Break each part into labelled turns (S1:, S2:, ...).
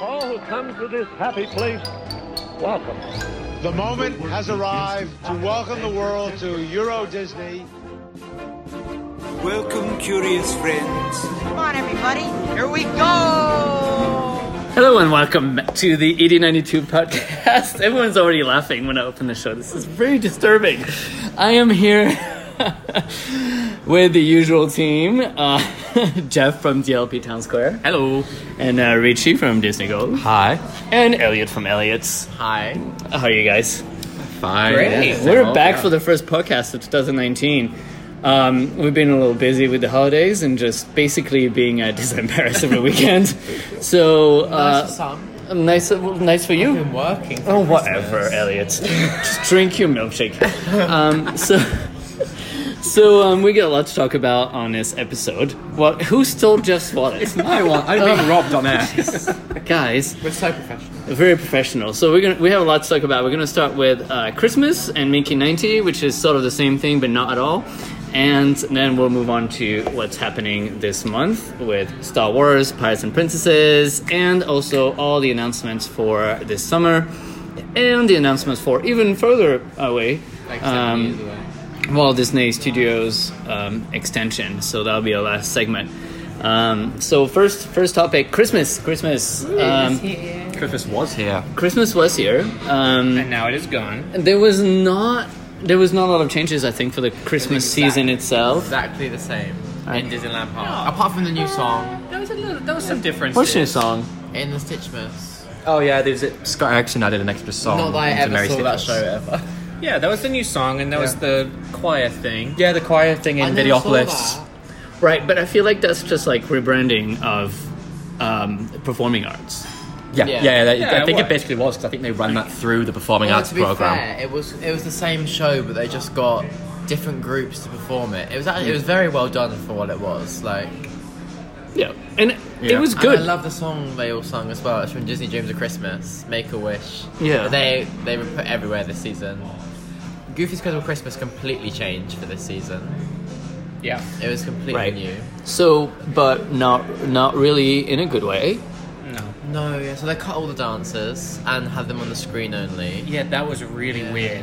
S1: All who come to this happy place, welcome.
S2: The moment has arrived to welcome the world to Euro Disney.
S3: Welcome, curious friends.
S4: Come on, everybody. Here we go.
S5: Hello and welcome to the 8092 podcast. Everyone's already laughing when I open the show. This is very disturbing. I am here with the usual team uh, Jeff from DLP Town Square. Hello. And uh, Richie from Disney Gold. Hi. And Elliot from Elliot's. Hi. How are you guys?
S6: Fine.
S5: We're back for the first podcast of 2019. Um, we've been a little busy with the holidays and just basically being at Disneyland Paris every weekend. So uh, nice, nice for you.
S6: I'm working.
S5: Oh, whatever, Elliot. Just drink your milkshake. Um, so, so um, we got a lot to talk about on this episode. What? Who stole Jeff's wallet? Oh.
S6: I want. I'm being robbed on air.
S5: Guys,
S6: We're so professional.
S5: very professional. So we're gonna we have a lot to talk about. We're gonna start with uh, Christmas and Mickey ninety, which is sort of the same thing but not at all. And then we'll move on to what's happening this month with Star Wars, Pirates and Princesses, and also all the announcements for this summer, and the announcements for even further away, um, Walt Disney Studios um, extension. So that'll be our last segment. Um, so first, first topic: Christmas. Christmas. Um,
S6: Griffiths was here.
S5: Christmas was here. Um,
S6: now it is gone.
S5: there was not there was not a lot of changes, I think, for the Christmas season itself.
S6: Exactly the same in Disneyland Park. Apart from the new song. Oh. There was a little. There was some differences.
S5: What's your song?
S6: in the Stitchmas?
S7: Oh yeah, there's a, Scott Erickson added an extra song.
S6: Not that I
S7: into
S6: ever
S7: Mary
S6: saw that
S7: Stitches.
S6: show ever. Yeah, there was the new song, and there was the choir thing.
S7: Yeah, the choir thing in Videopolis.
S5: Right, but I feel like that's just like rebranding of um, performing arts.
S6: Yeah.
S7: Yeah, yeah, yeah, that-
S6: Yeah,
S7: I think
S6: it
S7: it,
S6: was.
S7: basically was because I think they ran that through the performing
S8: Well,
S7: arts
S8: to be
S7: program.
S8: fair, it was it was the same show, but they just got different groups to perform it. It was actually, it was very well done for what it was. Like,
S5: Yeah, and it
S7: Yeah.
S5: was
S8: and
S5: good.
S8: I love the song they all sung as well. It's from Disney Dreams of Christmas, Make a Wish.
S5: Yeah.
S8: But they they were put everywhere this season. Goofy's Credible Christmas completely changed for this season.
S6: Yeah.
S8: It was completely
S5: Right.
S8: new.
S5: so, but not not really in a good way.
S8: No, yeah. So they cut all the dancers and had them on the screen only.
S6: Yeah, that was really weird.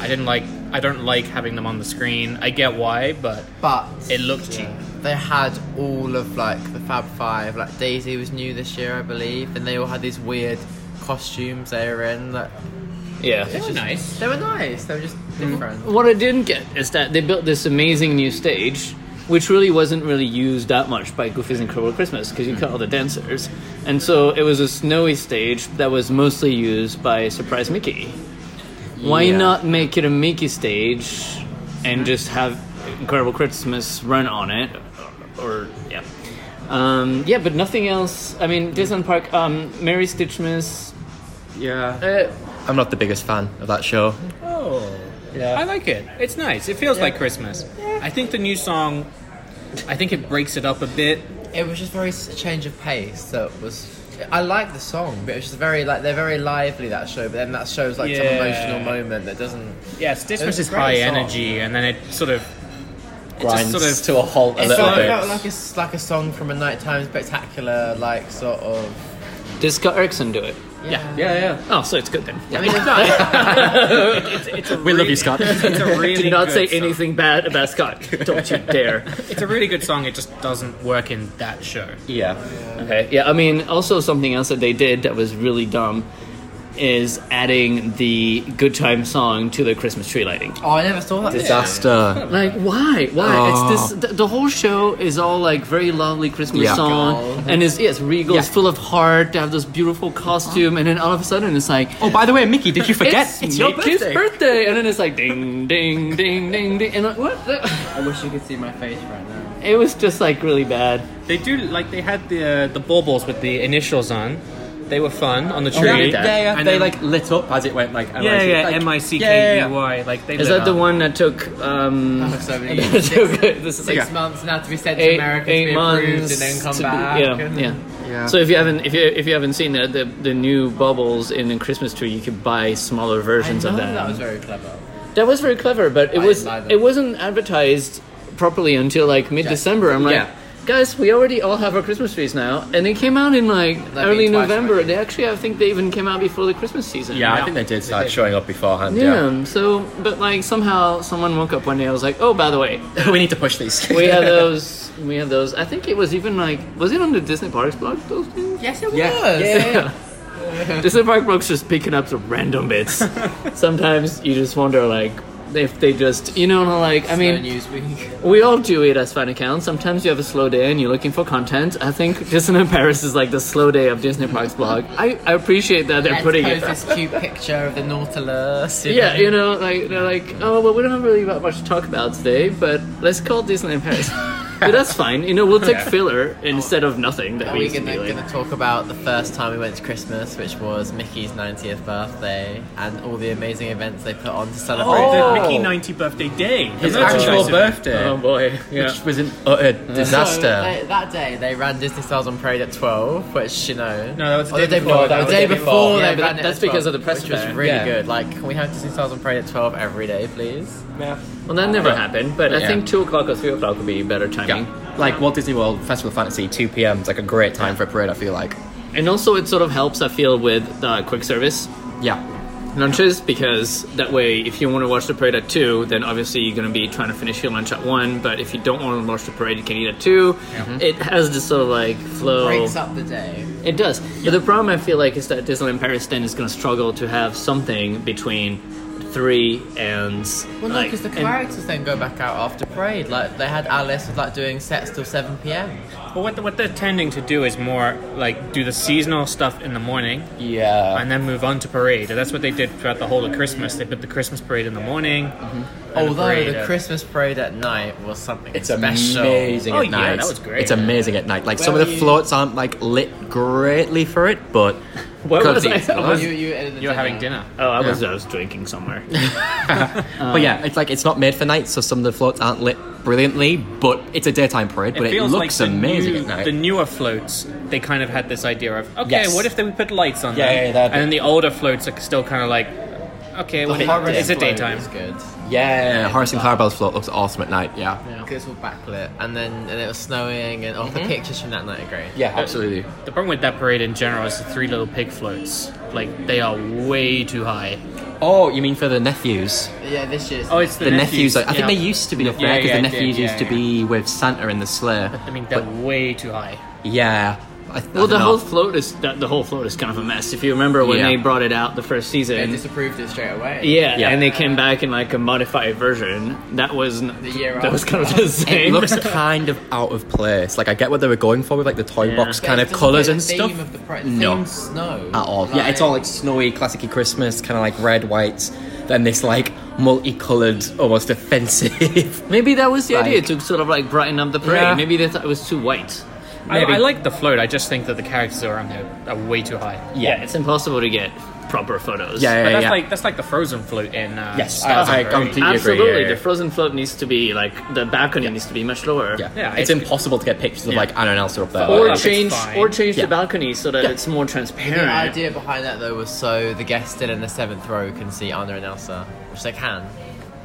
S6: I didn't like. I don't like having them on the screen. I get why, but
S8: But
S6: It looked cheap.
S8: They had all of like the Fab Five. Like Daisy was new this year, I believe, and they all had these weird costumes they were in. That
S5: Yeah.
S6: it was nice.
S8: they were nice. They were just different.
S5: What I didn't get is that they built this amazing new stage, which really wasn't really used that much by Goofy's Incredible Christmas because you cut all the dancers, and so it was a snowy stage that was mostly used by Surprise Mickey. Why
S7: Yeah.
S5: not make it a Mickey stage and just have Incredible Christmas run on it, or, or yeah, um, yeah, but nothing else. I mean, Disneyland Park, um, Mary Stitchmas.
S7: Yeah,
S5: Uh,
S7: I'm not the biggest fan of that show.
S6: Oh,
S5: Yeah.
S6: I like it. It's nice. It feels like Christmas. I think the new song. I think it breaks it up a bit.
S8: It was just very s- a change of pace. That was. I like the song, but it was just very like they're very lively that show. But then that show's like some
S6: Yeah.
S8: emotional moment that doesn't.
S6: Yeah, Stitchmas
S8: It's
S6: is
S8: a great
S6: high
S8: song.
S6: energy, and then it sort of
S7: Grinds
S6: sort of-
S7: to a halt a
S8: It
S7: little
S8: felt,
S7: bit.
S8: felt like it's like a song from a nighttime spectacular, like sort of.
S5: did Scott Erickson do it?
S8: Yeah.
S5: yeah, yeah. Oh, so it's good then.
S8: I mean, it's not.
S6: it's, it's a
S7: We love
S6: really-
S7: you, Scott.
S6: It's a really
S5: Do not
S6: good
S5: say
S6: song.
S5: anything bad about Scott. Don't you dare.
S6: It's a really good song. It just doesn't work in that show.
S7: yeah,
S5: Okay. Yeah. I mean, also something else that they did that was really dumb is adding the good time song to the Christmas tree lighting.
S8: Oh, I never saw that.
S7: disaster.
S5: Like, why? Why? It's this. The, the whole show is all like very lovely Christmas
S7: Yeah.
S5: song, and it's yes, regal. It's
S7: Yeah.
S5: full of heart. They have this beautiful costume, and then all of a sudden, it's like.
S7: Oh, by the way, Mickey, did you forget?
S5: It's, your birthday. and then it's like ding, ding, ding, ding, ding, and like, what? The?
S8: I wish you could see my face right now.
S5: It was just like really bad.
S6: They do like they had the uh, the baubles with the initials on. They were fun on the tree.
S7: They, they,
S6: And
S7: they
S6: then-
S7: like lit up as it went like
S6: yeah,
S7: MIC,
S6: yeah,
S7: like-
S6: M I C
S7: Yeah,
S6: K
S7: yeah,
S6: U
S7: yeah.
S6: Y. Like they
S5: Is
S6: lit
S5: that the
S6: up.
S5: one that took? Um,
S8: So many
S5: that
S8: six,
S5: took uh, this is
S8: six
S5: like
S8: months and had to be sent
S5: eight,
S8: to America to
S5: eight
S8: be approved
S5: months
S8: and then come
S5: to be-
S8: back.
S5: yeah, yeah, So if you haven't, if you if you haven't seen that, the the new bubbles in the Christmas tree, you could buy smaller
S8: I
S5: versions
S8: know
S5: of
S8: Oh, that was very clever.
S5: That was very clever, but it
S8: I
S5: was
S8: didn't like that.
S5: it wasn't advertised properly until like mid December. I'm like,
S7: Yeah.
S5: guys, we already all have our Christmas trees now, and they came out in like
S8: That
S5: early
S8: means twice
S5: November.
S8: already.
S5: They actually, I think they even came out before the Christmas season.
S7: Yeah,
S6: Yeah.
S7: I think they did start
S6: did.
S7: showing up beforehand.
S5: Yeah,
S7: Yeah.
S5: so, but like somehow someone woke up one day. I was like, oh, by the way,
S6: we need to push these.
S5: we have those. We have those. I think it was even like, was it on the Disney Parks blog? Those things?
S8: Yes, it
S7: Yeah.
S8: was.
S5: Disney Park Brooks just picking up some random bits. Sometimes you just wonder, like, if they just, you know, like, I mean,
S8: Newsweek.
S5: we all do it as fan accounts. Sometimes you have a slow day and you're looking for content. I think Disney in Paris is like the slow day of Disney Parks blog. I, I appreciate that they're
S8: Let's
S5: putting
S8: post
S5: it.
S8: this cute picture of the Nautilus.
S5: Yeah, you know, like they're like, oh well, we don't have really that much to talk about today, but let's call Disneyland Paris. but that's fine. You know, we'll take filler instead of nothing that
S8: Are
S5: we
S8: we
S5: used to
S8: gonna,
S5: do. like-
S8: gonna talk about the first time we went to Christmas, which was Mickey's 90th birthday, and all the amazing events they put on to
S7: Oh,
S8: celebrate?
S9: The
S8: that?
S9: Mickey 90 birthday day.
S7: His
S9: That's
S7: actual
S9: nice of him.
S7: birthday,
S6: Um,
S5: Oh boy, yeah.
S7: which was an utter
S8: So,
S7: disaster.
S8: they- that day they ran Disney Stars on Parade at 12, which you know.
S6: No, that was the
S8: or
S6: day before. That
S8: The
S6: was
S8: day
S6: the day
S8: before
S5: before. Yeah,
S8: they
S5: but
S8: ran
S5: that-
S8: it
S5: that's
S8: at
S5: because
S8: 12,
S5: of the press
S8: which was
S5: fair.
S8: really
S7: Yeah.
S8: good. Like, can we have Disney Stars on Parade at 12 every day, please?
S5: well, that never happened. But I
S7: Yeah.
S5: think two o'clock or three o'clock would be better timing.
S7: Yeah. Like Walt Disney World Festival of Fantasy, 2 p.m. is like a great time for a parade. I feel like.
S5: And also, it sort of helps. I feel with uh, quick service
S7: Yeah.
S5: lunches because that way, if you want to watch the parade at two, then obviously you're going to be trying to finish your lunch at one. But if you don't want to watch the parade, you can eat at two. It has this sort of like flow.
S8: Breaks up the day.
S5: It does. But the problem I feel like is that Disneyland Paris then is going to struggle to have something between three and
S8: Well, no,
S5: like
S8: because the
S5: and-
S8: characters then go back out after Parade. Like, they had Alice was like doing sets till 7 p.m.
S6: But what, what they're tending to do is more like do the seasonal stuff in the morning
S7: Yeah.
S6: and then move on to parade. And that's what they did throughout the whole of Christmas. They put the Christmas parade in the morning.
S7: Mm-hmm.
S6: and
S8: Although
S6: parade
S8: the
S6: at-
S8: Christmas parade at night was something
S7: It's
S8: special.
S7: amazing
S6: Oh,
S7: at
S6: yeah,
S7: night.
S6: that was great.
S7: It's amazing at night. Like some of the floats aren't like lit greatly for it, but
S5: Where was
S7: Because
S5: I? I was-
S8: You, you edited
S6: You're having dinner.
S5: oh, I was I was drinking somewhere.
S6: Uh,
S7: but yeah, it's like it's not made for night, so some of the floats aren't lit brilliantly. But it's a daytime parade, but it
S6: feels
S7: looks
S6: like the
S7: amazing
S6: new-
S7: at night.
S6: The newer floats, they kind of had this idea of okay,
S7: Yes.
S6: what if they, we put lights on
S7: Yeah,
S6: them?
S7: yeah, that'd be-
S6: and then the older floats are still kind of like okay,
S8: The
S6: well, it,
S8: Horace
S6: it's a
S8: float
S6: daytime.
S8: was good.
S7: yeah, Horace and Clarabelle's float looks awesome at night. Yeah,
S8: Because it's all backlit, and then and it was snowing, and all
S5: Mm-hmm.
S8: the pictures from that night are great.
S7: yeah, absolutely.
S6: The problem with that parade in general is the three little pig floats. Like they are way too high.
S7: Oh, you mean for the nephews?
S8: Yeah, this year's.
S6: Oh, it's the,
S7: The, nephews. I think
S6: yeah.
S7: they used to be up
S6: Yeah,
S7: there because
S6: yeah,
S7: the
S6: I did,
S7: nephews
S6: yeah,
S7: used to
S6: yeah.
S7: be with Santa in the sleigh.
S6: I mean, they're way too high.
S7: Yeah. I, I
S5: Well,
S7: don't
S5: the
S7: know.
S5: whole float is the the whole float is kind of a mess. If you remember when
S7: Yeah.
S5: they brought it out the first
S8: they
S5: season.
S8: disapproved it straight away.
S5: Yeah,
S7: Yeah.
S5: and they came back in like a modified version. That was n-
S8: The year
S5: that was
S8: after.
S5: kind of the same.
S7: It looks kind of out of place. Like I get what they were going for with like the toy
S5: Yeah.
S7: box
S8: But
S7: kind
S8: it
S7: of
S8: doesn't
S7: colours
S8: fit
S7: and
S8: the theme
S7: stuff.
S8: Of the parade. It's
S7: No.
S8: themed snow
S7: at all. Yeah, it's all like snowy, classicy Christmas, kind of like red, white, then this like multicolored, almost offensive.
S5: Maybe that was the idea
S7: Like-
S5: to sort of like brighten up the parade.
S7: Yeah.
S5: Maybe they thought it was too white.
S6: I,
S7: Maybe.
S6: I like the float. I just think that the characters around there are way too high.
S7: Yeah.
S5: it's impossible to get proper photos.
S7: Yeah,
S6: But
S7: yeah,
S6: that's
S7: Uh, yeah.
S6: like that's like the frozen float in. Uh,
S7: Yes,
S6: Stars
S7: I- I
S6: Over
S7: completely-
S6: Eight.
S7: agree,
S5: Absolutely,
S7: yeah, yeah.
S5: the frozen float needs to be like the balcony needs to be much lower.
S7: yeah. Oh,
S6: Yeah,
S7: it's
S6: it's-
S7: impossible to get pictures of
S6: Yeah.
S7: like Anna and Elsa up there.
S5: Or
S6: Well,
S7: Like,
S6: it's
S5: change
S6: fine.
S5: or change
S7: Yeah.
S5: the balcony so that
S7: Yeah.
S5: it's more
S8: The
S5: transparent.
S8: idea behind that though was so the guests still in the seventh row can see Anna and Elsa, which they can.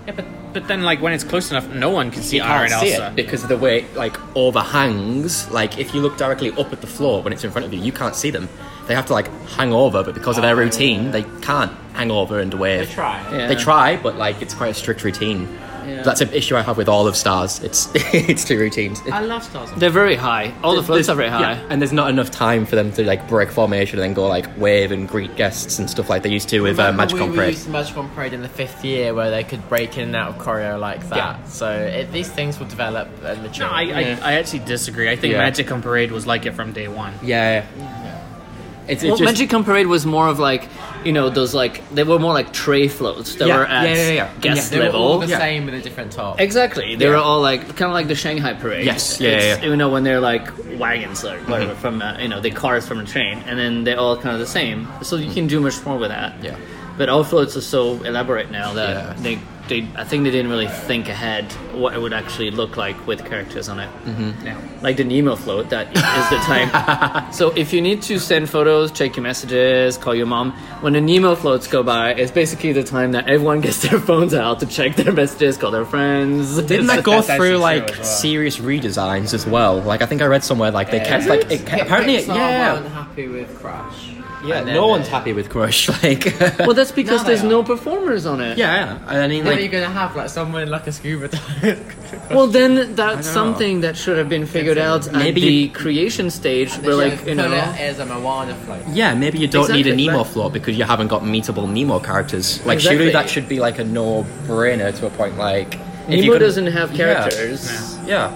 S6: Yeah, but but then like when it's close enough, no one can see
S7: you
S6: Aaron
S7: can't see
S6: Elsa.
S7: it because of the way it like overhangs. Like if you look directly up at the floor when it's in front of you, you can't see them. They have to like hang over, but because of their routine, they can't hang over and wave. They
S8: try.
S5: Yeah.
S7: They try, but like it's quite a strict routine.
S5: Yeah.
S7: That's an issue I have with all of stars. It's it's too routine.
S8: I love stars.
S5: They're very high. All the floats are very high.
S7: Yeah, and there's not enough time for them to like break formation and then go like wave and greet guests and stuff like they used to with uh,
S8: Remember
S7: Magic on
S8: we
S7: Parade.
S8: used to Magic on Parade in the fifth year where they could break in and out of choreo like that. So it, these things will develop and mature.
S6: No, I, I, I actually disagree. I think
S7: Yeah.
S6: Magic on Parade was like it from day one.
S7: Yeah, it's, it's
S5: Well,
S7: just
S5: Magic on Parade was more of like, you know, those like they were more like tray floats that
S7: Yeah,
S5: were at
S7: yeah, yeah, yeah.
S5: guest
S8: they were
S5: level.
S8: all the
S7: Yeah.
S8: same with a different top.
S5: Exactly. They
S7: Yeah.
S5: were all like kind of like the Shanghai parade.
S7: Yes, yeah,
S5: It's-
S7: yeah. Mm-hmm.
S5: You know when they're like wagons or whatever from uh, you know the cars from a train, and then they're all kind of the same. So you can do much more with that.
S7: Yeah.
S5: But all floats are so elaborate now that
S7: Yeah.
S5: they they I think they didn't really think ahead what it would actually look like with characters on it.
S6: Now,
S7: Mm-hmm.
S5: Like the Nemo float, that is the time. so if you need to send photos, check your messages, call your mom. When the Nemo floats go by, it's basically the time that everyone gets their phones out to check their messages, call their friends.
S7: Didn't that go
S6: That's actually
S7: through
S6: true
S7: like
S6: as well.
S7: serious redesigns as well? Like I think I read somewhere like they kept like it, kept- apparently it,
S8: Pixar
S7: yeah
S8: weren't happy with Crash.
S7: yeah
S8: And
S7: no
S8: then
S7: one's
S8: they-
S7: happy with Crush like
S5: Well, that's because
S8: Now they
S5: there's
S8: are.
S5: no performers on it.
S7: yeah yeah I
S8: Then
S7: mean
S8: what are you
S7: like
S8: gonna have? Like someone like a scuba diver.
S5: Well, then that's something that should have been figured out at
S7: Maybe
S5: the
S7: you-
S5: creation stage, where like you know.
S8: as a Moana float.
S7: yeah maybe you don't need a
S5: Exactly,
S7: Nemo
S5: but-
S7: float because you haven't got meetable Nemo characters like
S5: Exactly.
S7: surely that should be like a no brainer to a point like if you
S5: Nemo
S7: couldn't-
S5: doesn't have
S7: Yeah.
S5: characters.
S7: yeah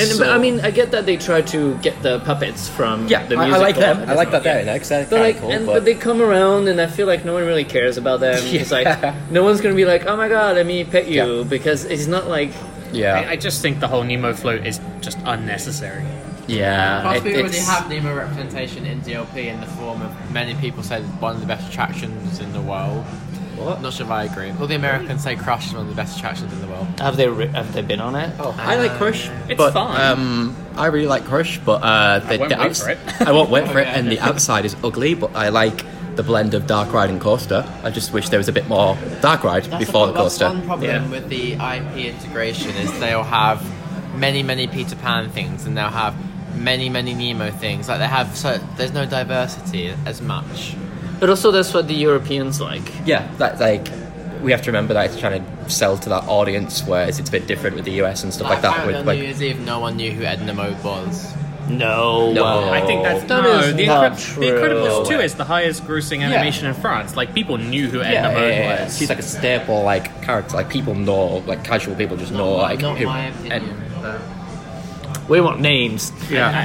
S5: And but,
S7: So-
S5: I mean, I get that they try to get the puppets from
S7: yeah
S5: the
S7: I, I
S5: musical.
S7: like them I like that there yeah.
S5: But like, and, but they come around, and I feel like no one really cares about them. It's like
S7: Yeah.
S5: no one's gonna be like, "Oh my god, let me pet you," because it's not like
S7: yeah
S6: I, I just think the whole Nemo float is just unnecessary.
S7: yeah
S8: Plus,
S7: it-
S8: we already
S7: it's-
S8: have Nemo representation in DLP in the form of many people say it's one of the best attractions in the world.
S7: What?
S8: Not sure if I agree. All the Americans say Crash is one of the best attractions in the world.
S5: have they re- have they been on it? Oh,
S7: I like Crush.
S6: It's
S7: but,
S6: fine.
S7: Um, I really like Crush, but uh, the,
S6: won't
S7: the
S6: wait for it.
S7: I won't wait for it,
S8: Okay.
S7: and the outside is ugly. But I like the blend of Dark Ride and Coaster. I just wish there was a bit more Dark Ride before the
S8: that's
S7: Coaster.
S8: one problem with the IP integration is they'll have many, many Peter Pan things, and they'll have many, many Nemo things. Like they have, so there's no diversity as much.
S5: but also that's what the Europeans like.
S7: Yeah, that like we have to remember that it's trying to sell to that audience, whereas it's a bit different with the US and stuff like that.
S8: apparently
S7: With
S8: on New
S7: like,
S8: Year's Eve, no one knew who Edna Mode was.
S5: No,
S7: No.
S5: well,
S6: I think that's
S5: That
S6: no.
S5: is
S6: the,
S5: not
S6: Incred-
S5: true.
S6: the Incredibles
S5: No
S6: two is the highest grossing animation in France. Like people knew who Edna
S7: yeah, yeah,
S6: Mode
S7: yeah.
S6: was.
S7: she's like a staple like character. Like people know, like casual people just know
S8: my-
S7: like
S8: not
S7: who.
S8: my
S7: and-
S8: opinion. though.
S5: we want names.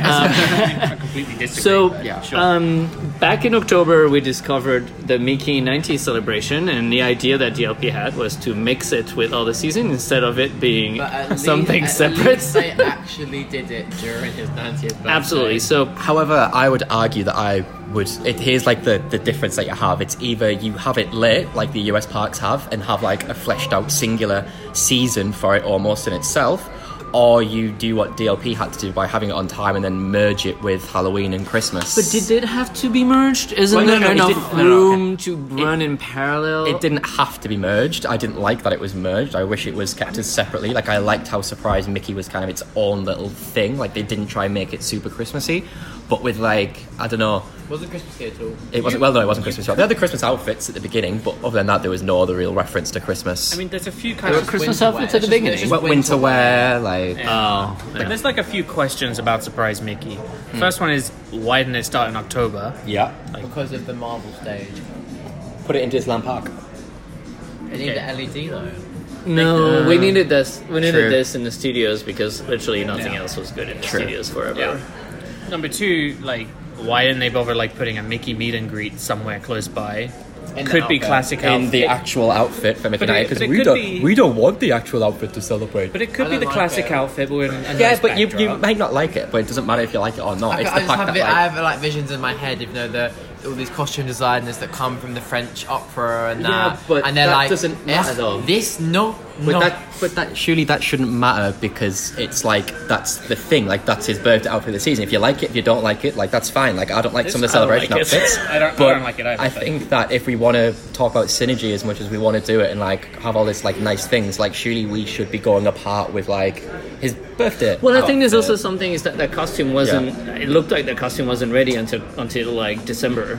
S6: yeah. I completely disagree.
S5: So,
S6: but sure.
S5: um, back in October, we discovered the Mickey 90 celebration, and the idea that DLP had was to mix it with all the season instead of it being
S8: But at
S5: something
S8: least, at
S5: separate.
S8: least they actually did it during his 90th birthday.
S5: Absolutely. So,
S7: However, I would argue that I would. It, here's like the, the difference that you have. It's either you have it late, like the US parks have, and have like a fleshed out singular season for it almost in itself, or you do what DLP had to do by having it on time and then merge it with Halloween and Christmas.
S5: but did it have to be merged? Isn't
S7: Well,
S5: there
S7: no, no, it
S5: enough
S7: didn't- no, no, okay.
S5: room to run in parallel?
S7: It didn't have to be merged. I didn't like that it was merged. I wish it was kept as separately. Like I liked how surprised Mickey was kind of its own little thing. Like they didn't try and make it super Christmassy, but with like I don't know.
S8: Wasn't Christmassy at all.
S7: It wasn't. Well, no, it wasn't Christmas. They had the Christmas outfits at the beginning, but other than that, there was no other real reference to Christmas.
S6: I mean, there's a few kind of
S5: Christmas
S8: winter
S5: outfits at the
S8: wear. It's just-
S5: beginning.
S8: it's
S7: what winter wear? Like,
S5: Oh,
S6: Like,
S5: yeah.
S6: there's like a few questions about Surprise Mickey.
S8: Hmm.
S6: First one is why didn't it start in October?
S7: yeah,
S8: Because of the Marvel stage.
S7: put it into Islam Park.
S8: They need the LED though.
S5: no,
S6: uh,
S5: we needed this. We needed
S7: True.
S5: this in the studios because literally nothing
S6: Yeah.
S5: else was good in the
S7: True.
S5: studios forever.
S6: Number two, like why didn't they bother like putting a Mickey meet and greet somewhere close by?
S8: In the
S6: could be
S8: outfit.
S6: classic
S7: And
S6: outfit.
S7: the actual outfit for Mickey
S6: But it-
S7: Mouse,
S6: but
S7: because
S6: it
S7: we
S6: could
S7: don't
S6: be-
S7: we don't want the actual outfit to celebrate.
S6: but it
S8: I
S6: could be
S8: don't
S6: the
S8: like
S6: classic
S8: it.
S6: outfit, but with a nice
S7: yeah, but you, you
S6: backdrop.
S7: might not like it, but it doesn't matter if you like it or not.
S8: I,
S7: it's
S8: I
S7: the
S8: just
S7: fact
S8: have
S7: that
S8: it,
S7: like,
S8: I have like visions in my head, you know, the all these costume designers that come from the French opera and
S7: Yeah,
S8: that,
S7: but
S8: and they're
S7: that
S8: like,
S7: doesn't
S8: "Yes,
S7: matter, though."
S8: This no,
S7: But
S8: no.
S7: that, but that surely that shouldn't matter because it's like that's the thing. Like that's his birthday outfit of the season. If you like it, if you don't like it, like that's fine. Like I don't like some of the
S6: I don't like
S7: celebration
S6: it.
S7: outfits.
S6: I don't- I
S7: but
S6: don't like it either,
S7: I
S6: but-
S7: think that if we want to talk about synergy as much as we want to do it and like have all this like nice things, like surely we should be going apart with like his birthday.
S5: Well, I think there's
S7: outfit.
S5: also something is that the costume wasn't. It looked like the costume wasn't ready until until like December.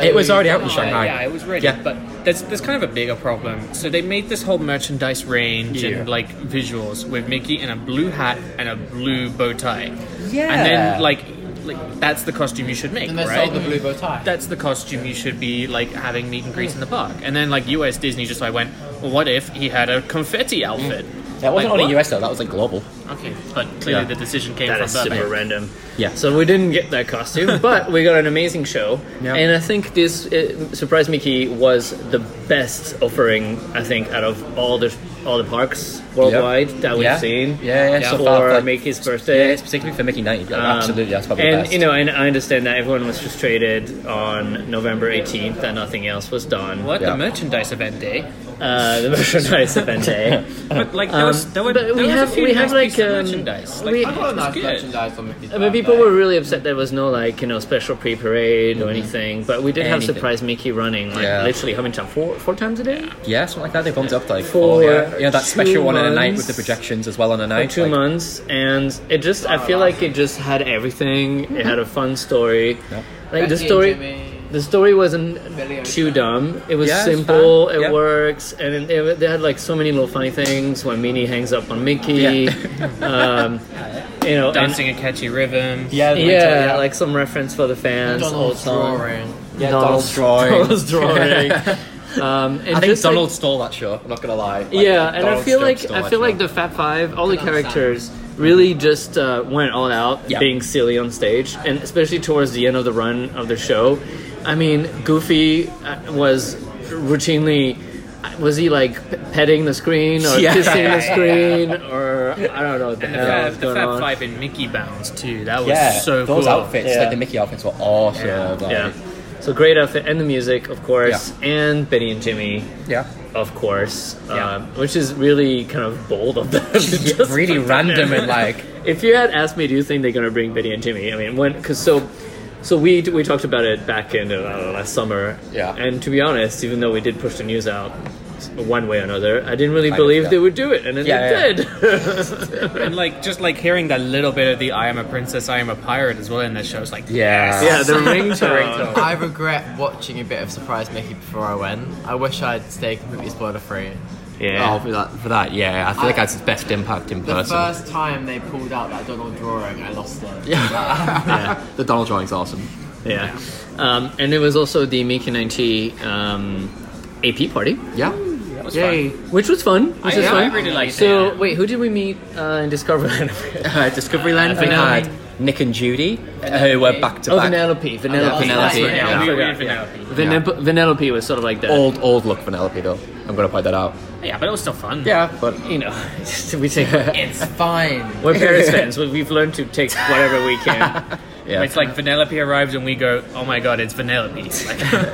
S7: it was already out in
S6: Yeah,
S7: Shanghai.
S6: Uh, Yeah, it was ready.
S7: Yeah.
S6: But there's there's kind of a bigger problem. So they made this whole merchandise range and like visuals with Mickey in a blue hat and a blue bow tie.
S7: Yeah.
S6: And then like like that's the costume you should make,
S8: and they
S6: right?
S8: sold the blue bow tie.
S6: that's the costume you should be like having meet and greets in the park. And then like US Disney just like went, well, what if he had a confetti outfit?
S7: that wasn't
S6: Like,
S7: only
S6: what?
S7: US though. That was like global.
S5: Okay, but clearly
S7: Yeah.
S5: the decision came
S6: That
S5: from
S6: is
S5: that.
S6: super random.
S7: Yeah.
S6: So we didn't get that costume, but we got an amazing show.
S7: Yeah.
S6: And I think this uh, Surprise Mickey was the best offering I think out of all the all the parks worldwide that we've
S7: yeah.
S6: seen.
S7: Yeah, yeah, so
S6: for
S7: far, like-
S6: Mickey's
S7: Yeah,
S6: birthday.
S7: it's particularly for Mickey Knight. yeah,
S6: Um,
S7: absolutely, that's probably
S6: and
S7: the best.
S6: you know, and I understand that everyone was frustrated on November 18th that nothing else was done.
S5: What
S7: Yeah.
S5: the merchandise event day?
S6: Uh, the merchandise event day.
S5: But like there
S6: Um,
S5: was there were,
S6: but
S5: there
S6: we
S5: was
S6: have-
S5: a few
S6: we
S5: nice
S6: have, like,
S5: pieces of
S6: um,
S5: merchandise.
S6: we-
S5: Like, I thought
S8: I've
S5: it
S8: got a
S5: was
S8: nice
S5: good.
S8: merchandise on Mickey's
S6: I mean, people
S8: birthday.
S6: were really upset there was no like you know special pre parade or anything, but we did have
S7: Mm-hmm. Anything.
S6: surprise Mickey running like
S7: Yeah.
S6: literally how many times four four times a day
S7: yeah, something like that. They bumped up like
S6: For
S7: four. yeah. You know, that
S6: two
S7: special one on a night with the
S6: months.
S7: projections as well on a
S6: for
S7: night.
S6: two
S7: like-
S6: months, and it just I feel like it just had everything. It had a fun story,
S7: Yeah.
S6: like the
S8: Becky,
S6: story.
S8: Jimmy.
S6: The story wasn't
S8: Billy Ocean.
S6: too dumb. It was
S7: Yeah, it's
S6: simple.
S7: fun.
S6: It
S7: Yeah.
S6: works, and it, it, they had like so many little funny things when Minnie hangs up on Mickey. um, you know, and-
S5: Dancing a catchy rhythm.
S7: Yeah,
S6: yeah, like some reference for the fans. old
S8: Donald's
S6: song.
S8: drawing.
S7: yeah, Donald's drawing.
S6: Donald's drawing. um, and
S7: I think
S6: just, like,
S7: Donald stole that show. I'm not gonna lie. Like,
S6: yeah, and I
S7: Donald
S6: feel
S7: Trump
S6: like
S7: stole
S6: I
S7: that
S6: feel like
S7: show.
S6: the Fat Five, all the characters really just uh, went all out,
S7: Yeah.
S6: being silly on stage, and especially towards the end of the run of the show. I mean, Goofy uh, was routinely. Was he like p- petting the screen or
S7: Yeah.
S6: kissing the screen or I don't know what the
S5: And the
S6: hell
S5: Fab,
S6: was
S5: the
S6: going
S5: Fab
S6: on?
S5: Five in Mickey Bounds too. That was
S7: yeah,
S5: so
S7: those
S5: cool.
S7: outfits,
S6: Yeah.
S7: like the Mickey outfits, were awesome. like-
S6: Yeah, so great outfit and the music, of course, and Benny and Jimmy.
S7: yeah.
S6: of course,
S7: Yeah.
S6: um, which is really kind of bold of them. to just
S7: really
S6: put that
S7: random
S6: in.
S7: and like
S6: If you had asked me, do you think they're going to bring Biddy and Jimmy? I mean, when because so, so we we talked about it back in uh, I don't know, last summer.
S7: Yeah.
S6: And to be honest, even though we did push the news out one way or another, I didn't really
S7: Kind of,
S6: believe
S7: yeah.
S6: they would do it, and then
S7: Yeah,
S6: they
S7: yeah.
S6: did.
S5: and like just like hearing that little bit of the "I am a princess, I am a pirate" as well in that show. It's like
S7: Yeah.
S6: yeah, the ringtone.
S8: I regret watching a bit of Surprise Mickey before I went. I wish I'd stayed completely spoiler free.
S7: Oh, for that, for that, yeah. I feel like that's the best impact in
S8: The
S7: person.
S8: first time they pulled out that Donald drawing, I lost it.
S7: yeah. the Donald drawing's awesome.
S6: yeah. Um, and it was also the Mickey 90 um, AP party.
S7: Yeah. Yay.
S6: Which was fun. Which
S5: I-
S6: was
S5: yeah,
S6: fun.
S5: I really liked
S6: so,
S5: it.
S6: wait, who did we meet uh, in Discoveryland?
S7: Uh, Discoveryland, we
S6: Vanellope.
S7: had Nick and Judy, who were back to
S6: Oh,
S7: back.
S6: Vanellope. Vanellope.
S7: Penelope.
S6: That's right,
S7: Yeah,
S6: I
S5: we- we
S6: forgot,
S5: did
S6: yeah.
S5: Penelope.
S6: Vanep- Vanellope was sort of like that.
S7: Old, old look Vanellope, though. I'm going to point that out.
S5: yeah, but it was still fun.
S7: Yeah, but
S6: You know, we take.
S8: It's fine.
S6: We're Paris fans. we- We've learned to take whatever we can.
S7: yeah,
S5: It's like Vanellope arrives and we go, "Oh my god, it's Vanellope!"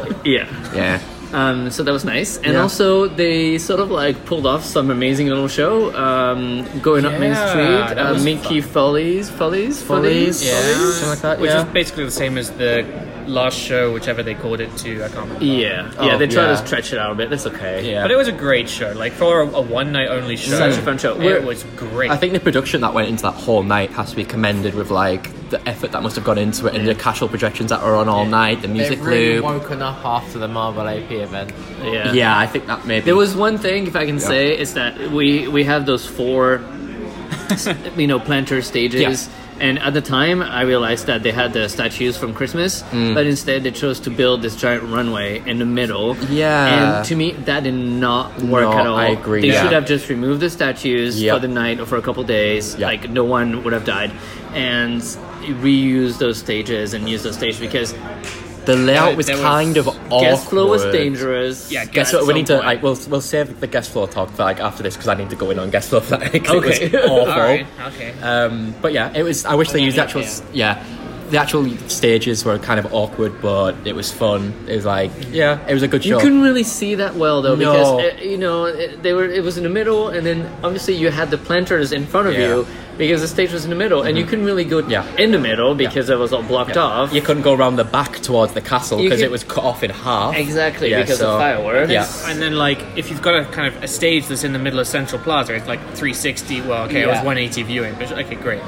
S5: Like,
S6: Yeah.
S7: yeah,
S6: Um, so that was nice, and
S7: Yeah.
S6: also they sort of like pulled off some amazing little show. Um, going up Main
S5: Yeah,
S6: Street,
S5: that
S6: uh,
S5: was
S6: Mickey Follies, Follies, Follies,
S7: something like that.
S5: which
S7: yeah.
S5: is basically the same as the last show, whichever they called it to. I can't remember. Oh,
S6: Yeah, yeah. They try
S7: yeah.
S6: to stretch it out a bit. That's okay.
S7: yeah.
S5: But it was a great show. Like for a, a one night only show,
S6: Such a fun show. We're-
S5: It was great.
S7: I think the production that went into that whole night has to be commended with like the effort that must have gone into it and the casual projections that were on all night, the
S8: They've
S7: music
S8: really
S7: loop.
S8: woken up after the Marvel AP event.
S6: yeah.
S7: Yeah, I think that maybe
S6: There was one thing, if I can say, is that we we have those four, you know, planter stages. And at the time, I realized that they had the statues from Christmas,
S7: Mm.
S6: but instead they chose to build this giant runway in the middle.
S7: Yeah.
S6: and to me that did not work
S7: No,
S6: at all.
S7: I agree,
S6: They
S7: yeah.
S6: should have just removed the statues
S7: Yeah.
S6: for the night or for a couple days.
S7: Yeah.
S6: Like no one would have died, and reuse those stages and use those stages because
S7: the layout was
S5: there was-
S7: kind of awkward.
S6: guest flow was dangerous.
S5: Yeah,
S7: Guess
S5: at
S7: what? We
S5: some
S7: need to.
S5: point.
S7: Like, we'll we'll save the guest floor talk for, like after this because I need to go in on guest floor. For, that, 'cause
S6: Okay.
S7: it was awful.
S5: All right. Okay.
S7: Um, but yeah, it was. I wish they used the actual. s- Yeah, the actual stages were kind of awkward, but it was fun. It was like yeah, it was a good show.
S6: You couldn't really see that well though
S7: No.
S6: because uh, you know it, they were it was in the middle and then obviously you had the planters in front of
S7: Yeah. Mm-hmm.
S6: you because the stage was in the middle and you couldn't really go
S7: Yeah.
S6: in the middle because it was all blocked off.
S7: You couldn't go around the back towards the castle
S6: You
S7: because
S6: could-
S7: it was cut off in half.
S6: Exactly,
S7: Yeah,
S6: because
S7: so-
S6: of fireworks.
S7: Yeah.
S5: And then, like, if you've got a kind of a stage that's in the middle of Central Plaza, it's like 360. Well, okay, it was
S6: Yeah.
S5: 180 viewing, but okay, great.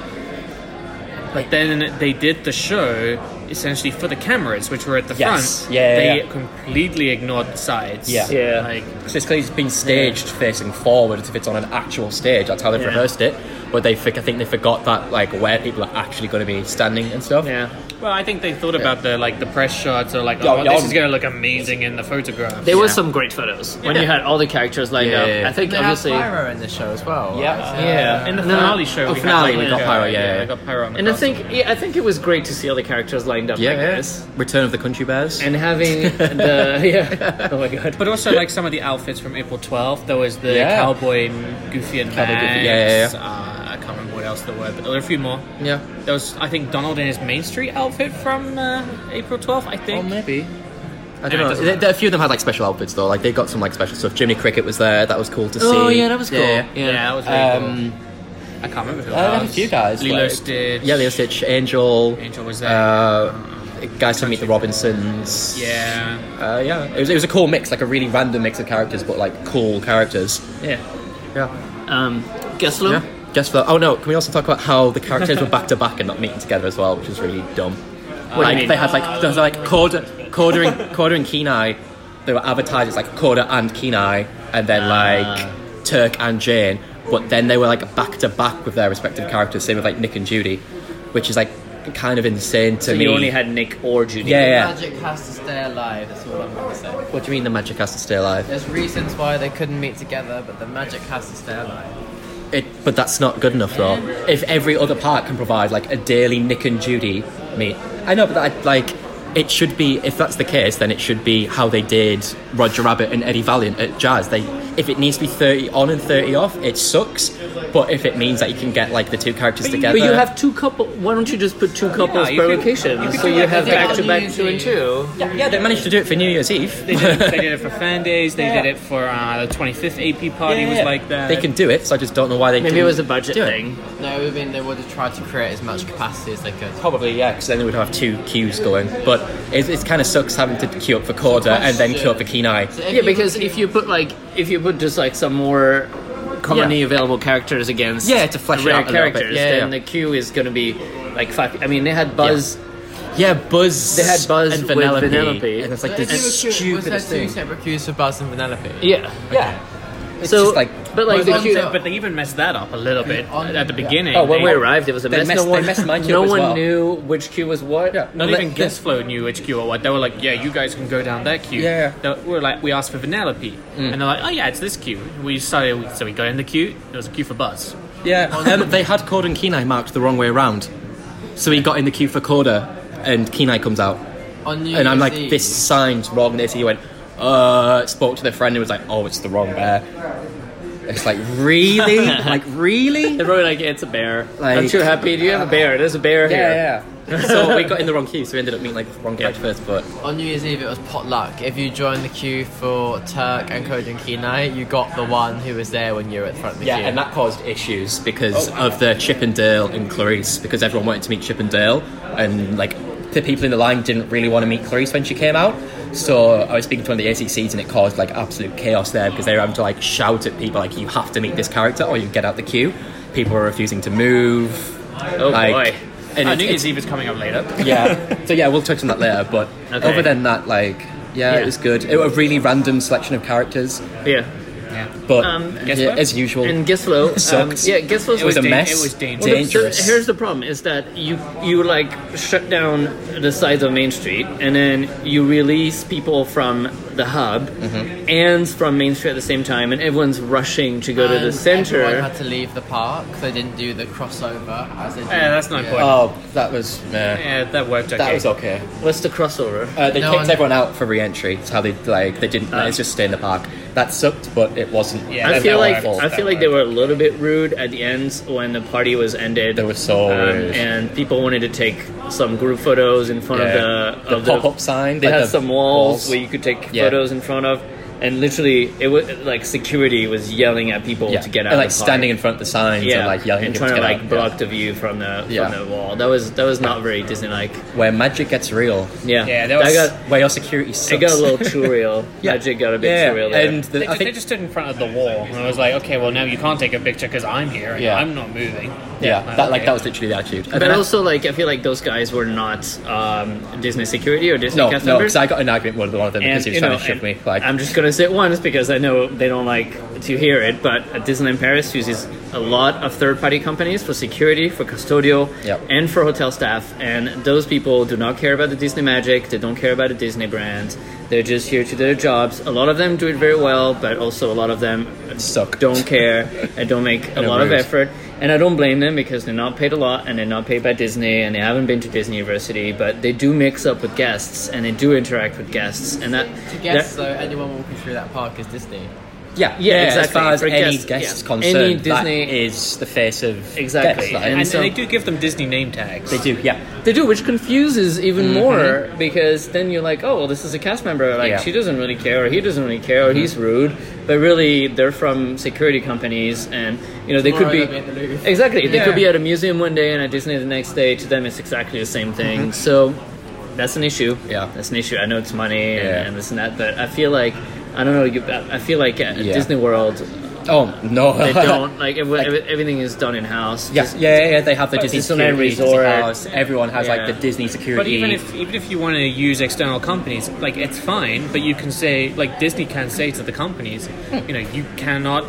S5: But then they did the show
S6: essentially for the cameras, which were at the
S7: Yes.
S6: front.
S7: Yeah, yeah,
S6: they
S7: yeah.
S6: completely ignored the sides.
S7: Yeah.
S5: Yeah.
S6: Like
S7: So it's clearly it's been staged facing forward. If it's on an actual stage, that's how they've
S5: Yeah.
S7: rehearsed it. But they, think- I think they forgot that like where people are actually going to be standing and stuff.
S5: Yeah.
S6: well, I think they thought about the like the press shots or like,
S7: Yeah,
S6: oh, this
S7: yeah.
S6: is gonna look amazing in the photograph.
S5: There was
S7: Yeah.
S5: some great photos when you had all the characters lined
S7: Yeah,
S5: up.
S7: yeah, yeah.
S5: I think
S8: They have
S5: obviously
S8: Pyro in the show as well. right?
S7: Yeah.
S5: yeah,
S6: in the
S5: No, no.
S6: finale show.
S7: Oh,
S6: we
S7: finale,
S6: had,
S7: we got Pyro, yeah, yeah.
S6: we got pyro. On the
S5: And I
S6: castle.
S5: think yeah, I think it was great to see all the characters lined up
S7: Yeah,
S5: like
S7: yeah.
S5: this.
S7: Return of the Country Bears.
S5: And having the yeah, oh my god,
S6: But also like some of the outfits from April 12th. There was the
S7: Yeah.
S6: cowboy Goofy and
S7: Cowboy
S6: Max.
S7: Goofy, yeah, yeah, yeah.
S6: Uh, I can't remember what else there were, but there were a few more.
S7: yeah.
S6: There was, I think, Donald in his Main Street outfit from uh, April 12th. I think.
S7: Or Oh, maybe. I
S6: Yeah, it
S7: don't know.
S6: doesn't
S7: There, there- a few of them had like special outfits though. Like they got some like special stuff. Jimmy Cricket was there. That was cool to see.
S5: Oh, yeah, that was cool.
S6: yeah. that was really cool.
S7: Um,
S6: I can't remember who.
S7: I
S6: else.
S7: had a few guys.
S6: Lilo
S7: like-
S6: Stitch.
S7: Yeah, Um, Lilo Stitch, Angel.
S6: Angel was there.
S7: Uh, guys to meet the Robinsons.
S6: Yeah.
S7: Uh, yeah. It was, it was a cool mix, like a really random mix of characters, but like cool characters.
S5: yeah,
S7: Yeah.
S5: um, Gessler.
S7: Yeah. Just for, oh no, can we also talk about how the characters were back to back and not meeting together as well, which is really dumb.
S5: do you
S7: like
S5: mean?
S7: they had like there was like Corda, Corda and Corda and Kenai, they were advertised as like Corda and Kenai, and then
S5: Ah.
S7: like Turk and Jane, but then they were like back to back with their respective characters, same with like Nick and Judy, which is like kind of insane to
S5: So
S7: me.
S5: you only had Nick or Judy.
S7: yeah, yeah.
S8: Magic has to stay alive. That's all I'm gonna say.
S7: What do you mean the magic has to stay alive?
S8: There's reasons why they couldn't meet together, but the magic has to stay alive.
S7: It, but that's not good enough though. If every other part can provide like a daily Nick and Judy meet, I know, but I, like it should be. If that's the case, then it should be how they did Roger Rabbit and Eddie Valiant at Jazz. They, if it needs to be thirty on and thirty off, it sucks. But if it means that you can get like the two characters together,
S5: But you have two couple. Why don't you just put two couples
S6: you
S5: per
S6: could-
S5: location?
S6: you could
S5: so
S6: do
S5: you
S6: like
S5: have
S6: they did
S5: back
S8: on
S5: to back
S8: New
S5: two and
S8: Year's
S5: two.
S7: yeah, they managed to do it for New Year's Eve.
S6: They did, it, they did it for fan days. They did it for uh, the 25th AP party. was like that.
S7: They can do it, so I just don't know why they.
S5: Maybe it
S7: didn't
S5: was a budget
S7: do it.
S5: thing.
S8: No, I mean they would have tried to create as much capacity as they could.
S7: Probably, yeah, because then we would have two queues going. But it, it kind of sucks having to queue up for Corda and then queue up for Kenai.
S5: Yeah, because if you put like if you put just like some more commonly
S7: Yeah.
S5: available characters against
S7: Yeah, to flesh it
S5: rare
S7: out a little bit.
S5: characters,
S7: Yeah,
S5: then
S7: yeah.
S5: the queue is going to be like five. I mean, they had Buzz.
S7: Yeah, Buzz.
S5: They had Buzz
S7: and
S5: with
S7: Vanellope,
S5: Vanellope.
S7: and it's like
S8: But if
S7: the
S8: you were curious,
S7: stupidest
S8: Was there two
S7: thing.
S8: separate queues for Buzz and Vanellope?
S5: Yeah,
S7: Yeah, it's
S5: so
S7: just like
S5: but like the
S8: Buzz
S5: queue.
S8: and
S6: but they even messed that up a little bit
S8: On-
S6: at the beginning.
S5: Oh, when
S6: They-
S5: we arrived, it was a
S7: They
S5: mess.
S7: messed-
S5: no
S7: they
S5: one,
S7: messed mine
S5: no
S7: up as
S5: one
S7: well.
S5: knew which queue was what.
S7: Yeah.
S6: Not
S7: Let-
S6: even
S7: let-
S6: Gizflow knew which queue or what. They were like, yeah, you guys can go down that queue.
S7: Yeah.
S6: They were like, we asked for Vanellope.
S5: Mm.
S6: And they're like, oh, yeah, it's this queue. We started, so we got in the queue. There was a queue for Buzz.
S7: yeah. Um, they had Corda and Kenai marked the wrong way around, so he got in the queue for Corda, and Kenai comes out,
S8: On New
S7: and I'm
S8: Year's
S7: like,
S8: Eve,
S7: this sign's wrong. This he went, uh, spoke to their friend who was like, oh, it's the wrong bear. It's like really, like really.
S5: They're probably like, it's a bear.
S7: Like-
S5: Aren't you happy? Do you have a bear? There's a bear here.
S7: Yeah, yeah. so we got in the wrong queue, so we ended up meeting like the wrong character first. But
S8: On New Year's Eve, it was potluck. If you joined the queue for Turk and Code and Kenai, you got the one who was there when you were at the front of the
S7: yeah,
S8: queue.
S7: and that caused issues because of the Chip and Dale and Clarice because everyone wanted to meet Chip and Dale, and like the people in the line didn't really want to meet Clarice when she came out. So I was speaking to one of the ACCs and it caused like absolute chaos there because they were having to like shout at people like you have to meet this character or you get out the queue. People were refusing to move.
S5: Oh boy.
S7: and
S6: oh,
S7: it's-
S6: New
S7: it's-
S6: Year's Eve is coming up later.
S7: yeah. So yeah, we'll touch on that later. But
S5: Okay.
S7: other than that, like, yeah,
S5: Yeah.
S7: it was good. It was a really random selection of characters,
S5: Yeah.
S7: but
S5: Um,
S7: yeah,
S6: Guess what?
S7: as usual,
S5: And Gislo. Um,
S7: Sucked.
S5: yeah, Gislo's
S7: it was a
S6: dan-
S7: mess.
S6: it was dangerous.
S5: Well, the-
S7: Dangerous.
S5: here's the problem: is that you you like shut down the sides of Main Street, and then you release people from the hub and from Main Street at the same time, and everyone's rushing to go to the
S8: And
S5: center.
S8: Everyone had to leave the park. They didn't do the crossover as they did.
S6: Yeah, Eh, that's not important.
S7: oh, that was nah,
S6: Yeah, that worked okay.
S7: that was okay.
S5: What's the crossover?
S7: Uh, they
S8: No
S7: kicked
S8: one-
S7: everyone out for re-entry. It's how they like they didn't let us just stay in the park. That sucked, but it wasn't.
S6: Uh. Yeah,
S5: I
S6: that-
S5: feel
S6: that
S5: like
S6: worked,
S5: I
S6: that
S5: feel like they were a little bit rude at the end when the party was ended. Um,
S7: They were so rude.
S5: and people wanted to take some group photos in front
S7: Yeah.
S5: of the,
S7: The
S5: of
S7: pop-up sign,
S5: They
S7: like
S5: had
S7: the
S5: some walls,
S7: walls.
S5: where you could take
S7: Yeah.
S5: photos in front of, and literally it was like security was yelling at people
S7: yeah.
S5: to get out.
S7: and,
S5: of
S7: like
S5: the park.
S7: standing in front of the signs
S5: yeah,
S7: and like yelling
S5: and
S7: at people
S5: trying to
S7: get
S5: like
S7: out.
S5: block the view from the
S7: Yeah.
S5: from the wall. That was that was not very Disney like.
S7: where magic gets real.
S5: Yeah,
S6: Yeah, that was-
S5: I got
S7: Where your security sucks.
S5: I got a little too real.
S7: Yeah.
S5: Magic got a bit
S7: yeah.
S5: too real. There.
S7: And the,
S6: They,
S7: I
S6: ju-
S7: think
S6: they just stood in front of the wall, and I was like, okay, well, now you can't take a picture because I'm here and
S7: Yeah.
S6: I'm not moving.
S7: Yeah,
S6: Yeah,
S7: that like
S6: okay.
S7: that was literally the attitude. And
S5: But
S7: then I-
S5: also, like, I feel like those guys were not um, Disney security or Disney
S7: no,
S5: cast
S7: no,
S5: members.
S7: because I got an argument with one of them because he was trying to shove
S5: and
S7: me. Like,
S5: I'm just gonna say it once because I know they don't like to hear it. But uh, Disneyland Paris uses a lot of third-party companies for security, for custodial,
S7: Yep.
S5: and for hotel staff. And those people do not care about the Disney magic. They don't care about the Disney brand. They're just here to do their jobs. A lot of them do it very well, but also a lot of them
S7: Suck.
S5: don't care and don't make a
S7: And
S5: lot of
S7: rude.
S5: effort. And I don't blame them because they're not paid a lot and they're not paid by Disney and they haven't been to Disney University, but they do mix up with guests and they do interact with guests. And that,
S8: To guess,
S5: that-
S8: though, anyone walking through that park is Disney.
S7: yeah,
S5: yeah,
S7: As far
S5: exactly.
S7: as
S5: For
S7: any
S5: guests,
S7: guest is
S5: yeah.
S7: concerned,
S5: Any
S7: Disney
S5: Disney-
S7: is the face of
S5: Exactly.
S7: Guests,
S5: And
S6: And,
S7: and
S5: so-
S6: they do give them Disney name tags.
S7: they do, Mm-hmm. yeah.
S5: they do, which confuses even more because then you're like, oh, well, this is a cast member. Like,
S7: Yeah. Mm-hmm.
S5: she doesn't really care, or he doesn't really care, or he's rude. But really, they're from security companies, and you know they could
S8: Tomorrow
S5: be
S8: they'll be at the Louvre.
S5: exactly. They could
S6: Yeah.
S5: be at a museum one day and at Disney the next day. To them, it's exactly the same thing. So that's an issue.
S7: Mm-hmm. Yeah.
S5: that's an issue. I know it's money and,
S7: Yeah.
S5: and this and that, but I feel like I don't know. You, I I feel like at
S7: Yeah.
S5: Disney World,
S7: Oh no,
S5: they don't like, ev-
S7: Like-
S5: ev- everything is done in house.
S7: Yes, yeah, yeah, yeah, they have the Disney
S5: Disneyland
S7: security, Disney
S5: Resort.
S7: house, Everyone has like
S5: Yeah.
S7: the Disney security.
S6: But even if even if you want to use external companies, like it's fine. But you can say like Disney can say to the companies,
S7: Hmm.
S6: you know, you cannot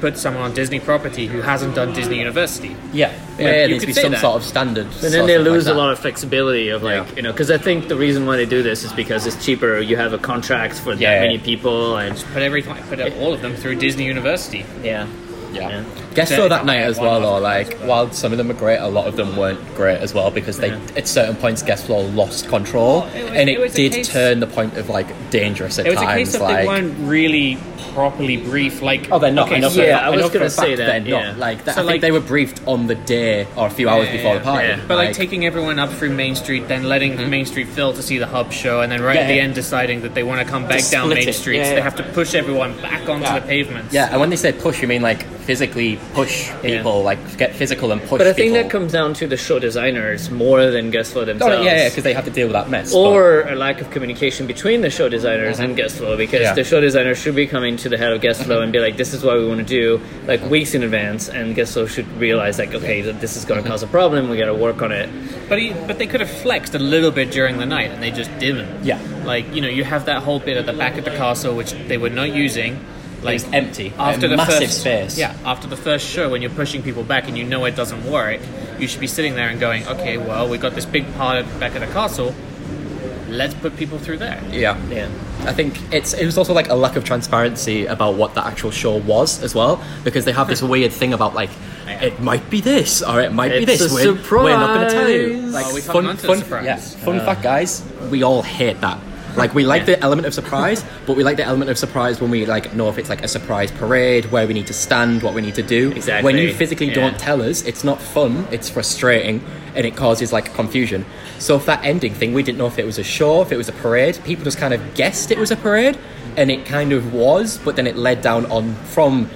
S6: put someone on Disney property who hasn't done Disney University.
S7: yeah, yeah,
S6: you
S7: there
S6: could
S7: needs to be
S6: say
S7: some
S6: that.
S7: sort of standard.
S5: And then they lose a lot of flexibility of like
S7: Yeah.
S5: you know because I think the reason why they do this is because it's cheaper. You have a contract for that
S7: Yeah.
S5: many people, and
S6: Put everything, put all of them through Disney University.
S5: yeah,
S7: Yeah.
S5: Yeah.
S7: Guess
S6: Yeah.
S7: though that night as
S6: One
S7: well, though,
S6: wasn't
S7: like while some of them were great, a lot of them weren't great as well because they at certain points guest floor lost control
S6: Well, it was-
S7: and
S6: it
S7: it,
S6: was a
S7: did
S6: case-
S7: turn the point of like dangerous at
S6: It was a
S7: times.
S6: case of they
S7: like
S6: weren't really properly brief. Like
S7: oh, they're not.
S6: okay,
S7: I know
S5: so-
S7: for-
S5: Yeah, I was
S7: know for a
S5: gonna say
S7: fact
S5: that,
S7: They're
S5: yeah.
S7: not like that.
S6: So,
S7: I think
S6: like-
S7: they were briefed on the day or a few hours before the party.
S5: yeah.
S6: But like, taking everyone up through Main Street, then letting Main Street fill to see the hub show, and then right at
S7: Yeah,
S6: the
S7: yeah.
S6: end deciding that they want to come back
S7: To
S6: down
S7: split
S6: Main
S7: it.
S6: Street,
S7: Yeah,
S6: so they
S7: yeah.
S6: have to push everyone back onto the pavements.
S7: Yeah, and when they say push, you mean like physically push people, like get physical and push.
S5: But I think
S7: people.
S5: that comes down to the show designers more than guest flow
S7: Oh,
S5: themselves.
S7: yeah, yeah, because they have to deal with that mess. but-
S5: or a lack of communication between the show designers and guest flow because
S7: Yeah.
S5: the show designer should be coming to the head of guest flow and be like this is what we want to do like weeks in advance and guest flow Oh, should realize like okay that this is going to cause a problem we got to work on it
S6: Mm-hmm. But he, but they could have flexed a little bit during the night, and they just didn't.
S7: Yeah.
S6: Like you know, you have that whole bit at the back of the castle which they were not using. Like
S7: was empty.
S6: after
S7: A
S6: the
S7: massive
S6: first
S7: space.
S6: Yeah, after the first show, when you're pushing people back and you know it doesn't work, you should be sitting there and going, okay, well, we got this big part at the back of the castle. Let's put people through there.
S7: yeah,
S5: yeah
S7: I think it's it was also like a lack of transparency about what the actual show was as well because they have this weird thing about like it might be this or it might be
S5: It's
S7: this.
S5: a
S7: we're, we're not going to tell you.
S5: surprise.
S7: Like
S6: Oh, we can't
S7: fun,
S6: answer
S7: fun,
S6: surprise.
S7: yeah, fun fact, guys, we all hate that. Like we like the element of surprise, but we like the element of surprise when we like know if it's like a surprise parade, where we need to stand, what we need to do.
S5: Exactly.
S7: When you physically
S5: Yeah.
S7: don't tell us, it's not fun. It's frustrating, and it causes like confusion. So if that ending thing, we didn't know if it was a show, if it was a parade. People just kind of guessed it was a parade, and it kind of was. But then it led down on from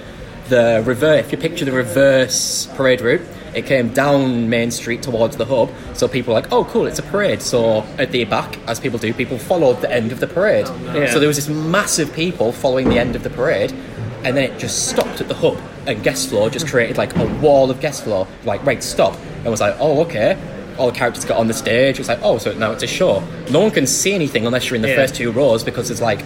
S7: the reverse. If you picture the reverse parade route, it came down Main Street towards the hub. So people were like, oh, cool, it's a parade. So at the back, as people do, people followed the end of the parade.
S5: Yeah.
S7: So there was this massive people following the end of the parade, and then it just stopped at the hub. And guest floor just created like a wall of guest floor, like right, stop. And was like, oh, okay. All the characters got on the stage. It's like, oh, so now it's a show. No one can see anything unless you're in the
S5: Yeah.
S7: first two rows because there's like,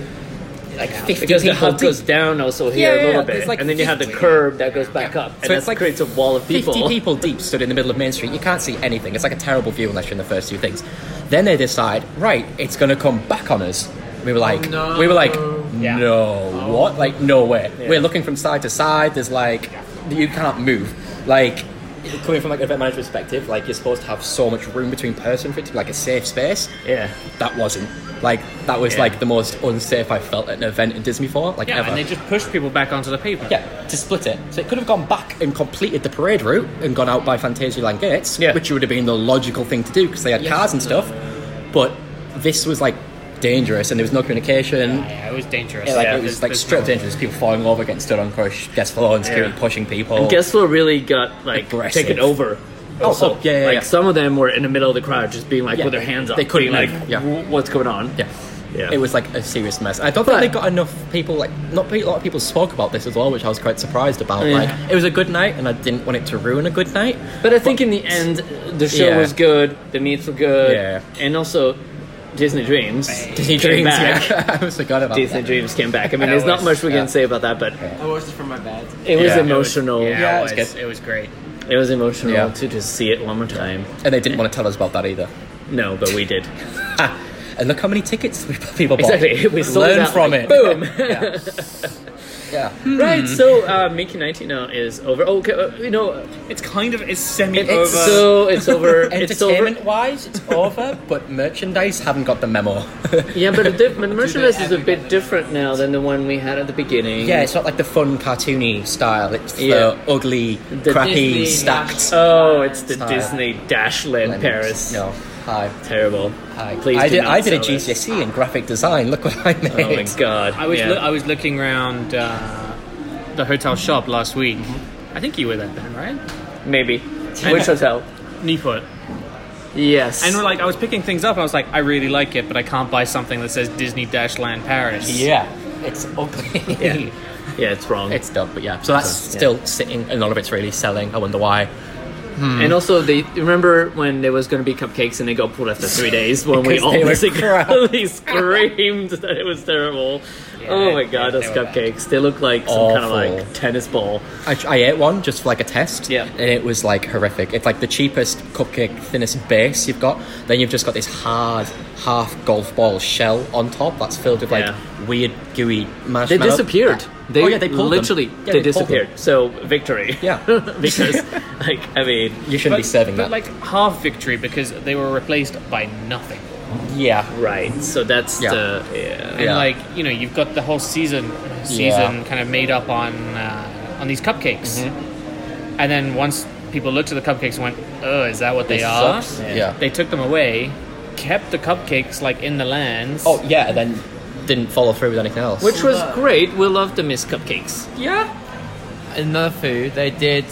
S7: like 50
S5: because the
S7: people
S5: hub
S7: deep.
S5: goes down also here
S7: Yeah,
S5: a
S7: yeah,
S5: little
S7: yeah,
S5: bit,
S7: it's like
S5: and then you have the
S7: 50.
S5: curb that goes back up, and
S7: So
S5: that
S7: it's like
S5: creates a wall of people.
S7: 50 people deep stood in the middle of Main Street. You can't see anything. It's like a terrible view unless you're in the first two things. Then they decide, right, it's going to come back on us. We were like,
S8: no.
S7: we were like,
S5: Yeah.
S7: no, what? Like, no way. We're looking from side to side. There's like, you can't move. Like, coming from like an event manager perspective, like you're supposed to have so much room between person for it to be like a safe space.
S5: Yeah.
S7: That wasn't. Like, that was
S5: Yeah.
S7: like the most unsafe I felt at an event in Disney for, like
S6: Yeah,
S7: ever.
S6: and they just push people back onto the pavement.
S7: Yeah, to split it. So it could have gone back and completed the parade route and gone out by Fantasyland Gates,
S5: Yeah.
S7: which would have been the logical thing to do because they had cars and stuff. But this was like dangerous and there was no communication.
S6: Yeah, it was dangerous.
S7: It, like,
S5: Yeah,
S7: it
S6: there's-
S7: was like
S6: there's
S7: straight
S6: no-
S7: up dangerous. People falling over, getting stood on crush, guest floor and security
S5: Yeah.
S7: pushing people.
S5: And guess what really got like
S7: Aggressive.
S5: taken over?
S7: Oh,
S5: Also,
S7: oh, yeah, yeah,
S5: like
S7: yeah.
S5: some of them were in the middle of the crowd, just being like
S7: Yeah.
S5: with their hands up.
S7: They couldn't
S5: being
S7: move.
S5: like,
S7: Yeah.
S5: "W- what's going on?
S7: yeah.
S5: Yeah.
S7: It was like a serious mess. I don't
S5: But-
S7: think they got enough people. Like, not pe- a lot of people spoke about this as well, which I was quite surprised about.
S5: Yeah.
S7: Like, it was a good night, and I didn't want it to ruin a good night.
S5: But I think in the end, the show
S7: Yeah.
S5: was good. The meats were good.
S7: Yeah.
S5: and also Disney Dreams.
S7: Disney
S5: came
S7: Dreams,
S5: back.
S7: yeah. I almost forgot about
S5: Disney
S7: that.
S5: Dreams came back. I mean, there's not
S6: was-
S5: much we
S7: yeah.
S5: can say about that, but
S8: I watched it from my bed.
S5: it was
S7: Yeah.
S5: emotional.
S6: It was, yeah,
S7: Yeah,
S6: it,
S7: it's
S6: was,
S7: good.
S6: it was great.
S5: It was emotional
S7: Yeah.
S5: to just see it one more time.
S7: And they didn't want to tell us about that either. Ah,
S5: No, but we did.
S7: And look how many tickets we- people bought.
S5: Exactly. We sold
S7: Learn
S5: out,
S7: from
S5: like,
S7: it.
S5: Boom.
S7: Yeah.
S5: Right.
S6: Hmm.
S5: So uh, Mickey 19 now is over. Oh, okay, uh, you know,
S6: It's kind of it's semi
S7: It-
S6: over.
S7: it's
S5: so it's over. it's over.
S7: Entertainment wise, it's over, but merchandise haven't got the memo.
S5: Yeah, but the, the merchandise is a bit different now than the one we had at the beginning.
S7: yeah, it's not like the fun cartoony style. It's the
S5: Yeah.
S7: ugly,
S5: The
S7: crappy,
S8: Disney
S7: stacked.
S5: Oh, it's the
S7: Style.
S5: Disney Dashland Paris.
S7: No. Oh, Hi.
S5: Terrible.
S7: Hi.
S5: Please
S7: I
S5: do
S7: did.
S5: not
S7: I did a
S5: sell this.
S7: GCSE in E graphic design. Look what I made.
S5: Oh my god.
S6: I was
S5: yeah.
S6: loo- I was looking around uh, the hotel shop last week.
S5: Mm-hmm.
S6: I think you were there, Ben, right?
S5: Maybe. Which
S6: And-
S5: hotel?
S6: Newport.
S5: Yes.
S6: And we're like, I was picking things up. I was like, I really like it, but I can't buy something that says Disney Dash Land Paris.
S7: Yeah. It's ugly.
S6: Yeah.
S5: yeah, it's wrong.
S7: It's dumb, but yeah. So that's
S5: yeah.
S7: still sitting, and none of it's really selling. I wonder why.
S5: And also, they remember when there was going to be cupcakes and they got pulled after three days when we
S7: Because they
S5: all
S7: were
S5: basically screamed that it was terrible. oh my
S6: they-
S5: god,
S6: they
S5: those
S6: were bad.
S5: cupcakes. They look like some kind of
S7: Awful.
S5: like tennis ball.
S7: I, I ate one just for like a test.
S5: Yeah.
S7: And it was like horrific. It's like the cheapest cupcake, thinnest base you've got. Then you've just got this hard half golf ball shell on top that's filled with like
S5: Yeah.
S7: weird gooey marshmallow.
S5: They disappeared. They,
S7: oh yeah, they pulled them.
S5: literally
S7: Yeah,
S5: they,
S7: pulled them.
S5: disappeared. So victory.
S7: Yeah.
S5: because like I mean,
S7: You shouldn't be serving
S6: but
S7: that.
S6: like half victory because they were replaced by nothing.
S7: yeah.
S5: right. So that's
S7: Yeah.
S5: the yeah.
S6: And
S7: Yeah.
S6: like you know, you've got the whole season season kind of made up on uh, on these cupcakes,
S7: Mm-hmm.
S6: and then once people looked at the cupcakes and went, "Oh, is that what they,
S7: This
S6: are?"
S7: sucks. Yeah.
S6: They took them away, kept the cupcakes like in the lands.
S7: Oh yeah. And then didn't follow through with anything else.
S5: Which was great. We love the Miss Cupcakes.
S7: yeah.
S8: Another food they did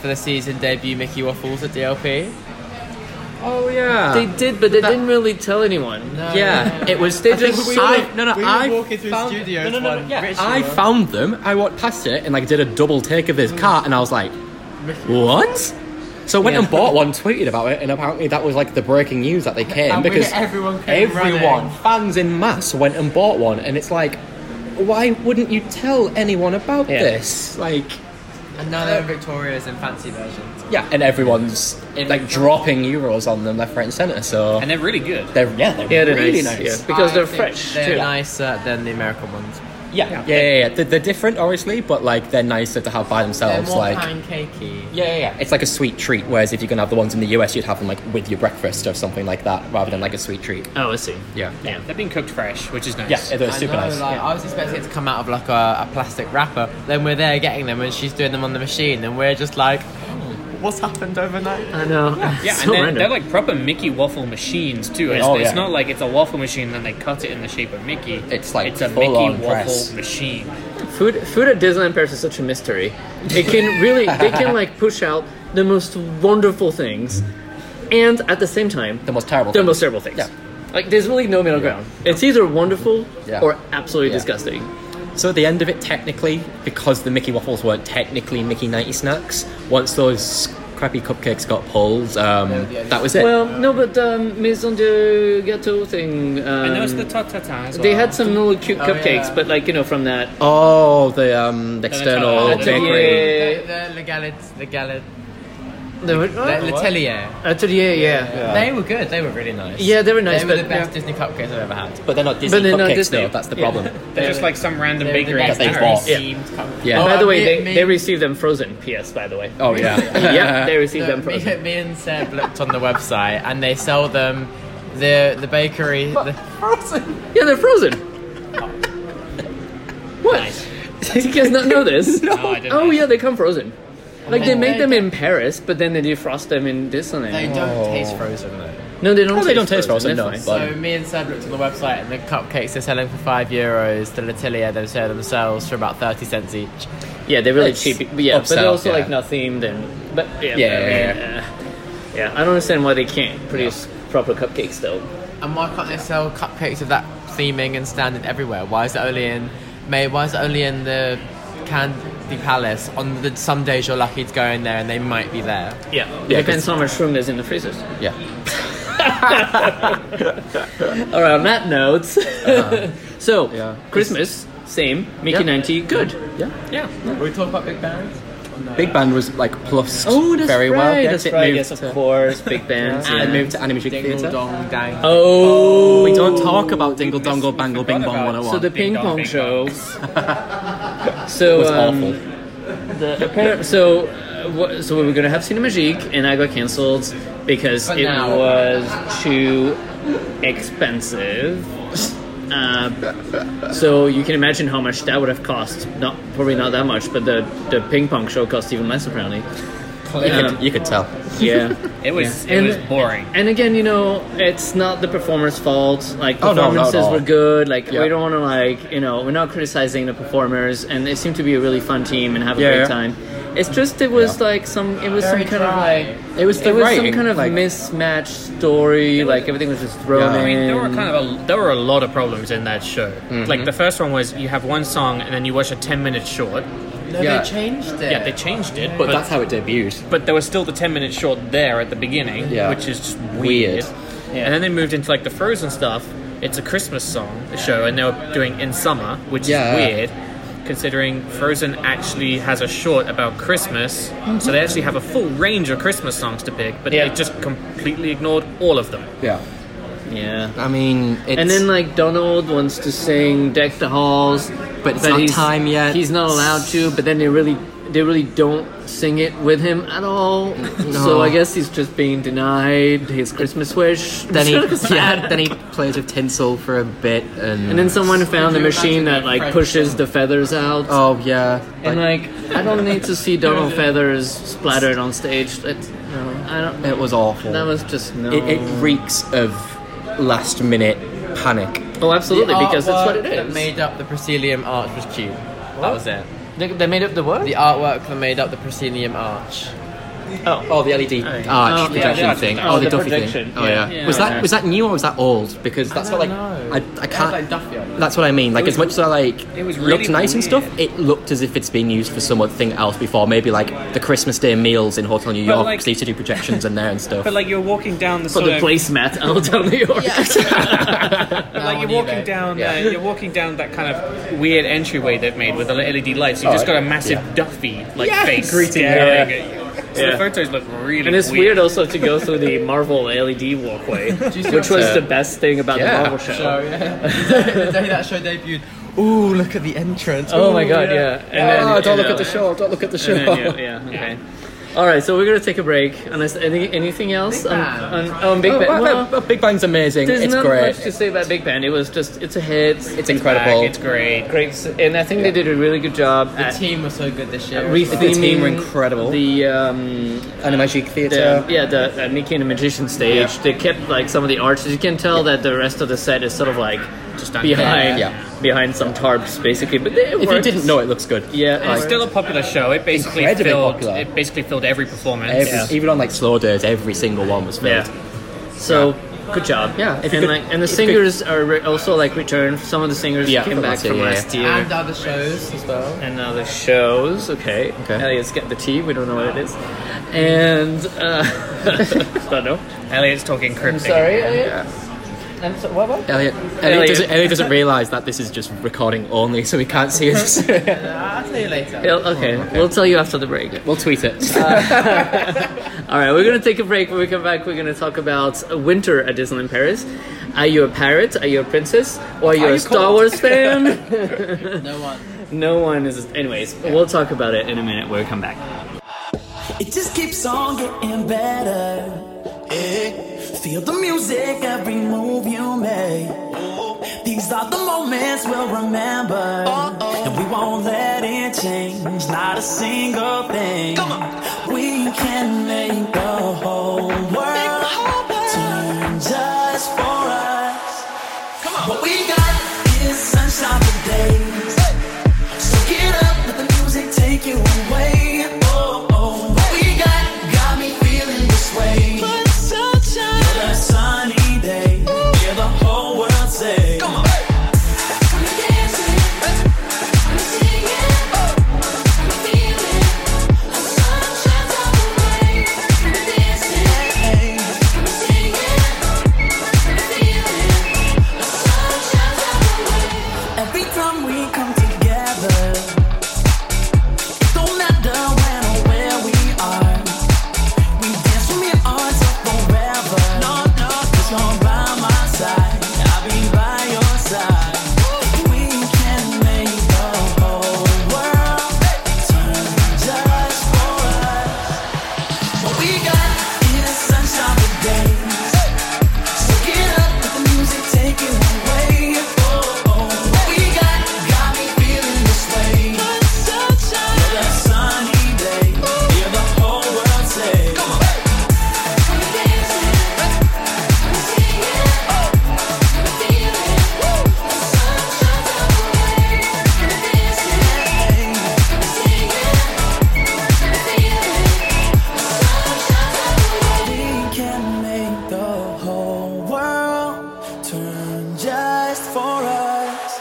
S8: for the season debut Mickey waffles at DLP.
S7: Oh yeah.
S5: They did, but they
S7: That-
S5: didn't really tell anyone.
S7: yeah, it was.
S5: They
S7: I think
S5: just-
S7: we
S5: I-
S7: were- no, no.
S8: we were
S7: I
S8: walking through
S7: found,
S8: studios
S7: No, no, no, no,
S8: one
S7: yeah,
S8: ritual.
S7: I found them. I walked past it and like did a double take of this cart, and I was like, "What?" So I went and bought one, tweeted about it, and apparently that was like the breaking news that they came
S8: And we-
S7: because
S8: everyone came
S7: everyone,
S8: running.
S7: fans in mass, went and bought one, and it's like, why wouldn't you tell anyone about
S5: Yeah.
S7: this? Like,
S8: And now they're in Victoria's in fancy versions.
S7: yeah, and everyone's like dropping euros on them left, right, and centre. So
S6: and they're really good.
S7: they're yeah, they're,
S5: Yeah, they're
S7: really
S5: nice,
S7: nice.
S5: yeah. Because
S8: I
S5: they're
S8: think
S5: fresh,
S8: They're
S5: too.
S8: nicer than the American ones.
S7: Yeah, yeah, yeah. yeah, They're, they're different, obviously, but like they're nicer to have by
S8: They're
S7: themselves.
S8: more
S7: Like,
S8: pancakey.
S7: yeah, yeah, yeah. It's like a sweet treat. Whereas if you're gonna have the ones in the US, you'd have them like with your breakfast or something like that, rather than like a sweet treat.
S5: Oh, I see.
S7: Yeah,
S5: Yeah.
S6: They're being cooked fresh, which is nice.
S7: yeah. They're super
S8: I know,
S7: nice.
S8: Like, I was expecting it to come out of like a, a plastic wrapper. Then we're there getting them, and she's doing them on the machine, and we're just like, "Oh, "What's happened overnight?"
S5: I know.
S6: Yeah,
S5: So
S6: and they're,
S5: random.
S6: they're like proper Mickey waffle machines too. It's,
S7: Oh,
S6: it's
S7: yeah.
S6: not like it's a waffle machine and they cut it in the shape of Mickey.
S7: It's like
S6: it's a Mickey
S7: full-on
S6: waffle
S7: press.
S6: machine.
S5: Food, food at Disneyland Paris is such a mystery. They can really, they can like push out the most wonderful things, and at the same time,
S7: The most terrible.
S5: the
S7: thing.
S5: most terrible things.
S7: Yeah.
S5: Like there's really no middle ground. It's either wonderful
S7: Yeah.
S5: or absolutely
S7: Yeah.
S5: disgusting.
S7: So at the end of it, technically, because the Mickey waffles weren't technically Mickey ninety snacks, once those crappy cupcakes got pulled, um, that was it.
S5: Well, no, but um, Maison de Gâteau thing. Um,
S6: I noticed the tot tata as well.
S5: they had some little
S6: Oh,
S5: cute cupcakes,
S8: yeah.
S5: but like you know from that.
S7: oh, the um, the
S6: Oh,
S7: external
S6: the-
S7: bakery.
S5: yeah.
S8: The, the Legalit, the Galit,
S5: The,
S8: the L'Atelier.
S5: Atelier, yeah.
S8: They were good. They were really nice.
S5: Yeah, they were nice,
S8: They were the
S5: but-
S8: best Disney cupcakes I've ever had.
S7: But they're not Disney
S5: they're not
S7: cupcakes,
S5: Disney.
S7: though. That's the
S5: Yeah.
S7: problem.
S6: They're just like some random
S8: They were the
S6: bakery in
S8: best
S7: that they
S6: Paris.
S7: bought.
S8: themed cupcakes.
S7: Yeah.
S5: Oh, by
S8: Oh,
S5: the way,
S8: me-
S5: they,
S8: me-
S5: they received them frozen. P.S. By the way.
S7: Oh yeah.
S5: yeah, they received
S8: No,
S5: them
S8: me,
S5: frozen.
S8: me and Seb looked on the website, and they sell them the the bakery. The,
S5: Yeah, they're frozen. what? Did you guys not know this?
S6: No, I didn't. Oh,
S5: Oh yeah, they come frozen. Like they make them in Paris, but then they defrost them in Disneyland.
S8: they don't taste frozen though.
S5: no, they don't.
S7: Oh, they don't taste frozen.
S5: they're
S7: No,
S5: fine.
S7: but
S8: So me and Seb looked on the website, and the cupcakes they're selling for five euros. The Latelier they sell themselves for about thirty cents each.
S5: yeah, they're really
S7: It's
S5: cheap. Yeah, but they're
S7: upsell,
S5: also like
S7: yeah.
S5: not themed and. But yeah,
S7: Yeah,
S5: I
S7: yeah,
S5: mean, uh, yeah, I don't understand why they can't produce proper cupcakes though.
S8: And why can't they sell cupcakes of that theming and standard everywhere. Why is it only in May? Why is it only in the Candy Palace? On the some days you're lucky to go in there and they might be there.
S5: Yeah,
S7: Yeah,
S5: depends
S7: 'cause-
S5: how much room there's in the freezers.
S7: Yeah.
S5: All right, on that note, so
S7: Uh-huh. Yeah.
S5: Christmas, same. Mickey
S7: Yeah.
S5: 90, good.
S7: Yeah.
S5: Yeah.
S8: we talk about Big Bang?
S7: Big Band was like plus
S5: Oh, that's
S7: very
S5: right.
S7: well. Yeah,
S5: that's
S7: it
S5: right.
S7: moved
S5: Yes, of
S7: to-
S5: course. Big bands.
S7: And it
S5: yeah.
S7: moved to animation
S8: Dingle
S7: theatre.
S8: dong dang.
S5: Oh,
S7: We don't talk about Dingle Dongle Bangle Bing Bong 101.
S5: So the ping
S6: dong,
S5: pong
S6: bing
S5: shows. so
S7: was
S5: um,
S7: awful.
S5: The, apparent- so uh, what, so we were gonna have Cinema Magique, and I got cancelled because
S8: But
S5: it
S8: now-
S5: was too expensive. Uh, so you can imagine how much that would have cost. Not probably not that much, but the the ping pong show cost even less apparently.
S7: you,
S5: Um,
S7: could, you could tell.
S5: yeah.
S6: It was
S5: Yeah.
S6: it
S5: And-
S6: was boring.
S5: And again, you know, it's not the performer's fault. Like
S7: Oh, no, not at
S5: performances
S7: all.
S5: were good. Like
S7: Yeah.
S5: we don't want to like you know we're not criticizing the performers, and they seem to be a really fun team and have a
S7: Yeah,
S5: great
S7: yeah.
S5: time. It's just it was
S7: Yeah.
S5: like some it was
S8: Very
S5: some kind
S8: dry.
S5: of like
S7: It was the
S5: it was some
S7: writing,
S5: kind of
S7: like-
S5: mismatched story. Like everything was just thrown
S7: Yeah. I
S5: in.
S7: mean,
S6: There were kind of a, there were a lot of problems in that show.
S5: Mm-hmm.
S6: Like the first one was you have one song and then you watch a ten minute short.
S8: No,
S7: Yeah.
S8: they changed it.
S6: Yeah, they changed it,
S7: But that's how it debuted.
S6: but there was still the 10 minute short there at the beginning,
S7: Yeah.
S6: which is just
S7: Weird.
S6: weird. And then they moved into like the Frozen stuff. It's a Christmas song show, and they were doing in summer, which
S7: Yeah.
S6: is weird, considering Frozen actually has a short about Christmas. So they actually have a full range of Christmas songs to pick, but
S5: Yeah.
S6: they just completely ignored all of them.
S7: Yeah.
S5: yeah.
S7: I mean, it's,
S5: And then like Donald wants to sing "Deck the Halls,"
S7: But it's not
S5: he's-
S7: time yet.
S5: He's not allowed to. But then they really, they really don't sing it with him at all.
S7: Mm.
S5: So I guess he's just being denied his Christmas wish.
S7: then he,
S5: Sad.
S7: yeah, then he plays with tinsel for a bit, and,
S5: and then someone found a
S8: you
S5: machine
S8: imagine
S5: that
S8: a
S5: like
S8: French
S5: pushes
S8: song?
S5: the feathers out.
S7: oh yeah,
S5: And like, I don't need to see Donald feathers splattered on stage. That's no, I don't.
S7: it was awful.
S5: That was just no.
S7: it, it reeks of last minute panic.
S5: oh, absolutely, because that's what it
S8: artwork That
S5: is.
S8: made up the proscenium arch was cute. That was it.
S5: they, they made up the word.
S8: The artwork that made up the proscenium arch.
S7: Oh, the LED arch
S5: Oh, yeah,
S7: projection
S5: yeah.
S7: thing.
S5: Oh,
S7: Oh,
S5: the
S7: the, Duffy
S5: projection.
S7: thing. Oh yeah.
S5: Yeah.
S7: Was
S5: Yeah.
S7: that was that new or was that old? Because that's what like
S8: know.
S7: I, I can't.
S8: like Duffy on it.
S7: that's what I mean. Like as much as I like
S6: it was
S7: looked
S6: really
S7: nice and
S6: weird.
S7: stuff, it looked as if it's been used for something else before. Maybe like the Christmas Day meals in Hotel New
S6: But,
S7: York.
S6: like-
S7: because they used to do projections in there and stuff.
S6: But like you're walking down the
S5: Put
S6: sort
S5: the
S6: of
S5: placemat out of New York.
S6: But like you're walking down, uh, you're walking down that kind of weird entryway they've made with the LED lights. You've just got a massive Duffy like face
S5: Greeting you.
S6: staring at you. So
S5: Yeah.
S6: the photos look really
S5: And it's
S6: weird.
S5: weird also to go through the Marvel LED walkway, which was the best thing about
S7: Yeah.
S5: the Marvel show.
S8: So yeah, the day that show debuted. Ooh, look at the entrance.
S5: Oh my
S8: Ooh,
S5: god, yeah. And then, you know,
S7: show. Don't look at the show.
S5: and then, yeah, yeah, okay. All right, so we're gonna take a break. Unless any, anything else
S8: Big
S5: on,
S8: Bang.
S5: on, on Big
S7: Oh,
S8: Oh,
S7: Big,
S5: Bang? Well,
S7: Big Bang's amazing.
S5: there's
S7: It's
S5: not
S7: great.
S5: much to say about Big Bang. It was just it's a hit.
S7: it's incredible.
S6: It's great.
S5: great, s- and I think they did a really good job
S8: The
S5: at
S8: team was so good this year.
S5: retheming
S7: The team were incredible.
S5: Uh, The um,
S7: Animagique
S5: the,
S7: Theatre.
S5: yeah, the uh, Mickey and the Magician stage. They kept like some of the arches. You can tell that the rest of the set is sort of like
S6: Just
S5: behind
S7: Yeah.
S5: behind some tarps, basically. But it
S7: If you
S5: worked.
S7: didn't know, it looks good.
S5: yeah,
S6: And it's
S5: like-
S6: still a popular show. It basically
S7: Incredibly
S6: filled.
S7: popular.
S6: It basically filled every performance.
S7: Every,
S5: Yeah.
S7: Even on like slow days, every single one was filled.
S5: yeah. So good job.
S7: Yeah,
S5: and
S7: if you could-
S5: like and the
S7: if you
S5: singers are re- also like returned. Some of the singers
S7: Yeah,
S5: came
S7: from
S5: back
S7: last year,
S5: from
S7: yeah, uh,
S5: last year.
S8: and other shows as well.
S5: and now the shows. Okay.
S7: Okay.
S5: Elliot's getting the tea. We don't know what it is. And uh, don't know.
S6: Elliot's talking cryptic.
S5: Elliot. I'm so, what, what?
S7: Elliot, Elliot,
S5: Elliot.
S7: doesn't, Elliot doesn't realise that this is just recording only, so he can't see us.
S8: I'll tell you later.
S5: Yeah, okay. we'll tell you after the break.
S7: we'll tweet it.
S5: All right, we're gonna take a break. When we come back, we're gonna talk about winter at Disneyland Paris. Are you a pirate? Are you a princess? Or are you a
S6: you
S5: Star
S6: cold?
S5: Wars fan?
S8: No one.
S5: no one is. Anyways, we'll talk about it in a minute. We'll come back.
S9: It just keeps on getting better. Eh? Feel the music every move you make. These are the moments we'll remember. And we won't let it change, not a single thing. We can make the whole world turn just for us. What we got is sunshine for days. So get up, let the music take you away. Oh, oh, what we got got me feeling this way. Feel the sunny day, hear the whole world say. Come on.
S8: Oh,
S10: the whole world turn just for us.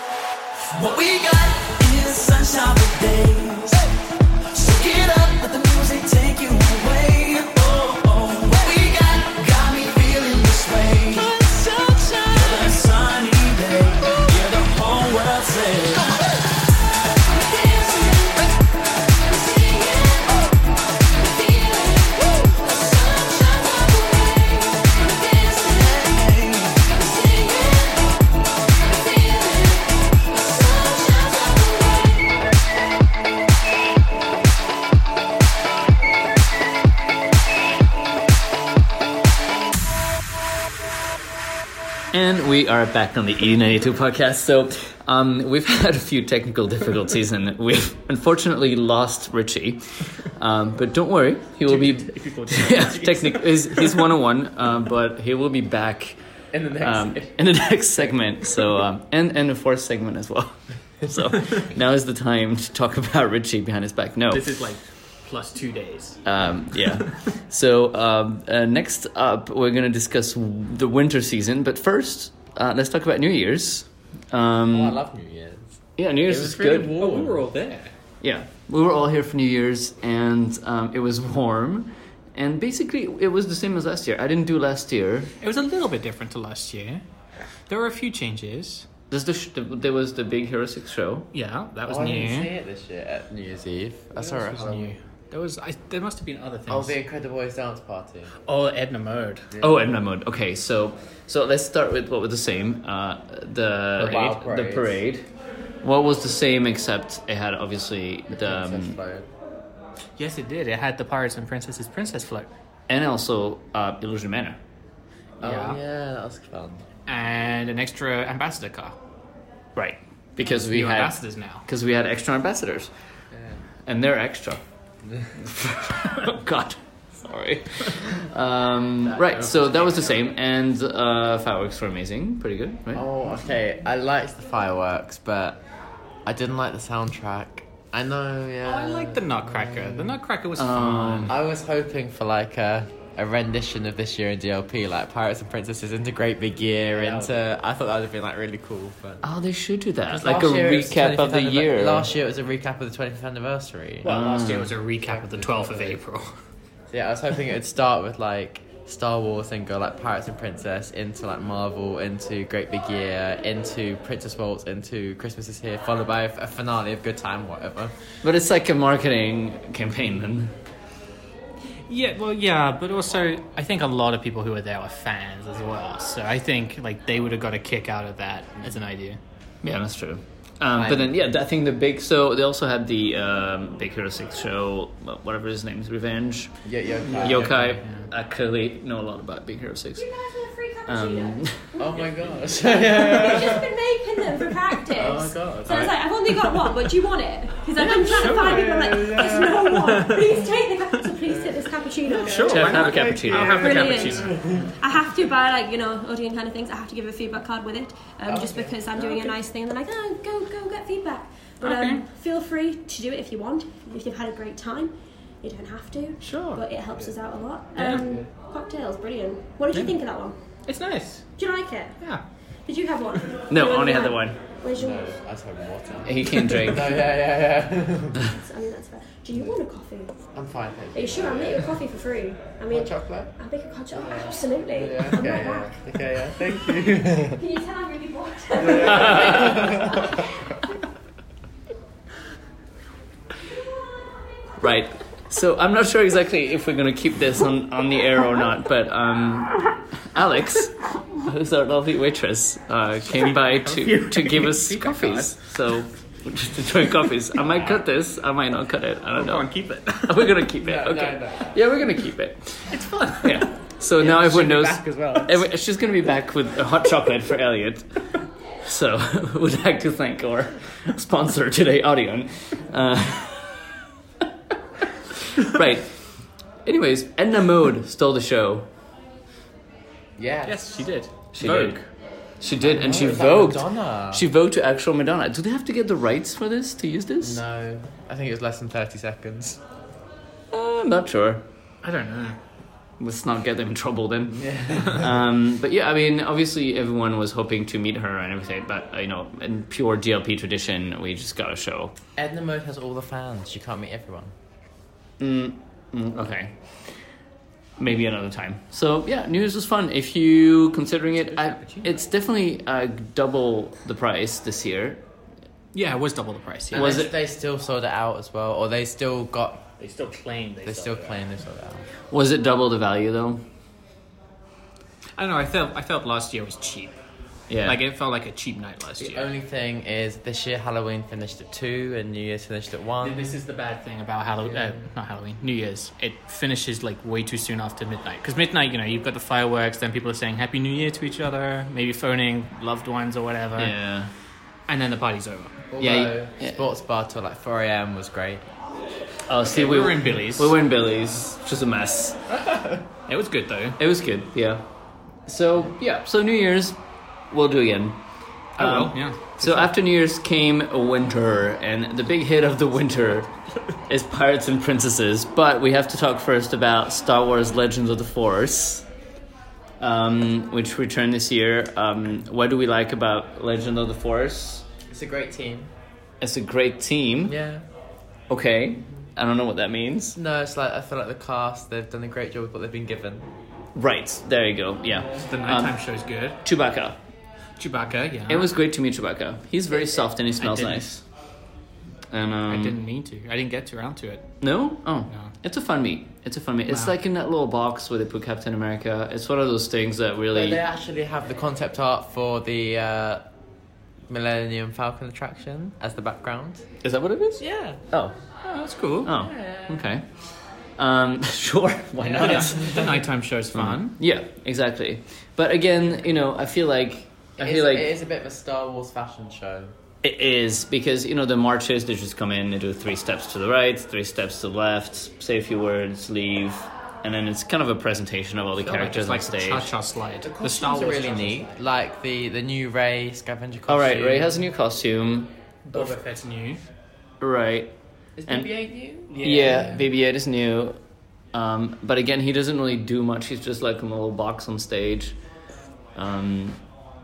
S10: What we got is sunshine for days. So get up, let the music take you away. Oh, oh. What we got got me feeling this way. You're the sunny day. You're the whole world says.
S5: And we are back on the E92 podcast. So um, we've had a few technical difficulties and we've unfortunately lost Richie. Um, but don't worry, he will be.
S11: Technical
S5: Yeah,
S11: difficulties.
S5: technic- he's, he's 101, um, but he will be back
S11: In the next.
S5: um, in the next segment. So um, and, and the fourth segment as well. So now is the time to talk about Richie behind his back. No.
S6: This is like plus two days.
S5: Um, yeah. so um, uh, next up, we're going to discuss w- the winter season. But first, uh, let's talk about New Year's. Um,
S8: I love New Year's.
S5: yeah, New Year's
S11: It was
S5: is
S11: pretty
S5: good.
S11: warm. Oh, we were all there.
S5: Yeah, we were all here for New Year's, and um, it was warm. And basically, it was the same as last year. I didn't do last year.
S6: It was a little bit different to last year. There were a few changes.
S5: There's the sh- the, there was the Big Hero Six show.
S6: Yeah, that
S7: Oh,
S6: was
S8: I didn't see
S6: new.
S8: it this year at New Year's Eve. I saw it.
S6: New. There was. I, there must have been other things.
S8: Oh, the Incredible Boys dance party.
S6: Oh, Edna Mode.
S5: Oh, Edna Mode. Okay, so so let's start with what was the same. Uh, the
S8: Wild
S5: the
S8: parades.
S5: parade. What was the same except it had obviously the um,
S6: Yes, it did. It had the Pirates and Princesses Princess float.
S5: and also uh, Illusion Manor.
S8: Oh,
S6: yeah.
S8: yeah. that was fun.
S6: And an extra ambassador car.
S5: Right. Because we
S6: New
S5: had
S6: ambassadors now.
S5: because we had extra ambassadors, and they're extra. oh God, sorry. Um, right. So that was the same, and uh, fireworks were amazing. Pretty good, right?
S8: Oh, okay. I liked the fireworks, but I didn't like the soundtrack. I know, yeah.
S6: I like the Nutcracker. The Nutcracker was fun.
S8: I was hoping for like a a rendition of this year in DLP, like Pirates and Princesses into Great Big Year, into I thought that would have been like really cool. But
S5: Oh, they should do that. Like a
S8: Last year it was
S5: recap of the
S8: 25th
S5: year.
S8: Last year it was a recap of the 25th anniversary.
S6: Well, last year was a recap of the 12th of April.
S8: Yeah, I was hoping it would start with like Star Wars and go like Pirates and Princess into like Marvel into Great Big Year into Princess Waltz into Christmas is Here, followed by a finale of Good Time, whatever.
S5: But it's like a marketing campaign then.
S6: Yeah, well, yeah, but also I think a lot of people who were there were fans as well. So I think like they would have got a kick out of that as an idea.
S5: Yeah, that's true. Um, but then, yeah, I think the big. So they also had the um, Big Hero 6 show, wh- whatever his name is, Revenge.
S8: Yeah, yeah.
S5: Yokai. I clearly know a lot about Big Hero 6.
S7: You guys are free cappuccino.
S5: Um,
S8: Oh my gosh.
S7: I've just been making them for practice.
S8: Oh my God.
S7: So I was like, I've only got one, but do you want it? Because I've been trying to find people. I'm like, there's no one. Please take the cappuccino. Please take this cappuccino.
S5: Jeff, have a cappuccino.
S11: have the
S7: Brilliant.
S11: cappuccino.
S7: I have to buy like you know audio kind of things. I have to give a feedback card with it, um,
S8: Oh,
S7: just because I'm doing a nice thing. And they're like, oh, go go get feedback. But um, feel free to do it if you want. If you've had a great time, you don't have to.
S6: Sure.
S7: But it helps us out a lot. Um, cocktails, brilliant. What did you think of that one?
S6: It's nice.
S7: Do you like it?
S6: Yeah.
S7: Did you have one?
S5: No,
S7: You
S5: only had the one.
S7: Where's yours?
S8: I was having water.
S5: He can drink.
S8: Oh, yeah, yeah, yeah.
S7: I mean, that's fair. Do you want a coffee?
S8: I'm fine, thank
S7: Are you sure? I'll make you a coffee for free. I mean,
S8: Chocolate?
S7: I'll make a hot chocolate. Absolutely.
S8: Yeah,
S7: I'm right
S8: okay,
S7: back.
S8: yeah. Okay, yeah. Thank you.
S7: Can you tell I'm really bored?
S5: Right. So I'm not sure exactly if we're going to keep this on, on the air or not, but um, Alex, who's our lovely waitress, uh, came by to, to give us coffees. So, to drink coffees. I might cut this, I might not cut it, I don't know.
S11: keep it.
S5: We're gonna keep it. okay. Yeah, we're gonna keep it. It's fun. Yeah. So now everyone knows.
S8: back as well.
S5: every- she's gonna be back with a hot chocolate for Elliot. So would like to thank our sponsor today, Audion. Uh, right. Anyways, Edna Mode stole the show.
S8: Yeah.
S6: Yes, she did.
S5: She
S6: Vogue.
S5: did. She did, and she
S8: is that
S5: vogued.
S8: Madonna?
S5: She vogued to actual Madonna. Do they have to get the rights for this to use this?
S8: No, I think it was less than 30 seconds.
S5: Uh, I'm not sure.
S6: I don't know.
S5: Let's not get them in trouble then. um, but yeah, I mean, obviously everyone was hoping to meet her and everything, but uh, you know, in pure DLP tradition, we just got a show.
S8: Edna Mode has all the fans. You can't meet everyone.
S5: Mm, mm, okay. Maybe another time. So yeah, New Year's was fun. If you considering it, I, it's definitely uh, double the price this year.
S12: Yeah, it was double the price.
S5: yeah.
S8: And
S5: Was
S8: they,
S5: it-
S8: They still sold it out as well, or they still got.
S6: They still claim they
S8: They
S6: sold
S8: still
S6: it out.
S8: claim they sold it out.
S5: Was it double the value though?
S12: I don't know. I felt I felt last year was cheap.
S5: Yeah.
S12: Like it felt like a cheap night last
S8: The
S12: year.
S8: only thing is, this year Halloween finished at two, and New Year's finished at one.
S12: Oh, This is the bad thing about Halloween. Uh, not Halloween. New Year's. It finishes like way too soon after midnight. Because midnight, you know, you've got the fireworks. Then people are saying Happy New Year to each other. Maybe phoning loved ones or whatever.
S5: Yeah.
S12: And then the party's over.
S8: Although,
S5: yeah, yeah.
S8: sports bar till like four a.m. was great.
S5: Oh, see,
S12: we were in Billy's.
S5: We were in Billy's. Just a mess.
S12: It was good though.
S5: It was good. Yeah. So yeah. So New Year's, we'll do again.
S12: I will.
S5: Um,
S12: Yeah.
S5: So after New Year's came winter, and the big hit of the winter is Pirates and Princesses. But we have to talk first about Star Wars: Legends of the Force, um, which returned this year. Um, what do we like about Legend of the Force?
S8: It's a great team.
S5: It's a great team.
S8: Yeah.
S5: Okay, I don't know what that means.
S8: No, it's like I feel like the cast they've done a great job with what they've been given.
S5: Right there you go. Yeah,
S12: The nighttime
S5: Um,
S12: show's good.
S5: Chewbacca.
S12: Chewbacca. Yeah.
S5: It was great to meet Chewbacca. He's very soft and he smells
S12: didn't.
S5: nice. And um,
S12: I didn't mean to. I didn't get around to it.
S5: No? Oh.
S12: No.
S5: It's a fun meat. It's a fun meat. It's
S12: Wow.
S5: like in that little box where they put Captain America. It's one of those things that really.
S8: they actually have the concept art for the uh, Millennium Falcon attraction as the background.
S5: Is that what it is?
S8: Yeah.
S5: Oh.
S12: Oh, that's cool.
S5: Oh. Okay. Um, sure. Why not?
S12: Yeah, the nighttime show's fun.
S5: Yeah, exactly. But again, you know, I feel like. I
S8: It
S5: feel
S8: is,
S5: like
S8: it is a bit of a Star Wars fashion show.
S5: It is because you know the marches. They just come in, they do three steps to the right, three steps to the left, say a few words, leave, and then it's kind of a presentation of all the characters
S12: Just like
S5: on
S12: the
S5: stage.
S12: cha-cha slide. The, Star
S8: Those
S12: Wars
S8: are really
S12: cha-cha
S8: neat. Like the the new Ray scavenger costume.
S5: all right, Ray has a new costume.
S12: slide. Boba Fett's new.
S5: Right.
S8: Is
S5: and-
S8: BB-8 new?
S5: Yeah, BB-8 is new, um, but again, he doesn't really do much. He's just like in a little box on stage. Um,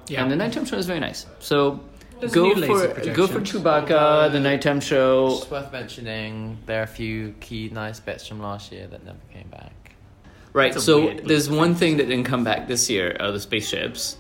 S12: Yeah.
S5: And the nighttime show is very nice. So
S12: There's
S5: go
S12: new
S5: for
S12: laser
S5: go for
S12: projections.
S5: Chewbacca, the nighttime show.
S8: It's worth mentioning. There are a few key nice bits from last year that never came back.
S5: Right.
S12: That's a
S5: So
S12: weird
S5: there's one thing that didn't come back this year: are the spaceships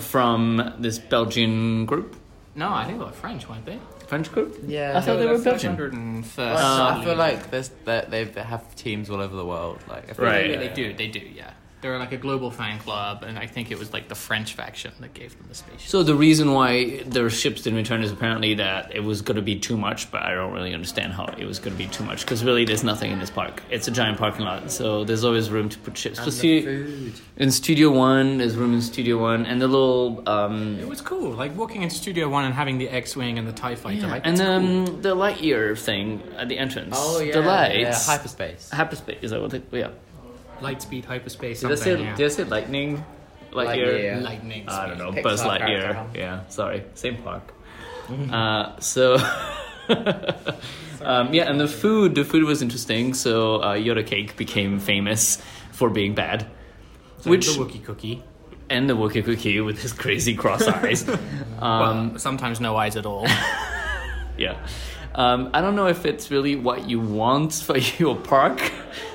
S5: from this Belgian group,
S12: No, I think they were French, weren't they?
S5: French group.
S8: Yeah,
S5: I thought they were Belgian.
S12: 501st.
S8: I feel like there's that they they have teams all over the world. Like I feel
S5: Right.
S12: Yeah, they do. They do. Yeah, they're like a global fan club, and I think it was like the French faction that gave them the spaceship.
S5: So the reason why their ships didn't return is apparently that it was going to be too much, but I don't really understand how it was going to be too much because really there's nothing in this park. It's a giant parking lot, so there's always room to put ships. Plus, you- in Studio One, there's room in Studio One, and the little um,
S12: it was cool, like walking into Studio One and having the X-wing and the Tie Fighter. like,
S5: and
S12: it's
S5: um, the Lightyear thing at the entrance.
S8: Oh yeah.
S5: the lights.
S8: Yeah, hyperspace.
S5: Hyperspace is that what? They, yeah.
S12: cool. Lightspeed, hyperspace,
S5: Did I
S12: something.
S5: say
S12: yeah.
S5: did I say lightning? Lightyear.
S8: Lightyear.
S12: Lightning.
S5: I don't know.
S8: Pixar
S5: Buzz
S8: character,
S5: Lightyear.
S8: huh?
S5: Yeah. Sorry. Same park.
S12: Mm-hmm.
S5: uh, so. um, yeah, and the food. The food was interesting. So uh, Yoda cake became famous for being bad, which
S12: the Wookiee cookie.
S5: and the Wookiee cookie with his crazy cross eyes.
S12: well, sometimes no eyes at all.
S5: Yeah. Um, I don't know if it's really what you want for your park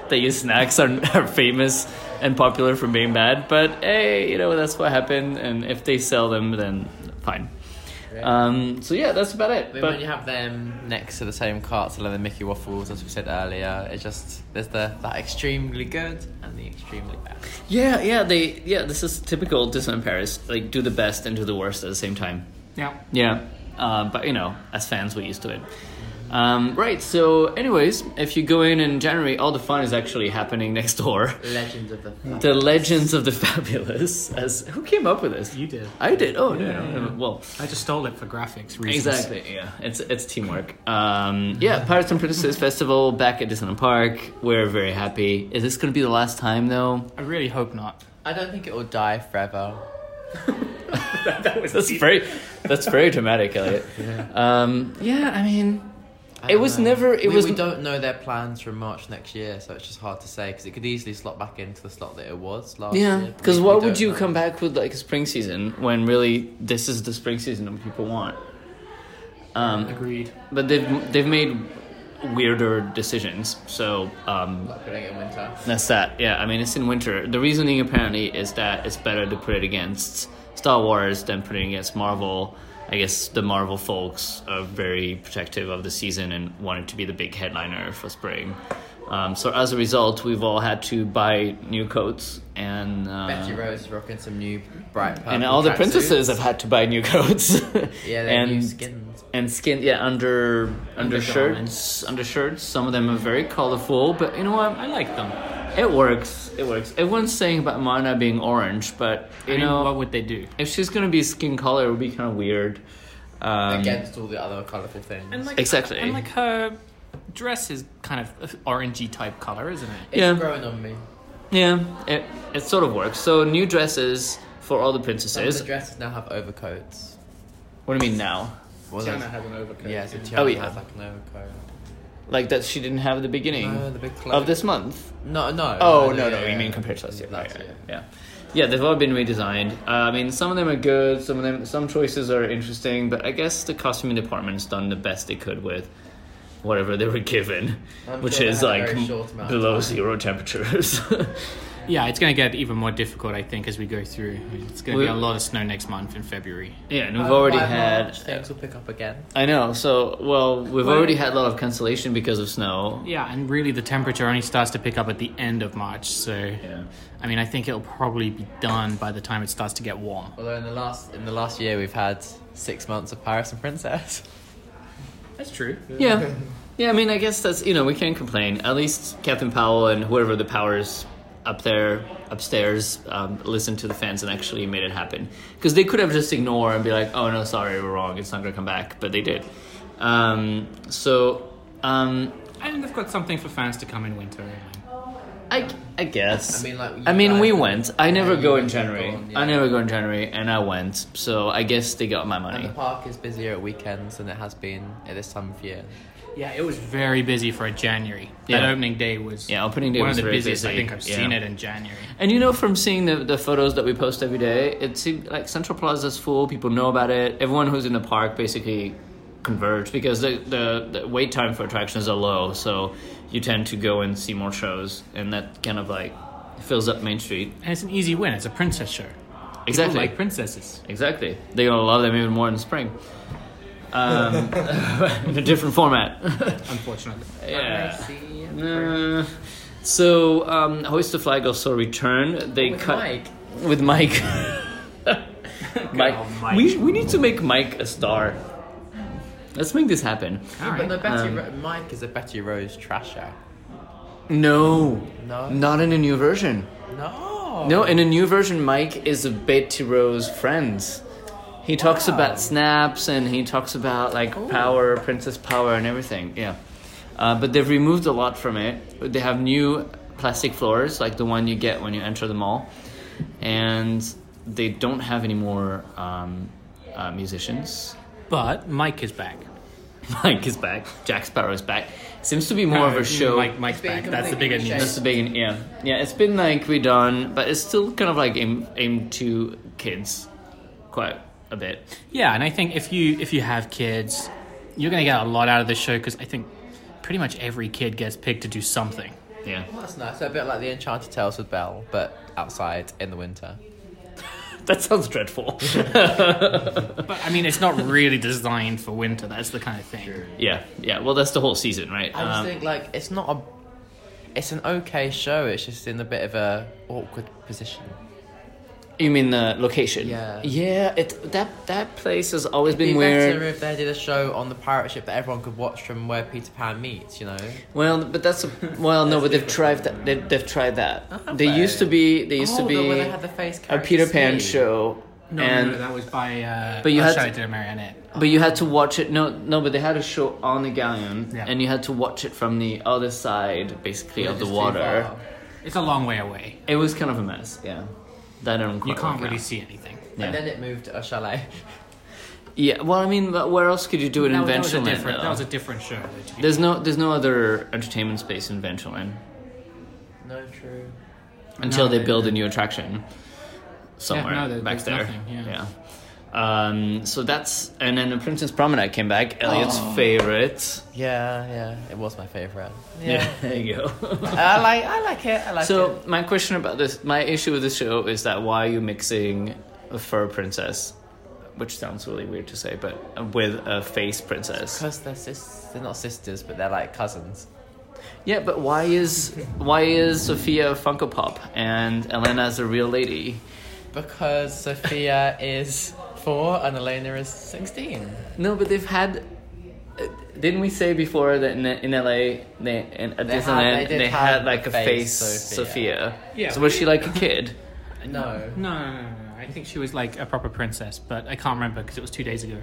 S5: that your snacks are, are famous and popular for being bad, but hey, you know, that's what happened, and if they sell them, then fine. Um, so, yeah, that's about it.
S8: But
S5: But
S8: when you have them next to the same carts, like the Mickey waffles, as we said earlier, it's just there's the that extremely good and the extremely bad.
S5: yeah, yeah, they, yeah, this is typical Disneyland Paris. Like, do the best and do the worst at the same time.
S12: yeah.
S5: Yeah, uh, but you know, as fans, we're used to it. Um, right, so, anyways, if you go in in January, all the fun is actually happening next door.
S8: Legends of the.
S5: The Legends of the Fabulous. As who came up with this?
S12: You did.
S5: I did. Oh no,
S12: Yeah,
S5: no, no. Well,
S12: I just stole it for graphics reasons.
S5: exactly. Yeah, it's it's teamwork. Um, yeah, Pirates and Princesses Festival back at Disneyland Park. We're very happy. Is this going to be the last time though?
S12: I really hope not.
S8: I don't think it will die forever.
S5: that's very that's very dramatic, Elliot. Yeah. Um, yeah, I mean,
S8: I
S5: It
S8: don't
S5: was
S8: know.
S5: never- it
S8: we,
S5: was-
S8: We don't know their plans for March next year, so it's just hard to say because it could easily slot back into the slot that it was last year.
S5: yeah,
S8: We-
S5: because
S8: we
S5: why
S8: don't
S5: would you
S8: know.
S5: come back with like a spring season when really this is the spring season that people want? Um,
S6: Agreed.
S5: but they've they've made weirder decisions. So um,
S8: Like putting it in winter.
S5: that's that. Yeah, I mean it's in winter. The reasoning apparently is that it's better to put it against Star Wars than put it against Marvel. I guess the Marvel folks are very protective of the season and want it to be the big headliner for spring. Um, so as a result, we've all had to buy new coats and uh,
S8: Betty Rose is rocking some new bright purple
S5: and all the
S8: tracksuits.
S5: princesses have had to buy new coats.
S8: Yeah, they have
S5: and
S8: new skins.
S5: and skin yeah under undershirts undershirts. Some of them are very colorful, but you know what?
S6: I like them.
S5: It works. It works. Everyone's saying about Mana being orange, but you
S6: I mean,
S5: know
S6: what would they do?
S5: if she's gonna be skin color, it would be kind of weird. Um,
S8: Against all the other colourful things.
S6: And like,
S5: Exactly.
S6: And like her dress is kind of orangey type color, isn't it?
S8: it's
S5: yeah.
S8: growing on me.
S5: yeah, it it sort of works. So new dresses for all the
S8: Some of
S5: princesses.
S8: the dresses now have overcoats.
S5: what do you mean now?
S8: Well,
S13: Tiana
S8: that's-
S13: has an overcoat.
S8: yeah, so Tiana
S5: Oh, yeah.
S8: has like an overcoat.
S5: Like that she didn't have at the beginning
S8: No, the big
S6: Uh,
S8: cloak.
S5: Mm. of this month.
S8: No, no.
S5: Oh no, no,
S8: Uh, yeah,
S5: you
S8: yeah.
S5: mean compared to last year?
S8: Last
S5: yeah,
S8: year.
S5: yeah, yeah. They've all been redesigned. Uh, I mean, some of them are good. Some of them, some choices are interesting. But I guess the costuming department's done the best they could with whatever they were given,
S8: I'm
S5: which
S8: sure they
S5: is
S8: had a
S5: like
S8: very short amount of
S5: below
S8: time.
S5: zero temperatures.
S6: Yeah, it's going to get even more difficult, I think, as we go through. It's going to be a lot of snow next month in February.
S5: yeah, and we've
S8: By-
S5: already
S8: by
S5: had.
S8: March, things will pick up again.
S5: I know. So well, we've
S6: Well-
S5: already had a lot of cancellation because of snow.
S6: Yeah, and really the temperature only starts to pick up at the end of March, so
S5: Yeah.
S6: I mean, I think it'll probably be done by the time it starts to get warm.
S8: Although in the last in the last year we've had six months of Paris and Princess.
S6: That's true.
S5: Yeah. Yeah, I mean, I guess that's, you know, we can't complain. At least Captain Powell and whoever the powers up there, upstairs, um, listened to the fans and actually made it happen. Because they could have just ignored and be like, oh, no, sorry, we're wrong. It's not going to come back. But they did. Um, so, um,
S6: And they've got something for fans to come in winter. anyway.
S5: I, I guess.
S8: I mean, like, you
S5: I mean, we
S8: guys-
S5: went. I never
S8: you
S5: go in
S8: guys have
S5: January.
S8: gone, yeah.
S5: I never go in January, and I went. So I guess they got my
S8: And
S5: money.
S8: the park is busier at weekends than it has been at this time of year.
S6: Yeah, it was very busy for a January.
S5: Yeah.
S6: That opening day was
S5: Yeah, opening day
S6: one
S5: was
S6: of the
S5: very
S6: busiest I
S5: busy,
S6: think I've
S5: yeah.
S6: seen it in January.
S5: And you know, from seeing the, the photos that we post every day, it seems like Central Plaza's full. People know about it. Everyone who's in the park basically converge because the, the, the wait time for attractions are low. So you tend to go and see more shows, and that kind of like fills up Main Street.
S6: And it's an easy win. It's a princess show. People
S5: Exactly.
S6: like princesses.
S5: exactly. They're gonna love them even more in spring. Um, in a different format.
S6: Unfortunately,
S5: yeah. Uh, so um, Hoist the Flag also returned. They
S8: With
S5: cut
S8: Mike.
S5: with Mike. Mike.
S6: old Mike.
S5: We, we need to make Mike a star. Let's make this happen.
S6: All
S8: But
S6: right.
S8: no, Betty
S5: Um,
S8: Ro- Mike is a Betty Rose trasher.
S5: No,
S8: No.
S5: not in a new version.
S8: No.
S5: No, in a new version, Mike is a Betty Rose friends. He talks
S8: Wow.
S5: about snaps and he talks about like power, princess power, and everything. Yeah, uh, but they've removed a lot from it. They have new plastic floors, like the one you get when you enter the mall, and they don't have any more um, uh, musicians.
S6: but Mike is back.
S5: Mike is back. Jack Sparrow is back. Seems to be more of
S6: No,
S5: a show.
S6: Mike, Mike's
S8: It's been
S6: back. That's the bigger
S8: completely
S5: That's
S6: news.
S5: the big, E yeah, yeah. It's been like redone, but it's still kind of like aimed aimed to kids, quite a bit.
S6: Yeah, and I think if you if you have kids, you're going to get a lot out of this show because I think pretty much every kid gets picked to do something.
S5: Yeah,
S8: Well, that's nice. So a bit like the Enchanted Tales with Belle, but outside in the winter.
S5: that sounds dreadful.
S6: But I mean, it's not really designed for winter. That's the kind of thing.
S5: yeah, yeah. Well, that's the whole season, right?
S8: I just
S5: Um,
S8: think like it's not a, it's an okay show. It's just in a bit of a awkward position.
S5: you mean the location?
S8: Yeah.
S5: yeah. It that that place has always
S8: It'd
S5: been
S8: be
S5: weird.
S8: better if they did a show on the pirate ship that everyone could watch from where Peter Pan meets. You know,
S5: Well, but that's a, well, no, but they've tried that. They've, they've tried that. They used to be. They used to
S8: Oh, the-
S5: be
S8: where they had the face
S5: a
S8: characters
S5: Peter Pan
S8: meet.
S5: show.
S6: No,
S5: and,
S6: no, no, that was by. Uh,
S5: But you
S6: oh,
S5: had
S6: sorry,
S5: to-
S6: did a marionette.
S5: But you had to watch it. No, no. But they had a show on the galleon,
S6: Yeah.
S5: and you had to watch it from the other side, basically, of
S8: It's
S5: the
S8: too
S5: water.
S8: far.
S6: It's a long way away.
S5: It was kind of a mess. Yeah, that didn't.
S6: You
S5: quite
S6: can't
S5: work
S6: really
S5: out.
S6: see anything.
S5: Yeah.
S8: And then it moved to a chalet.
S5: Yeah, well, I mean, but where else could you do it
S6: that,
S5: in
S6: was- that was a
S5: Ventureland?
S6: different. That
S5: though?
S6: was a different show. which-
S5: there's no, there's no other entertainment space in Ventureland
S8: No, true.
S5: until
S6: No,
S5: they
S6: they-
S5: build a new attraction somewhere
S6: no, there-
S5: back there.
S6: there's nothing, yeah.
S5: Um, so that's and then the Princess Promenade came back. Elliot's
S6: Oh.
S5: favorite.
S8: Yeah, yeah. It was my favorite.
S5: Yeah, there you go.
S8: I like, I like it. I like
S5: so
S8: it.
S5: my question about this, my issue with this show is that why are you mixing a fur princess, which sounds really weird to say, but with a face princess?
S8: Because they're sisters, they're not sisters, but they're like cousins.
S5: Yeah, but why is why is Sophia a Funko Pop and Elena's a real lady?
S8: Because Sophia is four and Elena is sixteen.
S5: No, but they've had. uh, Didn't we say before that in, in LA, they, in, at
S8: They had-
S5: Disneyland,
S8: they
S5: they,
S8: did
S5: had
S8: have
S5: like a
S8: a
S5: face
S8: face
S5: Sophia.
S8: Sophia.
S6: Yeah.
S5: So was she like a kid?
S8: No,
S6: No, no, no, no, no. I think she was like a proper princess, but I can't remember because it was two days ago.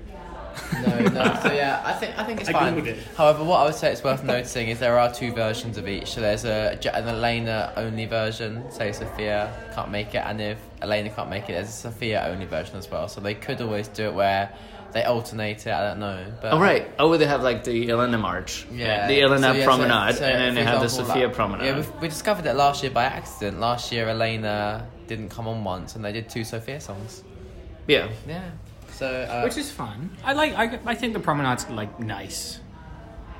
S8: no, no. So yeah, I think I think it's
S6: I
S8: fine.
S6: googled it.
S8: However, what I would say it's worth noticing is there are two versions of each. So there's a J- an Elena only version. Say Sophia can't make it, and if Elena can't make it, there's a Sophia only version as well. So they could always do it where they alternate it. I don't know. But
S5: Oh right. Oh, they have like the Elena March,
S8: Yeah,
S5: the Elena
S8: So, yeah, so-
S5: Promenade,
S8: so,
S5: and then
S8: for
S5: they have the
S8: example,
S5: Sophia
S8: like-
S5: Promenade.
S8: Yeah, we, we discovered that last year by accident. Last year, Elena didn't come on once, and they did two Sophia songs.
S5: yeah.
S8: Yeah, so uh,
S6: which is fun. I like. I, I think the promenade's like nice.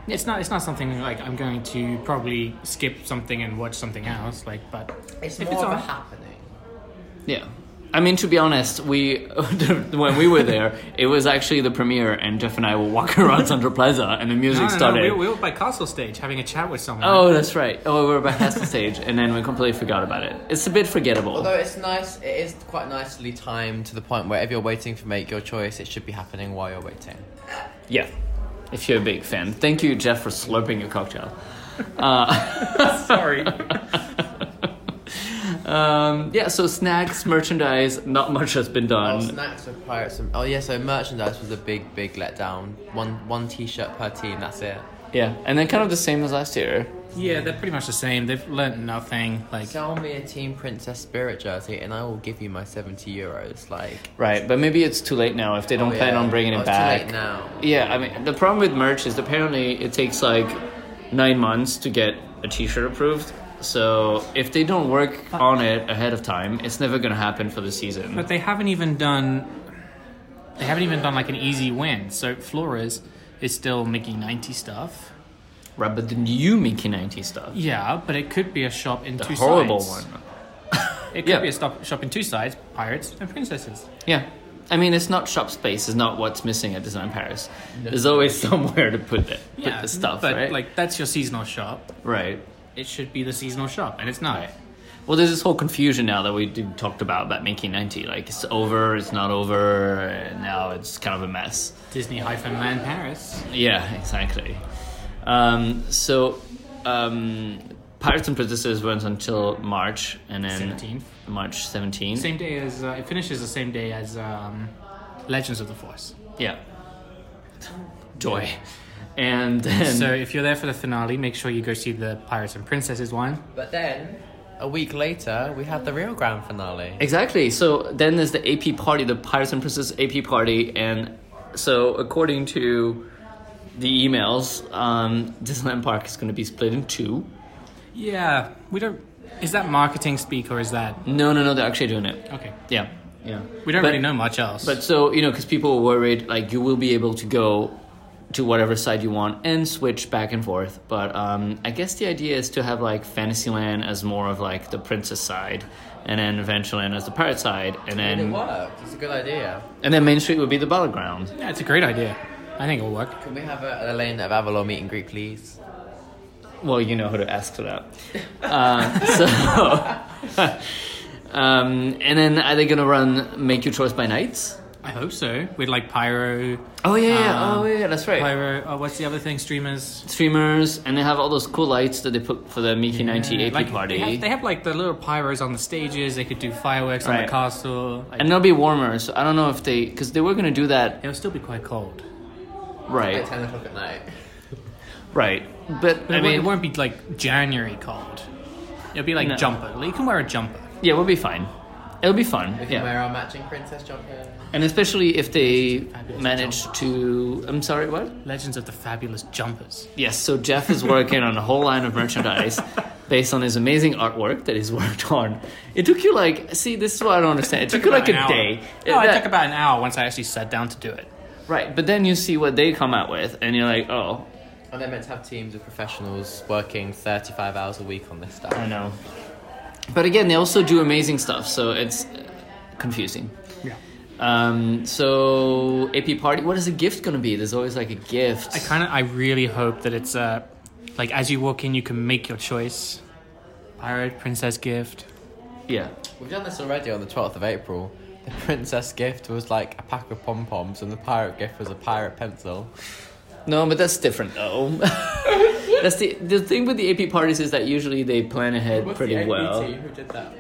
S6: It's not. It's not something like I'm going to probably skip something and watch something else. Like, but
S8: it's
S6: if
S8: more
S6: it's
S8: of
S6: on,
S8: a happening.
S5: Yeah. I mean, to be honest, we when we were there, it was actually the premiere, and Jeff and I were walking around Central Plaza, and the
S6: no,
S5: music
S6: no, no,
S5: started.
S6: we, we were by Castle Stage having a chat with someone.
S5: Oh, that's right. Oh, we were back at the stage, and then we completely forgot about it. It's a bit forgettable.
S8: Although it's nice, it is quite nicely timed to the point where if you're waiting for make your choice, it should be happening while you're waiting.
S5: yeah, if you're a big fan. Thank you, Jeff, for slurping your cocktail.
S6: sorry.
S5: Um, yeah, so snacks, merchandise, not much has been
S8: Oh,
S5: done.
S8: snacks with pirates. And, oh yeah, so merchandise was a big, big letdown. One, one T-shirt per team. That's it.
S5: yeah, and then kind of the same as last year.
S6: yeah, they're pretty much the same. They've learnt nothing. Like,
S8: Sell me a Team Princess Spirit jersey, and I will give you my seventy euros. Like,
S5: Right, but maybe it's too late now if they don't
S8: oh,
S5: plan
S8: yeah.
S5: on bringing
S8: Oh,
S5: it
S8: it's
S5: back.
S8: Too late now.
S5: Yeah, I mean, the problem with merch is apparently it takes like nine months to get a t shirt approved. So if they don't work on it ahead of time, it's never going to happen for the season.
S6: but they haven't even done. They haven't even done like an easy win. So Flores is still making ninety stuff.
S5: Right, but the new Mickey 90 stuff.
S6: Yeah, but it could be a shop in
S5: The
S6: two
S5: horrible
S6: sides.
S5: one.
S6: It could
S5: Yeah.
S6: be a stop, shop in two sides: pirates and princesses.
S5: Yeah. I mean, it's not shop space, it's not what's missing at Disneyland Paris. There's always somewhere to put, the put the stuff,
S6: but
S5: right?
S6: like that's your seasonal shop.
S5: right.
S6: It should be the seasonal shop, and it's not.
S5: Well, there's this whole confusion now that we do- talked about about Mickey 90. Like, it's over, it's not over, and now it's kind of a mess.
S6: Disney hyphen man Paris.
S5: Yeah, exactly. Um, so, um, Pirates and Princesses went until March, and then
S6: 17th.
S5: March 17th.
S6: Same day as uh, it finishes the same day as um, Legends of the Force.
S5: Yeah. Joy. And then,
S6: so if you're there for the finale, make sure you go see the Pirates and Princesses one.
S8: But then, a week later, we had the real grand finale.
S5: exactly. So then there's the AP party, the Pirates and Princesses AP party, and so according to the emails, um, Disneyland Park is going to be split in two.
S6: Yeah, we don't. Is that marketing speak or is that
S5: No, no, no, they're actually doing it.
S6: okay?
S5: Yeah, yeah.
S6: We don't
S5: But-
S6: really know much else.
S5: But so you know, because people were worried, like you will be able to go to whatever side you want and switch back and forth. But um, I guess the idea is to have like Fantasyland as more of like the princess side, and then Adventureland as the pirate side, and
S8: And it
S5: then
S8: worked. It's a good idea.
S5: and then Main Street would be the battleground.
S6: yeah, it's a great idea. I think it'll work.
S8: Can we have a, an Elena of Avalon meet and greet, please?
S5: Well, you know who to ask for that. Uh, so. Um, and then are they gonna run Make Your Choice by Nights?
S6: I hope so. With like pyro,
S5: Oh yeah, yeah.
S6: Um,
S5: oh yeah, that's right.
S6: pyro. Oh, what's the other thing? Streamers.
S5: Streamers, and they have all those cool lights that they put for the Mickey 90 AP
S6: like,
S5: party.
S6: They have, they have, like the little pyros on the stages. They could do fireworks on
S5: Right.
S6: the castle. Like,
S5: and it'll be warmer. So I don't know if they because they were gonna do that,
S6: it'll still be quite cold.
S5: right?
S8: At ten o'clock at night.
S5: Right, but, I
S6: But it, won't,
S5: mean,
S6: it won't be like January cold. It'll be like
S5: No.
S6: jumper. Like, You can wear a jumper.
S5: yeah, we'll be fine. It'll be fun.
S8: We can
S5: Yeah.
S8: wear our matching princess jumper.
S5: And especially if they manage to. I'm sorry, what?
S6: Legends of the Fabulous Jumpers.
S5: Yes, so Jeff is working on a whole line of merchandise based on his amazing artwork that he's worked on. It took you like, see, this is what I don't understand. It, took you
S6: about
S5: like a
S6: an hour.
S5: day.
S6: No, it
S5: That-
S6: took about an hour once I actually sat down to do it.
S5: right, but then you see what they come out with, and you're like, oh,
S8: And they're meant to have teams of professionals working 35 hours a week on this stuff.
S5: I know. But again, they also do amazing stuff, so it's uh, confusing.
S6: Yeah.
S5: Um, so AP party, what is the gift gonna be? There's always like a gift.
S6: I kind of, I really hope that it's uh, like as you walk in, you can make your choice. Pirate, princess gift.
S5: yeah.
S8: We've done this already on the 12th of April. The princess gift was like a pack of pom poms, and the pirate gift was a pirate pencil.
S5: No, but that's different though. that's the the thing with the AP parties is that usually they plan ahead pretty well.
S8: who did that?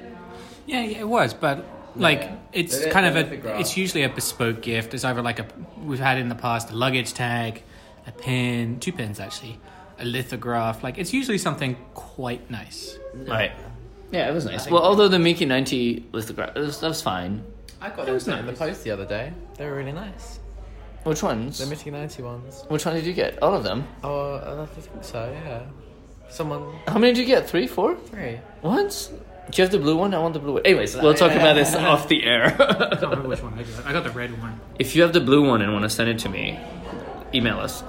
S6: Yeah, yeah, it was, but like it's
S8: They-
S6: kind
S8: they
S6: of
S8: don't figure
S6: a,
S8: out.
S6: it's usually a bespoke gift. It's either like a we've had in the past a luggage tag, a pin, two pins actually, a lithograph. Like it's usually something quite nice.
S5: Right. Yeah, it was nice. Well, although the Mickey 90 lithograph, that was, that was fine.
S8: I got those in the post the other day. They were really nice.
S5: Which ones?
S8: The Mickey 90 ones.
S5: Which one did you get? All of them.
S8: Oh, I think so, yeah. Someone.
S5: How many did you get? Three, four?
S8: Three.
S5: What? Do you have the blue one? I want the blue one. Anyways, we'll talk about this off the air.
S6: I can't remember which one I got. I got the red one.
S5: if you have the blue one and want to send it to me, email us.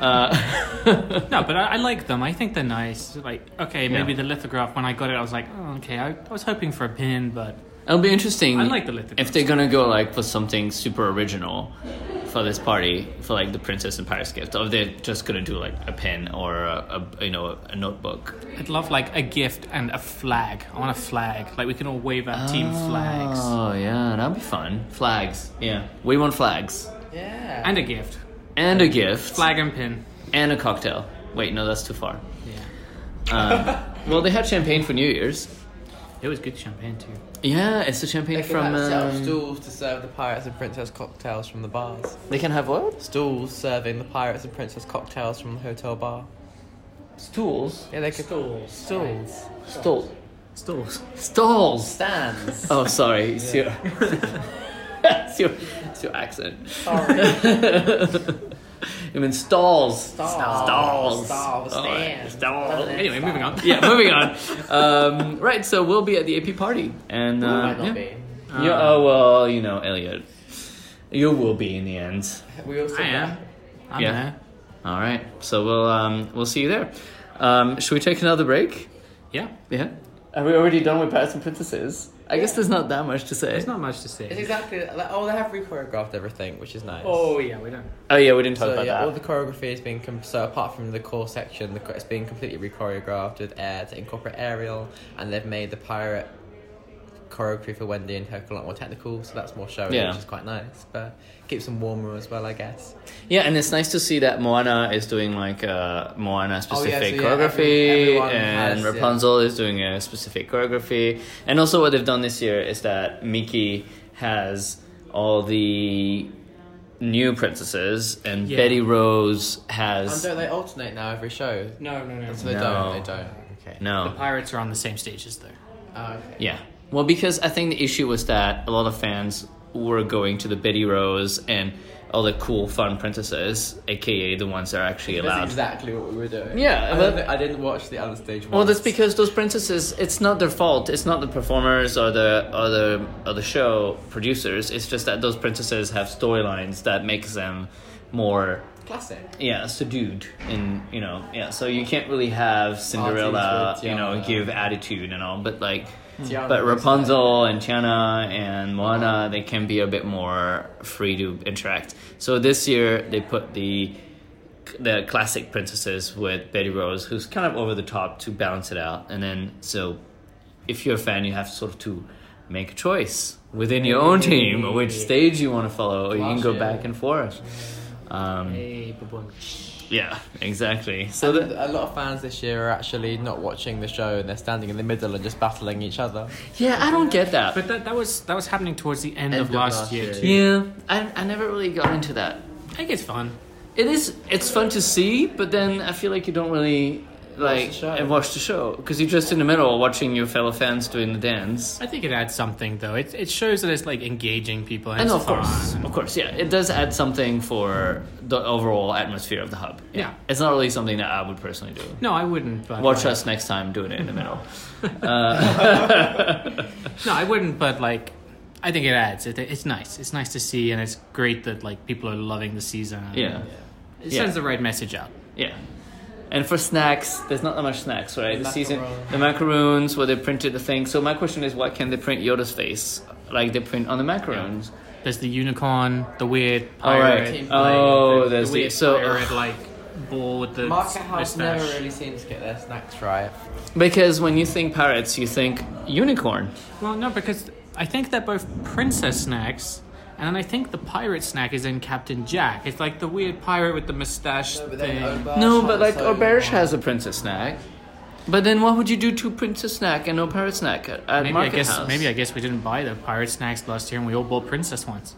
S5: Uh,
S6: No, but I, I like them. I think they're nice. Like okay, maybe the lithograph. When I got it, I was like, oh, okay, I, I was hoping for a pin, but
S5: It'll be interesting.
S6: I like the lithograph.
S5: If they're gonna go like for something super original for this party, for like the Princess in Paris gift, or if they're just gonna do like a pen or a, a you know a notebook.
S6: I'd love like a gift and a flag. I want a flag. Like we can all wave our team
S5: Ah.
S6: flags
S5: Oh yeah, that'd be fun. Flags. Yeah, we want flags
S8: Yeah.
S6: and a gift,
S5: and a gift
S6: flag and pin.
S5: and a cocktail. Wait, no, that's too far. Yeah. Um, well, they had champagne for New Year's.
S6: It was good champagne too.
S5: Yeah, it's the champagne
S8: They
S5: from.
S8: from set up
S5: Um,
S8: stools to serve the pirates and princess cocktails from the bars.
S5: they can have what?
S8: Stools serving the pirates and princess cocktails from the hotel bar.
S5: Stools.
S8: Yeah, they could stools. Stools.
S5: Stools.
S6: Stalls.
S5: Stalls.
S8: Stands.
S5: Oh, sorry. It's, your, it's, your, it's your accent. it means stalls. Stalls.
S8: Stalls.
S5: All right.
S8: Stands.
S5: Stalls.
S6: Anyway, moving on.
S5: Yeah, moving on. Um, right, so we'll be at the AP party. And, uh,
S8: Might not
S5: yeah.
S8: be. Uh,
S5: You- oh, well, you know, Elliot. You will be in the end.
S8: We also
S6: I am. I'm
S5: Yeah.
S6: there.
S5: All right, so we'll, um, we'll see you there. Um, should we take another break?
S6: Yeah.
S5: Yeah. Are we already done with Pirates and Princesses? I guess there's not that much to say.
S6: There's not much to
S8: It's
S6: say.
S8: exactly. Like, oh, they have re-choreographed everything, which is nice.
S6: Oh yeah, we don't.
S5: Oh yeah, we didn't talk
S8: So
S5: about
S8: yeah,
S5: that.
S8: all the choreography has been com- so apart from the core section, the, cho- it's been completely re-choreographed with air to incorporate aerial, and they've made the pirate choreography for Wendy and Herc a lot more technical, so that's more showy,
S5: Yeah.
S8: which is quite nice. But keeps them warmer as well, I guess.
S5: Yeah, and it's nice to see that Moana is doing like uh, Moana specific
S8: yeah,
S5: choreography,
S8: every- everyone
S5: and
S8: has, yeah.
S5: Rapunzel is doing a specific choreography. And also, what they've done this year is that Mickey has all the new princesses, and
S6: Yeah.
S5: Betty Rose
S8: And
S5: has
S8: don't they alternate now every show?
S6: No, no, no.
S8: So they
S5: No.
S8: don't. They don't. Okay.
S6: The
S5: no,
S6: pirates are on the same stages though.
S8: Oh, okay.
S5: yeah. Well, because I think the issue was that a lot of fans were going to the Betty Rose and all the cool, fun princesses, aka the ones that are actually
S8: That's
S5: allowed.
S8: exactly what we were doing.
S5: Yeah,
S8: I,
S5: but-
S8: didn't, I didn't watch the other stage.
S5: Well, that's
S8: once.
S5: because those princesses, it's not their fault. It's not the performers or the or the, or the show producers. It's just that those princesses have storylines that makes them more
S8: classic.
S5: yeah subdued and you know yeah. So you can't really have Cinderella
S8: Artists with
S5: you know
S8: Tiana.
S5: give attitude and all, but like.
S8: Tiana
S5: But
S8: was
S5: Rapunzel and Tiana and Moana, they can be a bit more free to interact. So this year they put the the classic princesses with Betty Rose, who's kind of over the top to balance it out. And then, so if you're a fan, you have sort of to make a choice within your own team or which stage you want to follow, or you can
S8: Last
S5: go
S8: year.
S5: back and forth. Um,
S6: Hey, boom.
S5: yeah, exactly. So
S8: And
S5: that,
S8: a lot of fans this year are actually not watching the show and they're standing in the middle and just battling each other.
S5: yeah, I don't get that.
S6: But that, that was that was happening towards the end,
S8: End
S6: of,
S8: of
S6: last,
S8: last
S6: year,
S8: year.
S6: too.
S5: yeah, I I never really got into that.
S6: I think it's fun.
S5: It is. It's fun to see, but then I feel like you don't really like and watch the show because you're just in the middle watching your fellow fans doing the dance.
S6: I think it adds something though. It, it shows that it's like engaging people. And
S5: And
S6: it's
S5: of course,
S6: fun.
S5: of course, yeah, it does add something for the overall atmosphere of the hub.
S6: Yeah.
S5: it's not really something that I would personally do.
S6: No, I wouldn't. But
S5: Watch
S6: like-
S5: us next time doing it in the middle.
S6: No, I wouldn't. But like, I think it adds. It, it's nice. It's nice to see, and it's great that like people are loving the season.
S5: Yeah.
S6: it
S5: Yeah.
S6: sends the right message out.
S5: Yeah. And for snacks, there's not that much snacks, right? The season, the macaroons where they printed the thing. So my question is, why can't they print Yoda's face like they print on the macaroons?
S6: There's the unicorn, the weird
S5: All right.
S6: pirate.
S5: Oh, there's
S6: the
S5: the-
S6: weird
S5: so-
S6: pirate like ball with the
S8: Market House
S6: mustache.
S8: never really seems to get their snacks right.
S5: Because when you think pirates, you think unicorn.
S6: Well, no, because I think they're both princess snacks, and then I think the pirate snack is in Captain Jack. It's like the weird pirate with the mustache thing.
S5: no, but like Auberge has a princess snack. But then why would you do two princess snack and no pirate snack at, at
S6: Maybe I
S5: Market
S6: guess
S5: House?
S6: maybe I guess we didn't buy the pirate snacks last year, and we all bought princess ones.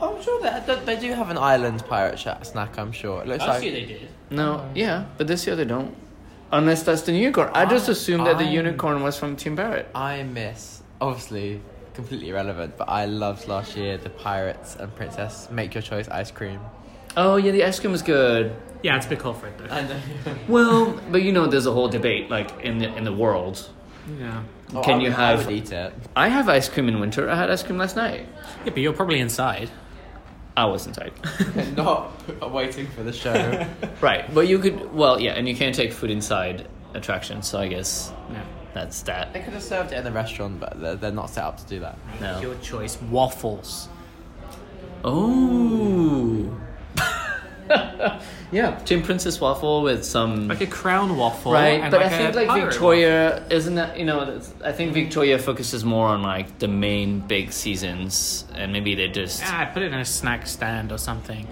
S8: I'm sure they, they, they do have an island pirate sha- snack. I'm sure. It looks like
S6: did.
S5: No, yeah, but this year they don't. Unless that's the unicorn. I just assumed that the
S8: I-
S5: unicorn was from Team Barrett.
S8: I miss, obviously, completely irrelevant, but I loved last year the pirates and princess make your choice ice cream.
S5: Oh yeah, the ice cream was good.
S6: Yeah, it's a bit cold for it though.
S8: I know.
S5: Well, but you know, there's a whole debate like in the in the world.
S6: yeah.
S5: Can you
S8: I would- I
S5: have?
S8: would eat it.
S5: I have ice cream in winter. I had ice cream last night.
S6: Yeah, but you're probably inside.
S5: I wasn't tight.
S8: Not waiting for the show.
S5: right, but you could. Well, yeah, and you can't take food inside attractions. So I guess
S6: Yeah.
S5: that's that.
S8: they could have served it in the restaurant, but they're, they're not set up to do that.
S5: No.
S6: Your choice. Waffles.
S5: Oh. yeah, Team Princess waffle with some.
S6: Like a crown waffle.
S5: Right,
S6: and
S5: but
S6: like
S5: I
S6: a
S5: think like
S6: pirate
S5: Victoria isn't that you know that's- I think Victoria focuses more on like the main big seasons and maybe they just
S6: waffle. Ah, put it in a snack stand or something.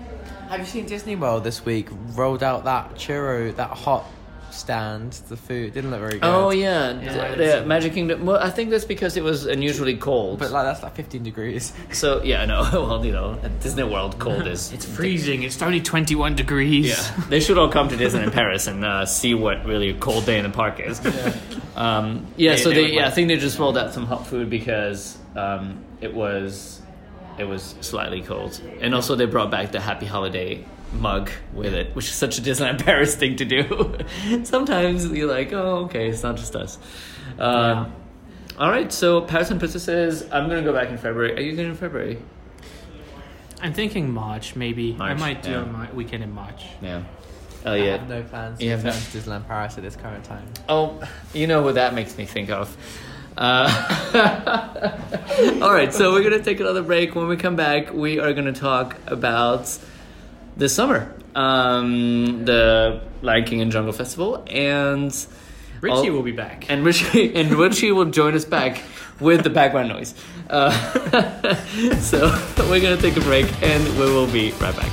S8: Have you seen Disney World this week? Rolled out that churro, that hot stand. The food didn't look very good.
S5: Oh yeah, d- the Magic Kingdom. Well, I think that's because it was unusually cold.
S8: But like that's like 15 degrees.
S5: so yeah, I know. well, you know, at Disney World, cold is.
S6: It's freezing. It's only 21 degrees.
S5: yeah, they should all come to Disney in Paris and uh, see what really a cold day in the park is. Yeah, um, yeah so
S6: they
S5: they,
S6: would
S5: yeah, I
S6: like-
S5: think they just rolled out some hot food because um, it was it was slightly cold, and also they brought back the Happy Holiday mug with it, which is such a Disneyland Paris thing to do. Sometimes you're like, oh, okay, it's not just us. Um, All right, so Paris and Princesses. I'm gonna go back in February. Are you going in February?
S6: I'm thinking March, maybe. I
S5: March,
S6: might do
S5: yeah.
S6: a mi- weekend in March.
S5: Yeah.
S8: I
S5: Elliot.
S8: have no plans
S5: You
S8: to
S5: have
S8: return
S5: no-
S8: to Disneyland Paris at this current time.
S5: Oh, you know what that makes me think of. Uh, all right, so we're gonna take another break. When we come back, we are gonna talk about this summer, um, the Lion King and Jungle Festival, and
S6: Richie
S5: all-
S6: will be back.
S5: and Richie and Richie will join us back with the background noise. Uh, so we're gonna take a break, and we will be right back.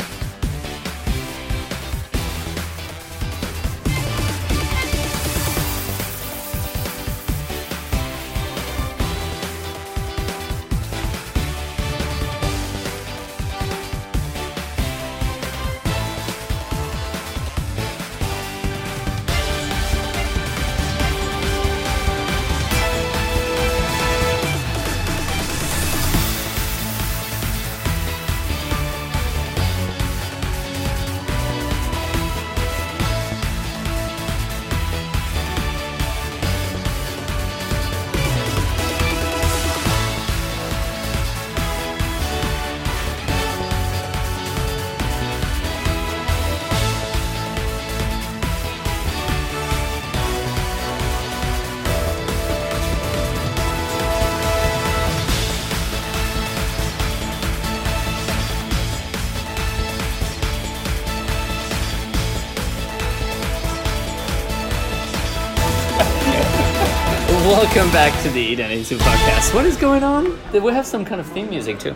S5: Welcome back to the Eat and Eat Soup podcast. What is going on? Did we have some kind of theme music too?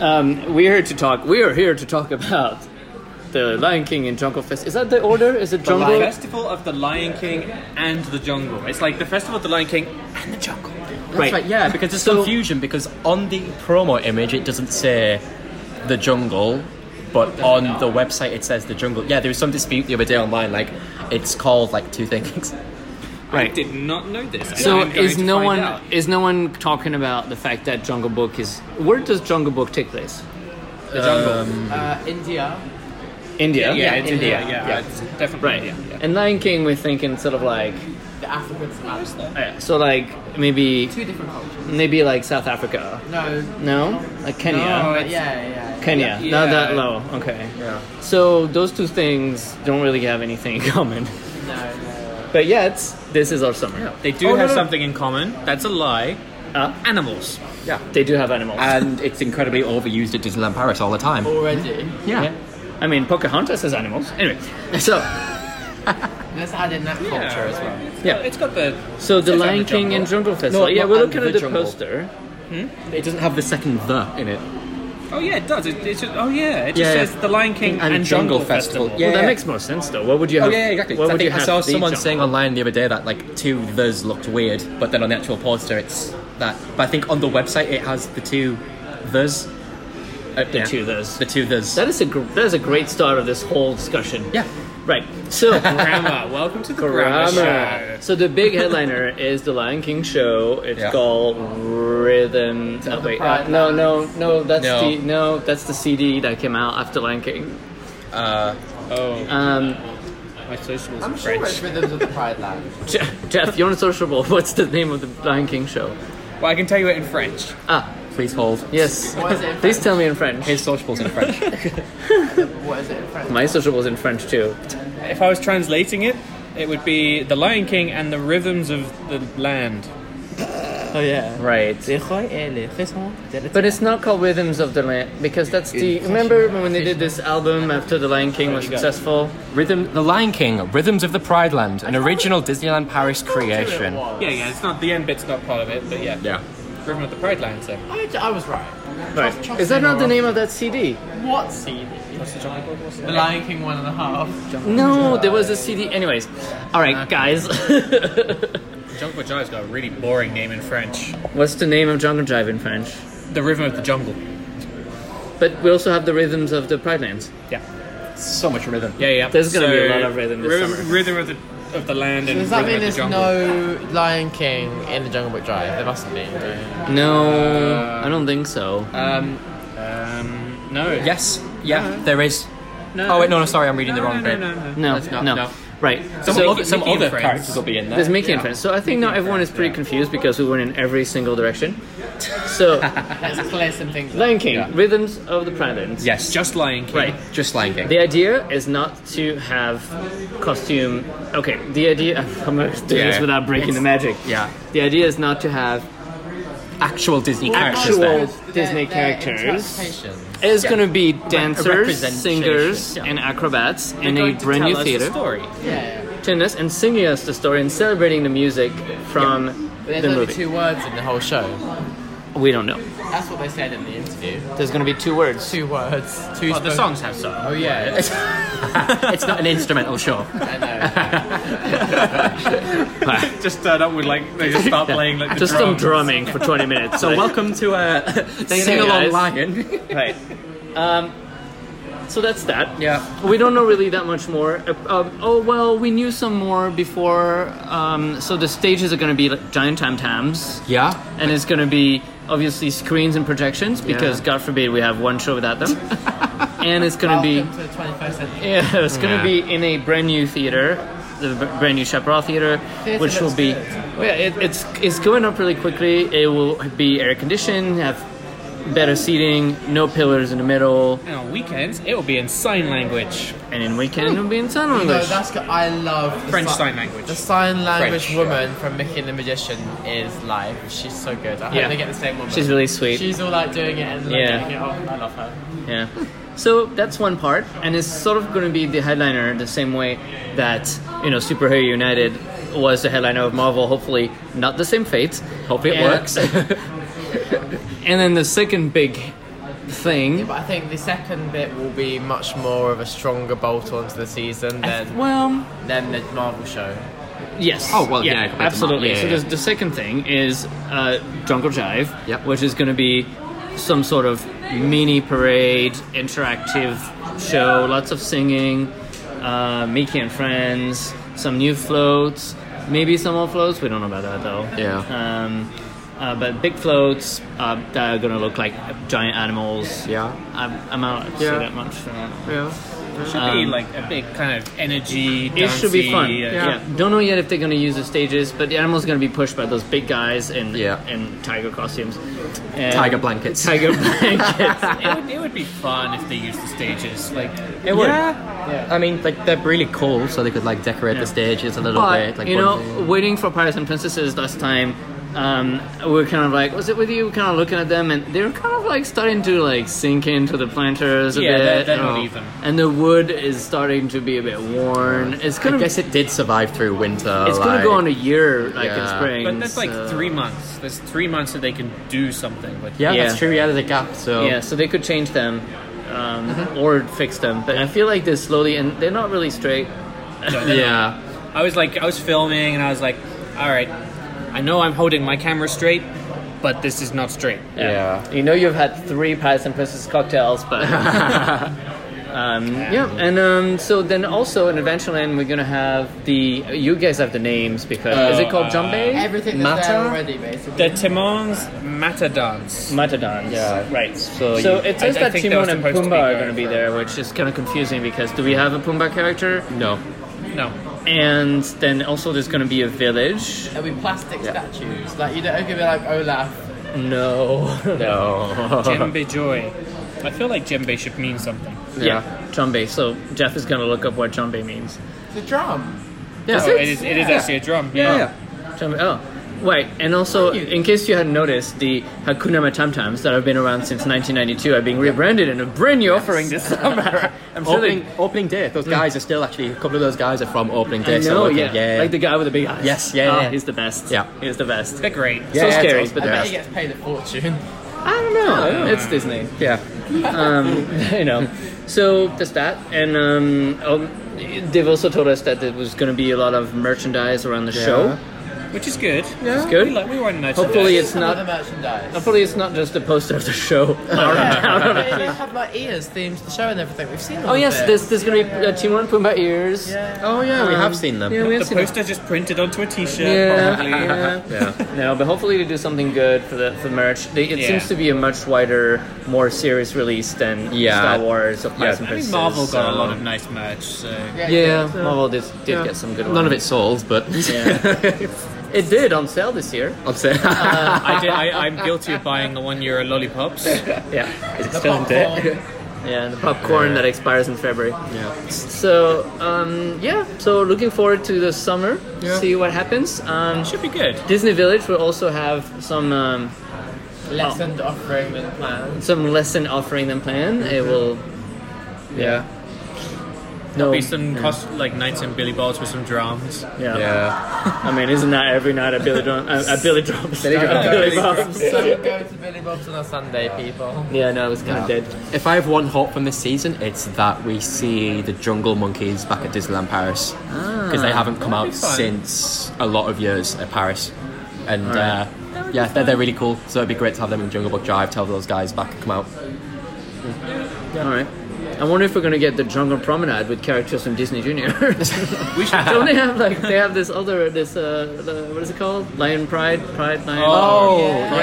S5: um, we're here to talk. We are here to talk about the Lion King and Jungle Fest. Is that the order? Is it Jungle?
S14: Festival of the Lion King and the Jungle. It's like the Festival of the Lion King and the Jungle.
S7: That's right, yeah, because there's
S5: So-
S7: confusion because on the promo image it doesn't say the jungle, but on the website it says the jungle. Yeah, there was some dispute the other day online, like,
S5: It's called like two things.
S15: Right.
S6: I did not know this.
S15: So
S6: I'm going
S15: is
S6: to
S15: no
S6: find
S15: one
S6: out.
S15: is no one talking about the fact that Jungle Book is where does Jungle Book take place? Um,
S6: The jungle.
S8: Uh, India.
S15: India.
S6: yeah, it's India.
S15: India,
S6: Yeah,
S15: yeah.
S6: it's definitely
S15: Right.
S6: India. Yeah.
S15: And Lion King, we're thinking sort of like
S8: The African Savannah.
S15: uh, so like maybe
S8: Two different cultures.
S15: maybe like South Africa.
S8: No.
S15: No, like Kenya.
S8: No, yeah, yeah.
S15: Kenya,
S6: Yeah.
S15: not that low. Okay.
S8: Yeah.
S15: So those two things don't really have anything in common.
S8: No, no.
S15: But yet, this is our summer.
S6: They do
S5: Oh, no,
S6: have
S5: no.
S6: something in common. That's a lie.
S15: Uh,
S6: Animals.
S15: they do have animals.
S5: And it's incredibly overused at Disneyland Paris all the time.
S8: Already.
S15: yeah. I mean, Pocahontas has animals. Anyway, so
S8: Let's add in that culture as well.
S15: Yeah.
S6: Oh, It's got the.
S15: so the
S6: It's
S15: Lion
S6: on the
S15: King and Jungle Festival.
S5: No,
S15: yeah,
S5: not
S15: we're
S5: under
S15: looking at
S5: the
S15: the
S5: jungle.
S15: poster.
S5: It doesn't have the second the in it.
S6: Oh yeah, it does. It, it's just, oh yeah, it just
S5: Yeah, yeah.
S6: says the Lion King and, Jungle, Festival.
S5: Yeah,
S15: well, that
S5: yeah.
S15: makes more sense though. What would you
S5: Oh
S15: have?
S5: yeah, exactly.
S15: What
S5: I
S15: would
S5: think
S15: you have?
S5: I saw
S15: the
S5: someone
S15: jungle?
S5: saying online the other day that like two thes looked weird, but then on the actual poster it's that. But I think on the website it has the two thes. Uh,
S15: the two those.
S5: The two thes.
S15: That is a gr- that is a great start of this whole discussion.
S5: yeah.
S15: Right. So.
S6: Grammar. Welcome to the grammar,
S15: Grammar. So the big headliner is the Lion King show. It's
S5: Yeah.
S15: called Rhythm. No, wait, uh, no, no, no. That's
S5: No.
S15: the no. That's the CD that came out after Lion King.
S5: Uh,
S6: Oh,
S15: Um,
S6: my socials
S8: I'm
S6: are
S8: sure
S6: French.
S8: it's rhythms of the Pride Land.
S15: Je- Jeff, you're on sociable. What's the name of the Lion King show?
S6: Well, I can tell you it in French.
S15: Ah,
S5: please hold.
S15: yes.
S8: What is it in
S15: Please tell me in French.
S5: His sociables in French.
S8: What is it in French?
S15: My sociable's in French too.
S6: If I was translating it, it would be the Lion King and the rhythms of the land.
S8: Oh yeah.
S15: Right. But it's not called Rhythms of the Land because that's the. Remember when they did this album after the Lion King was successful?
S5: Rhythm, The Lion King, Rhythms of the Pride Land, an original Disneyland Paris creation.
S6: Yeah, yeah. It's not the end bit's not part of it, but yeah.
S5: Yeah.
S6: Rhythm of the Pride Land. So
S8: I, I was right.
S15: Right. Is that not the name of that CD?
S8: What CD? The Lion King one and a half.
S15: No, there was a CD. Anyways, all right, guys.
S6: Jungle Jive's got a really boring name in French.
S15: What's the name of Jungle Jive in French?
S6: The Rhythm of the Jungle.
S15: But we also have the rhythms of the Pride Lands.
S6: Yeah.
S5: So much rhythm.
S6: Yeah, yeah.
S15: There's gonna be a lot of rhythm this summer.
S6: Rhythm, rhythm of the of the land and
S8: Does that
S6: rhythm
S8: mean
S6: of the
S8: there's
S6: jungle.
S8: no Lion King in the Jungle Book Drive? There mustn't be. Yeah.
S15: No, I don't think so.
S6: Um, um, no.
S5: Yes. Yeah. There is. Oh wait, no, no, sorry, I'm reading
S6: No,
S5: the wrong
S6: no,
S5: bit.
S6: no, no, no.
S15: No,
S5: that's not-
S15: no.
S5: no.
S15: Right.
S5: Some
S15: so
S5: other, some
S6: Mickey and
S5: other
S6: Friends.
S5: characters will be in there.
S15: there's Mickey and Friends. So I think now everyone is pretty confused because we went in every single direction. So
S8: Let's clear some things. up.
S15: Lion King,
S5: Yeah.
S15: rhythms of the Pride Lands.
S5: Yes.
S6: Just Lion King.
S15: Right.
S5: just Lion King.
S15: The idea is not to have costume. Okay, the idea. I'm gonna do
S5: Yeah.
S15: this without breaking the magic.
S5: Yeah.
S15: The idea is not to have
S5: Actual Disney characters
S15: actual
S5: there.
S15: Disney
S8: Their- their
S15: characters.
S8: interpretations.
S15: It's going to be dancers,
S5: representation,
S15: singers,
S5: yeah.
S15: and acrobats in
S6: They're
S15: a
S6: going to
S15: brand
S6: tell
S15: new
S6: us a
S15: theater.
S6: story.
S8: Yeah.
S15: Telling us and singing us the story and celebrating the music from
S8: But there's
S15: the
S8: only
S15: movie.
S8: two words in the whole show.
S15: We don't know.
S8: That's what they said in the interview.
S15: There's going to be two words.
S8: Two words. Two.
S6: Well, the
S8: spoken-
S6: songs have songs.
S8: Oh yeah.
S5: it's not an instrumental show.
S8: I know.
S6: just turn up with like they just start playing like the
S15: Just some
S6: drums.
S15: drumming for 20 minutes.
S5: So welcome to uh, Sing
S15: guys.
S5: Along Lion.
S15: Right. Um, so that's that.
S5: Yeah.
S15: We don't know really that much more. Uh, um, oh well, we knew some more before. Um, so the stages are going to be like giant tam tams.
S5: Yeah.
S15: and it's going to be obviously screens and projections because
S5: Yeah.
S15: God forbid we have one show without them. and it's going to be
S8: Welcome to the 21st century.
S15: yeah, it's going
S5: Yeah.
S15: to be in a brand new theater, the b- brand new Chaparral Theater,
S8: Theater
S15: which will
S8: looks
S15: be
S8: good.
S15: well, yeah, it, it's it's going up really quickly. It will be air conditioned, have better seating, no pillars in the middle,
S6: And on weekends, it will be in sign language.
S15: and in weekend it'll be in sign
S8: No,
S15: language.
S8: Hmm. that's good. I love the
S6: French
S8: si-
S6: sign language.
S8: The sign language
S5: French,
S8: woman from Mickey and the Magician is live. She's so good. I hope
S15: Yeah.
S8: they get the same woman.
S15: She's really sweet.
S8: She's all like doing it and like,
S15: Yeah.
S8: getting it off. I love her.
S15: Yeah. So that's one part, and it's sort of going to be the headliner the same way that you know Superhero United was the headliner of Marvel. Hopefully, not the same fate.
S5: Hope it
S15: And-
S5: works.
S15: And then the second big thing.
S8: But I think the second bit will be much more of a stronger bolt onto the season than
S15: Well,
S8: than the Marvel show.
S15: yes.
S5: Oh, well, yeah, compared to
S15: absolutely.
S5: Marvel, yeah,
S15: so
S5: yeah.
S15: there's- the second thing is uh, Jungle Jive,
S5: Yep.
S15: which is going to be some sort of mini parade, interactive show, lots of singing. uh, Mickey and Friends, some new floats, maybe some old floats. We don't know about that though.
S7: Yeah.
S15: Um, uh, but big floats uh, that are gonna look like giant animals.
S7: Yeah.
S15: I'm, I'm not allowed to
S7: Yeah.
S15: say that much.
S6: It
S15: Yeah.
S6: should be like a big kind of energy.
S15: Um, It should be
S6: dancey,
S15: fun.
S6: uh,
S15: Yeah. Don't know yet if they're gonna use the stages, but the animal's gonna be pushed by those big guys in in tiger costumes. And
S7: Tiger blankets.
S15: Tiger blankets.
S6: it, would, it would be fun if they used the stages. Like
S7: It would.
S15: Yeah.
S7: I mean, like they're really cool, so they could like decorate
S15: Yeah.
S7: the stages a little bit.
S15: but
S7: Like
S15: you
S7: one
S15: know,
S7: thing.
S15: waiting for Pirates and Princesses last time, um, we were kind of like, was it with you? Kind of looking at them, and they're kind of like starting to like sink into the planters a
S6: Yeah,
S15: bit.
S6: they're- they're not
S15: Oh.
S6: even.
S15: And the wood is starting to be a bit worn. It's gonna.
S7: I guess it did survive through winter.
S15: it's gonna
S7: like-
S15: go on a year, like in
S7: Yeah.
S15: spring.
S6: But that's like
S15: so-
S6: three months. There's three months that they can do something with.
S7: Yeah,
S15: Yeah.
S7: that's true. Yeah, there's a gap. So
S15: Yeah, so they could change them um,
S6: Mm-hmm.
S15: or fix them. But I feel like they're slowly, and they're not really straight.
S7: yeah.
S6: I was like, I was filming, and I was like, all right, I know I'm holding my camera straight, but this is not straight.
S7: Yeah.
S15: You know, you've had three Pirates and Princess cocktails, but. Um, yeah, and um, so then also in Adventureland we're gonna have the you guys have the names because is it called
S6: uh,
S7: Um,
S15: Jumbay?
S8: Everything that's there
S7: Mata?
S8: already, basically.
S6: The Timon's Mata Dance.
S15: Matadons.
S7: Yeah.
S15: Right. So,
S7: you-
S15: it says
S6: I- I
S15: that
S6: think they were
S15: Timon and
S6: supposed to be
S15: Pumbaa are
S6: going
S15: going to be
S6: for-
S15: there, which is kind of confusing because do we have a Pumbaa character?
S7: No.
S6: No,
S15: And then also there's going to be a village.
S8: There'll be plastic statues. Like, you know, it could be like Olaf.
S15: No.
S7: No.
S6: Jembe Joy. I feel like Jembe should mean something.
S15: yeah. Jumbay. So Jeff is going to look up what Jumbay means.
S8: It's a drum.
S15: Yeah.
S6: Oh, it is. It is actually a drum. Yeah.
S15: Jumbay. Oh. Right, and also, in case you hadn't noticed, the Hakuna Matamtams that have been around since 1992 are being rebranded in a brand new offering this summer. I'm sure they-
S7: Opening, opening day. Those guys are still actually a couple of those guys are from opening day.
S15: I
S7: so
S15: know,
S7: okay,
S15: yeah. Like the guy with the big eyes.
S7: Yes, yeah,
S15: Oh,
S7: yeah.
S15: He's the best.
S7: Yeah.
S15: He's the best.
S6: They're great.
S7: Yeah,
S15: so
S7: it's
S15: scary,
S7: awesome.
S15: but the
S8: I bet
S15: best.
S8: he gets paid a fortune.
S15: I don't know. It's Disney.
S7: yeah.
S15: Um, you know. So there's that, and um, um, they've also told us that there was going to be a lot of merchandise around the show.
S6: Which is good.
S15: Yeah. It's good.
S6: We, like, we want merchandise.
S15: Hopefully it's
S8: Some
S15: not.
S8: other merchandise.
S15: Hopefully it's not just a poster of the show.
S8: They they have like ears themed to the show and everything. We've seen.
S15: oh yes, there's there's going to be uh, Timon and Pumbaa ears.
S7: Oh yeah, we
S15: Um,
S7: have seen them.
S15: Yeah, we have
S6: the
S15: seen them.
S6: poster just printed onto a T-shirt.
S15: Yeah,
S6: Probably.
S15: yeah. No, but hopefully they do something good for the for merch. They, it
S6: Yeah.
S15: seems to be a much wider, more serious release than
S7: Yeah.
S15: Star Wars or Pirates
S7: Yeah.
S15: and
S6: I think
S15: Princess.
S6: Marvel got a
S15: so-
S6: lot of nice merch. So.
S15: Yeah, Marvel did, did get some good.
S7: None of
S15: ones.
S7: it sold, but
S15: Yeah. it did on sale this year.
S7: I'm saying.
S6: I did, I, I'm guilty of buying the one euro lollipops.
S15: Yeah, it's still
S8: popcorn.
S15: Yeah, and the popcorn that expires in February.
S7: yeah.
S15: So um, yeah, so looking forward to the summer. See what happens. Um,
S6: Should be good.
S15: Disney Village will also have some um,
S8: Lessened offering than planned.
S15: some lesson offering than planned. It will. Yeah. No.
S6: Be some cost like nights in Billy Balls with some drums.
S15: Yeah.
S7: Yeah.
S15: I mean, isn't that every night at Billy Drum? At, at Billy Drums. Billy
S7: Drums.
S15: Bob's.
S8: So go to Billy Bob's on a Sunday, people.
S15: Yeah, no, it was kind of dead.
S7: If I have one hope from this season, it's that we see the jungle monkeys back at Disneyland Paris because they haven't come out
S6: be fun.
S7: since a lot of years at Paris, and uh, yeah, they're, they're really cool. So it'd be great to have them in Jungle Book Drive. Tell those guys back come out.
S15: All right. I wonder if we're gonna get the Jungle Promenade with characters from Disney Junior. we should. Don't they have like they have this other this uh the, what is it called Lion Pride Pride Lion?
S7: yeah.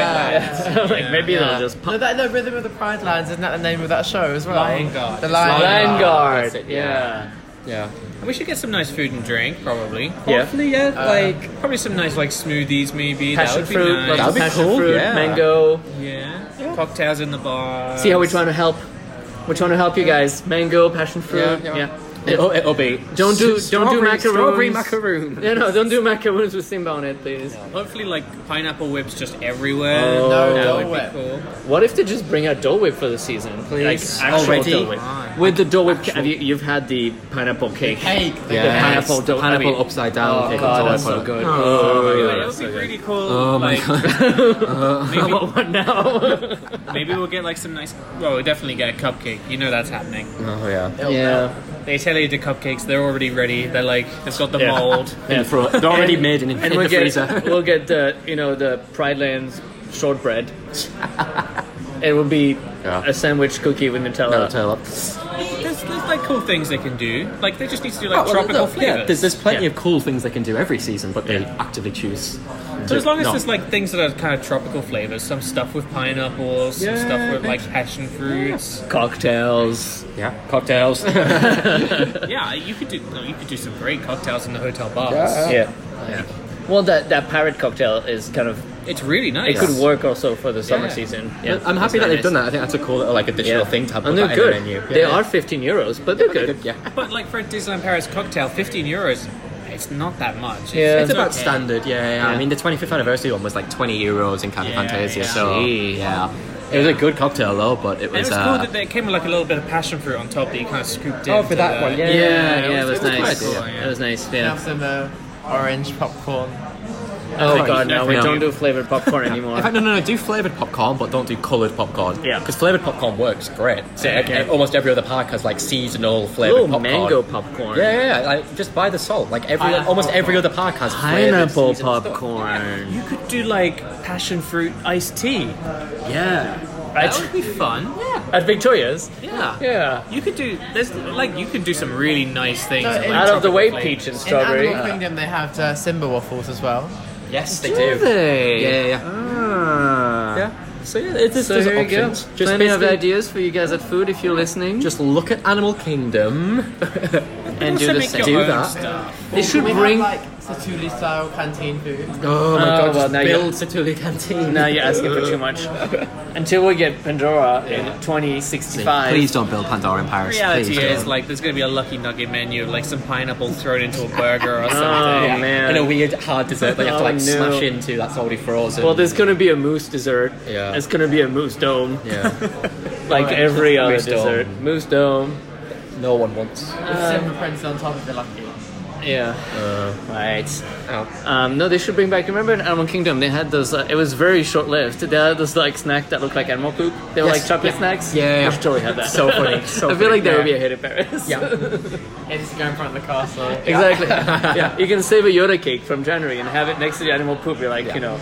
S15: Yeah. like maybe they'll just
S8: No,
S15: pop.
S8: that, no, Rhythm of the Pride Lions, isn't that the name of that show as well?
S6: Lion Guard.
S8: The Lion,
S15: Lion
S8: Guard.
S15: Guard.
S7: That's it,
S15: yeah.
S7: yeah.
S6: And we should get some nice food and drink, probably.
S15: Yeah. Uh,
S6: Hopefully, yeah. like probably some nice like smoothies, maybe. that
S15: Passion
S6: would be
S15: fruit,
S6: nice.
S15: lots of
S7: That'd be
S15: passion
S7: cool,
S15: fruit,
S7: yeah.
S15: mango.
S6: Yeah. Cocktails in the bar.
S15: See how we're trying to help. We're trying to help you guys. Mango, passion fruit. Yeah.
S7: yeah. It'll, it'll be
S15: Don't do- don't do
S7: Strawberry- Strawberry
S15: macaroons.
S7: macaroon.
S15: Yeah, no, don't do macaroons with Simba on it, please.
S6: Hopefully, like pineapple whips just everywhere.
S15: Oh,
S8: No,
S6: that
S8: Dole
S6: would
S8: Whip.
S6: be cool.
S15: What if they just bring out Dole Whip for the season?
S7: Please. Oh,
S15: Like, actual
S7: Already?
S15: Dole Whip.
S6: Why?
S15: With the Dole Whip, ca- have you, you've had the pineapple cake.
S8: Cake.
S7: Yeah.
S15: The pineapple Dole I
S7: Pineapple
S15: mean-
S7: upside down.
S15: Oh,
S7: cake
S15: God,
S7: on
S15: that's
S7: top
S15: so
S7: of
S15: good.
S7: it.
S15: Oh,
S6: That
S15: my
S6: would
S15: God.
S6: be really cool.
S7: Oh my
S6: like,
S7: god.
S15: I want
S7: Oh,
S15: one now.
S6: Maybe we'll get like some nice. Well, we'll definitely get a cupcake. You know that's happening.
S7: Oh yeah.
S15: yeah.
S6: They tell you the cupcakes, they're already ready. They're like, they've got the
S15: Yeah.
S6: mold.
S7: In the fro- They're already made in, in
S15: we'll
S7: the
S15: get,
S7: freezer.
S15: We'll get the you know the Pride Lands shortbread. it would be
S7: Yeah.
S15: a sandwich cookie with Nutella.
S6: There's, there's like cool things they can do. Like they just need to do like
S7: Oh, well,
S6: tropical
S7: look, yeah,
S6: flavors.
S7: there's, there's plenty of cool things they can do every season, but they actively choose.
S6: So
S7: to
S6: as long as
S7: not.
S6: there's like things that are kind of tropical flavors, some stuff with pineapples, some
S15: Yeah,
S6: stuff with
S15: I
S6: like
S15: think-
S6: passion fruits.
S15: Cocktails.
S7: yeah, cocktails.
S6: Yeah, you could do no, you could do some great cocktails in the hotel bars.
S15: Yeah. yeah. Well, that, that parrot cocktail is kind of.
S6: It's really nice.
S15: It could work also for the summer
S6: Yeah.
S15: season. Yeah,
S7: I'm happy that
S15: It's
S7: they've done
S15: nice.
S7: that. I think that's a cool little like additional thing to have put
S15: and they're
S7: that
S15: good.
S7: in the menu.
S15: They
S7: Yeah.
S15: are 15 euros, but they're
S7: But they're
S15: good.
S7: good, Yeah,
S6: But like for a Disneyland Paris cocktail, 15 euros, it's not that much.
S15: Yeah.
S7: it's about
S6: okay.
S7: standard. Yeah, yeah, yeah. I mean, the 25th anniversary one was like 20 euros in Cafe
S6: Yeah,
S7: Fantasia,
S6: yeah.
S7: so yeah, it was a good cocktail though. But it
S6: And it
S7: was,
S6: was
S7: uh,
S6: cool that they came with like a little bit of passion fruit on top that you kind of scooped in.
S5: Oh, for
S6: to
S5: that
S6: the-
S5: one, yeah.
S15: Yeah, yeah,
S6: it
S15: it was,
S6: was- it was
S15: nice.
S6: quite cool, yeah.
S15: It was nice,
S5: Have
S15: yeah.
S5: some uh, orange popcorn.
S15: Oh, God, no, we
S7: No.
S15: don't do flavored popcorn anymore.
S7: In fact, no, no, no. Do flavored popcorn, but don't do colored popcorn.
S15: Yeah.
S7: because flavored popcorn works great. So
S15: Yeah, okay.
S7: e- almost every other park has like seasonal flavored
S15: Little
S7: popcorn.
S15: mango popcorn.
S7: Yeah, yeah, yeah. Like, just buy the salt. Like every,
S16: Pineapple
S7: almost every other park has flavoured
S15: Pineapple
S7: seasonal stuff.
S15: popcorn.
S6: You could do like passion fruit iced tea.
S7: Yeah,
S6: That would be fun. Yeah.
S15: At Victoria's?
S6: Yeah.
S15: Yeah.
S6: You could do there's like you could do some really nice things.
S5: No,
S6: with,
S5: in-
S6: like,
S15: Out of the
S6: tropical
S15: way
S6: flavors.
S15: peach and
S5: In
S15: strawberry.
S5: Animal Kingdom, they have uh, Simba waffles as well.
S7: yes, they
S15: they?
S7: do.
S15: Ah.
S7: Yeah, yeah, yeah. yeah. So yeah, it's,
S15: So
S7: there's
S15: here you go.
S7: options.
S15: Just
S7: Just
S15: Plenty of
S7: basically-
S15: ideas for you guys at food if you're listening.
S7: Just look at Animal Kingdom.
S15: and do
S6: Also
S15: the
S6: make
S15: same.
S6: your
S7: Do
S6: own
S7: that.
S6: stuff.
S15: They should
S5: We
S15: bring.
S5: have like Satuli style canteen food.
S7: Oh my
S15: Oh,
S7: god,
S15: well,
S7: just
S15: now you-
S7: build Satuli Canteen.
S15: now you're asking for too much. Until we get Pandora in 2065.
S7: Please don't build Pandora in Paris.
S6: Reality
S7: Please
S6: is
S7: don't.
S6: like there's gonna be a lucky nugget menu of like some pineapple thrown into a burger or something.
S15: Oh, man.
S7: And a weird hard dessert that you have to
S15: Oh,
S7: like
S15: no.
S7: smash into that's already frozen.
S15: Well, there's gonna be a moose dessert.
S7: Yeah.
S15: It's gonna be a moose dome,
S7: yeah,
S15: like every other
S7: Moose dome.
S15: dessert. Moose dome.
S7: no one wants.
S5: Simba prints on top of the lucky.
S15: Um, Yeah.
S7: Uh.
S15: right. Um, no, they should bring back. Remember in Animal Kingdom, they had those. Uh, it was very short lived. They had this like snack that looked like animal poop. They were
S7: Yes,
S15: like chocolate
S7: yeah.
S15: snacks.
S7: Yeah, yeah,
S15: We
S7: yeah.
S15: should totally have that.
S7: So funny, so
S15: I feel
S7: funny,
S15: like that would be
S7: yeah.
S15: a hit in Paris.
S7: Yeah.
S5: It's going in front of the castle.
S15: Exactly. yeah, you can save a Yoda cake from January and have it next to the animal poop. You're like,
S7: Yeah.
S15: you know,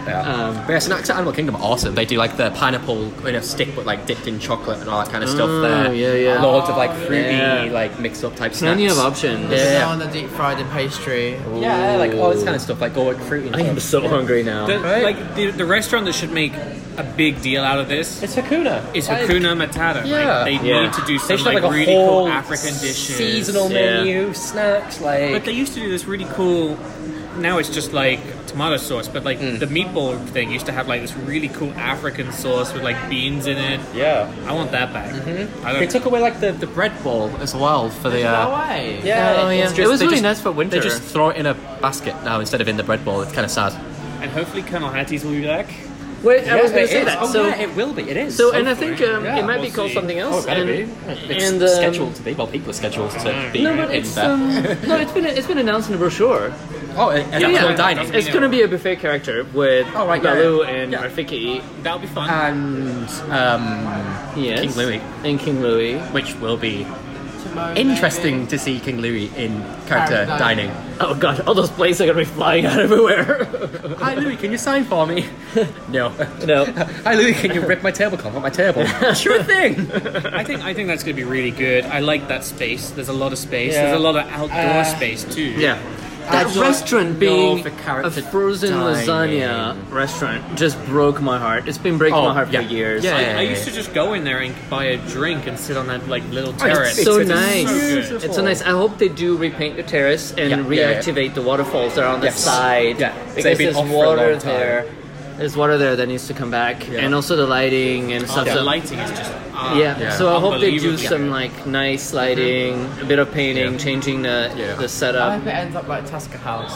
S7: Yeah. Um, but yeah, snacks at Animal Kingdom are awesome. They do like the pineapple in a stick, but like dipped in chocolate and all that kind of stuff. there,
S15: yeah, yeah.
S7: Loads of like fruity,
S15: Yeah.
S7: like mix up type snacks.
S15: plenty of options.
S7: Yeah.
S5: Banana deep fried in pastry.
S7: Yeah, like all this kind of stuff, like all like fruity. and
S15: I am
S7: stuff.
S15: so hungry now.
S6: The, Like the, the restaurant that should make a big deal out of this
S7: It's Hakuna.
S6: is Hakuna Matata.
S7: Yeah.
S6: Like, they
S15: Yeah.
S6: need to do
S7: They
S6: some
S7: should
S6: like,
S7: have like a
S6: really
S7: whole
S6: cool African dishes.
S7: seasonal
S15: Yeah.
S7: menu, snacks, like.
S6: But they used to do this really cool. Now it's just like tomato sauce, but like
S7: Hmm.
S6: the meatball thing used to have like this really cool African sauce with like beans in it.
S7: yeah.
S6: I want that back. I
S7: Mm-hmm. They
S6: don't.
S7: took away like the, the bread ball as well for the.
S5: No
S7: Uh,
S5: way.
S15: Oh, yeah.
S7: it's
S15: It was
S7: they
S15: really nice for winter.
S7: They just throw it in a basket now instead of in the bread ball. It's kind of sad.
S6: and hopefully Colonel Hattie's will be back.
S15: Wait, I was gonna
S7: It
S15: say
S7: is.
S15: that.
S7: Oh,
S15: so
S7: yeah, it will be. It is.
S15: So, and I think um,
S6: Yeah,
S15: it might
S6: we'll
S15: be called
S6: see.
S15: something else.
S7: better
S15: and,
S7: Oh, it's
S15: and, um,
S7: scheduled to be. Well, people are scheduled
S5: Mm.
S7: to be
S15: No, but
S7: in
S15: it's
S7: there.
S15: um, no, it's been it's been announced in the brochure.
S7: oh, it, it's all
S15: yeah.
S7: dining.
S15: It's gonna be a buffet character with
S7: Oh, right, yeah,
S15: Baloo
S7: yeah.
S15: and
S7: Yeah.
S15: Rafiki.
S6: That'll be fun.
S7: and um,
S15: Yes.
S7: King Louis.
S15: and King Louis.
S7: which will be
S5: Timon,
S7: interesting to see King Louis in character
S5: Paradise.
S7: dining.
S15: Oh god, all those plates are gonna be flying out everywhere.
S7: Hi Uh, Louis, can you sign for me? no.
S15: no,
S7: Hi Louis, can you rip my tablecloth off my table? sure thing.
S6: I think I think that's gonna be really good. I like that space. There's a lot of space. There's a lot of
S7: Uh,
S6: outdoor space too.
S15: yeah. That
S7: Outdoor
S15: restaurant being
S7: for
S15: a
S7: character
S15: frozen
S7: dining.
S15: lasagna restaurant just broke my heart. It's been breaking
S7: Oh,
S15: my heart
S7: yeah.
S15: for years.
S7: Yeah.
S6: I, I used to just go in there and buy a drink and sit on that like little
S7: Oh, it's
S6: terrace.
S15: It's so
S7: It's
S15: nice.
S6: beautiful.
S15: It's so nice. I hope they do repaint the terrace and
S7: Yeah, yeah, yeah.
S15: reactivate the waterfalls that are on the
S7: Yes.
S15: side.
S7: Yeah,
S15: because
S7: they've been
S15: there's
S7: off for a
S15: water
S7: long time.
S15: there. There's water there that needs to come back, and also the lighting and
S6: Oh,
S15: stuff.
S6: the
S15: so-
S6: lighting is just ah,
S15: yeah.
S7: Yeah.
S15: so I hope they do
S6: Unbelievably.
S15: some like nice lighting, a bit of painting, changing the
S7: Yeah.
S15: the
S5: I
S15: setup,
S5: hope it ends up like Tusker House.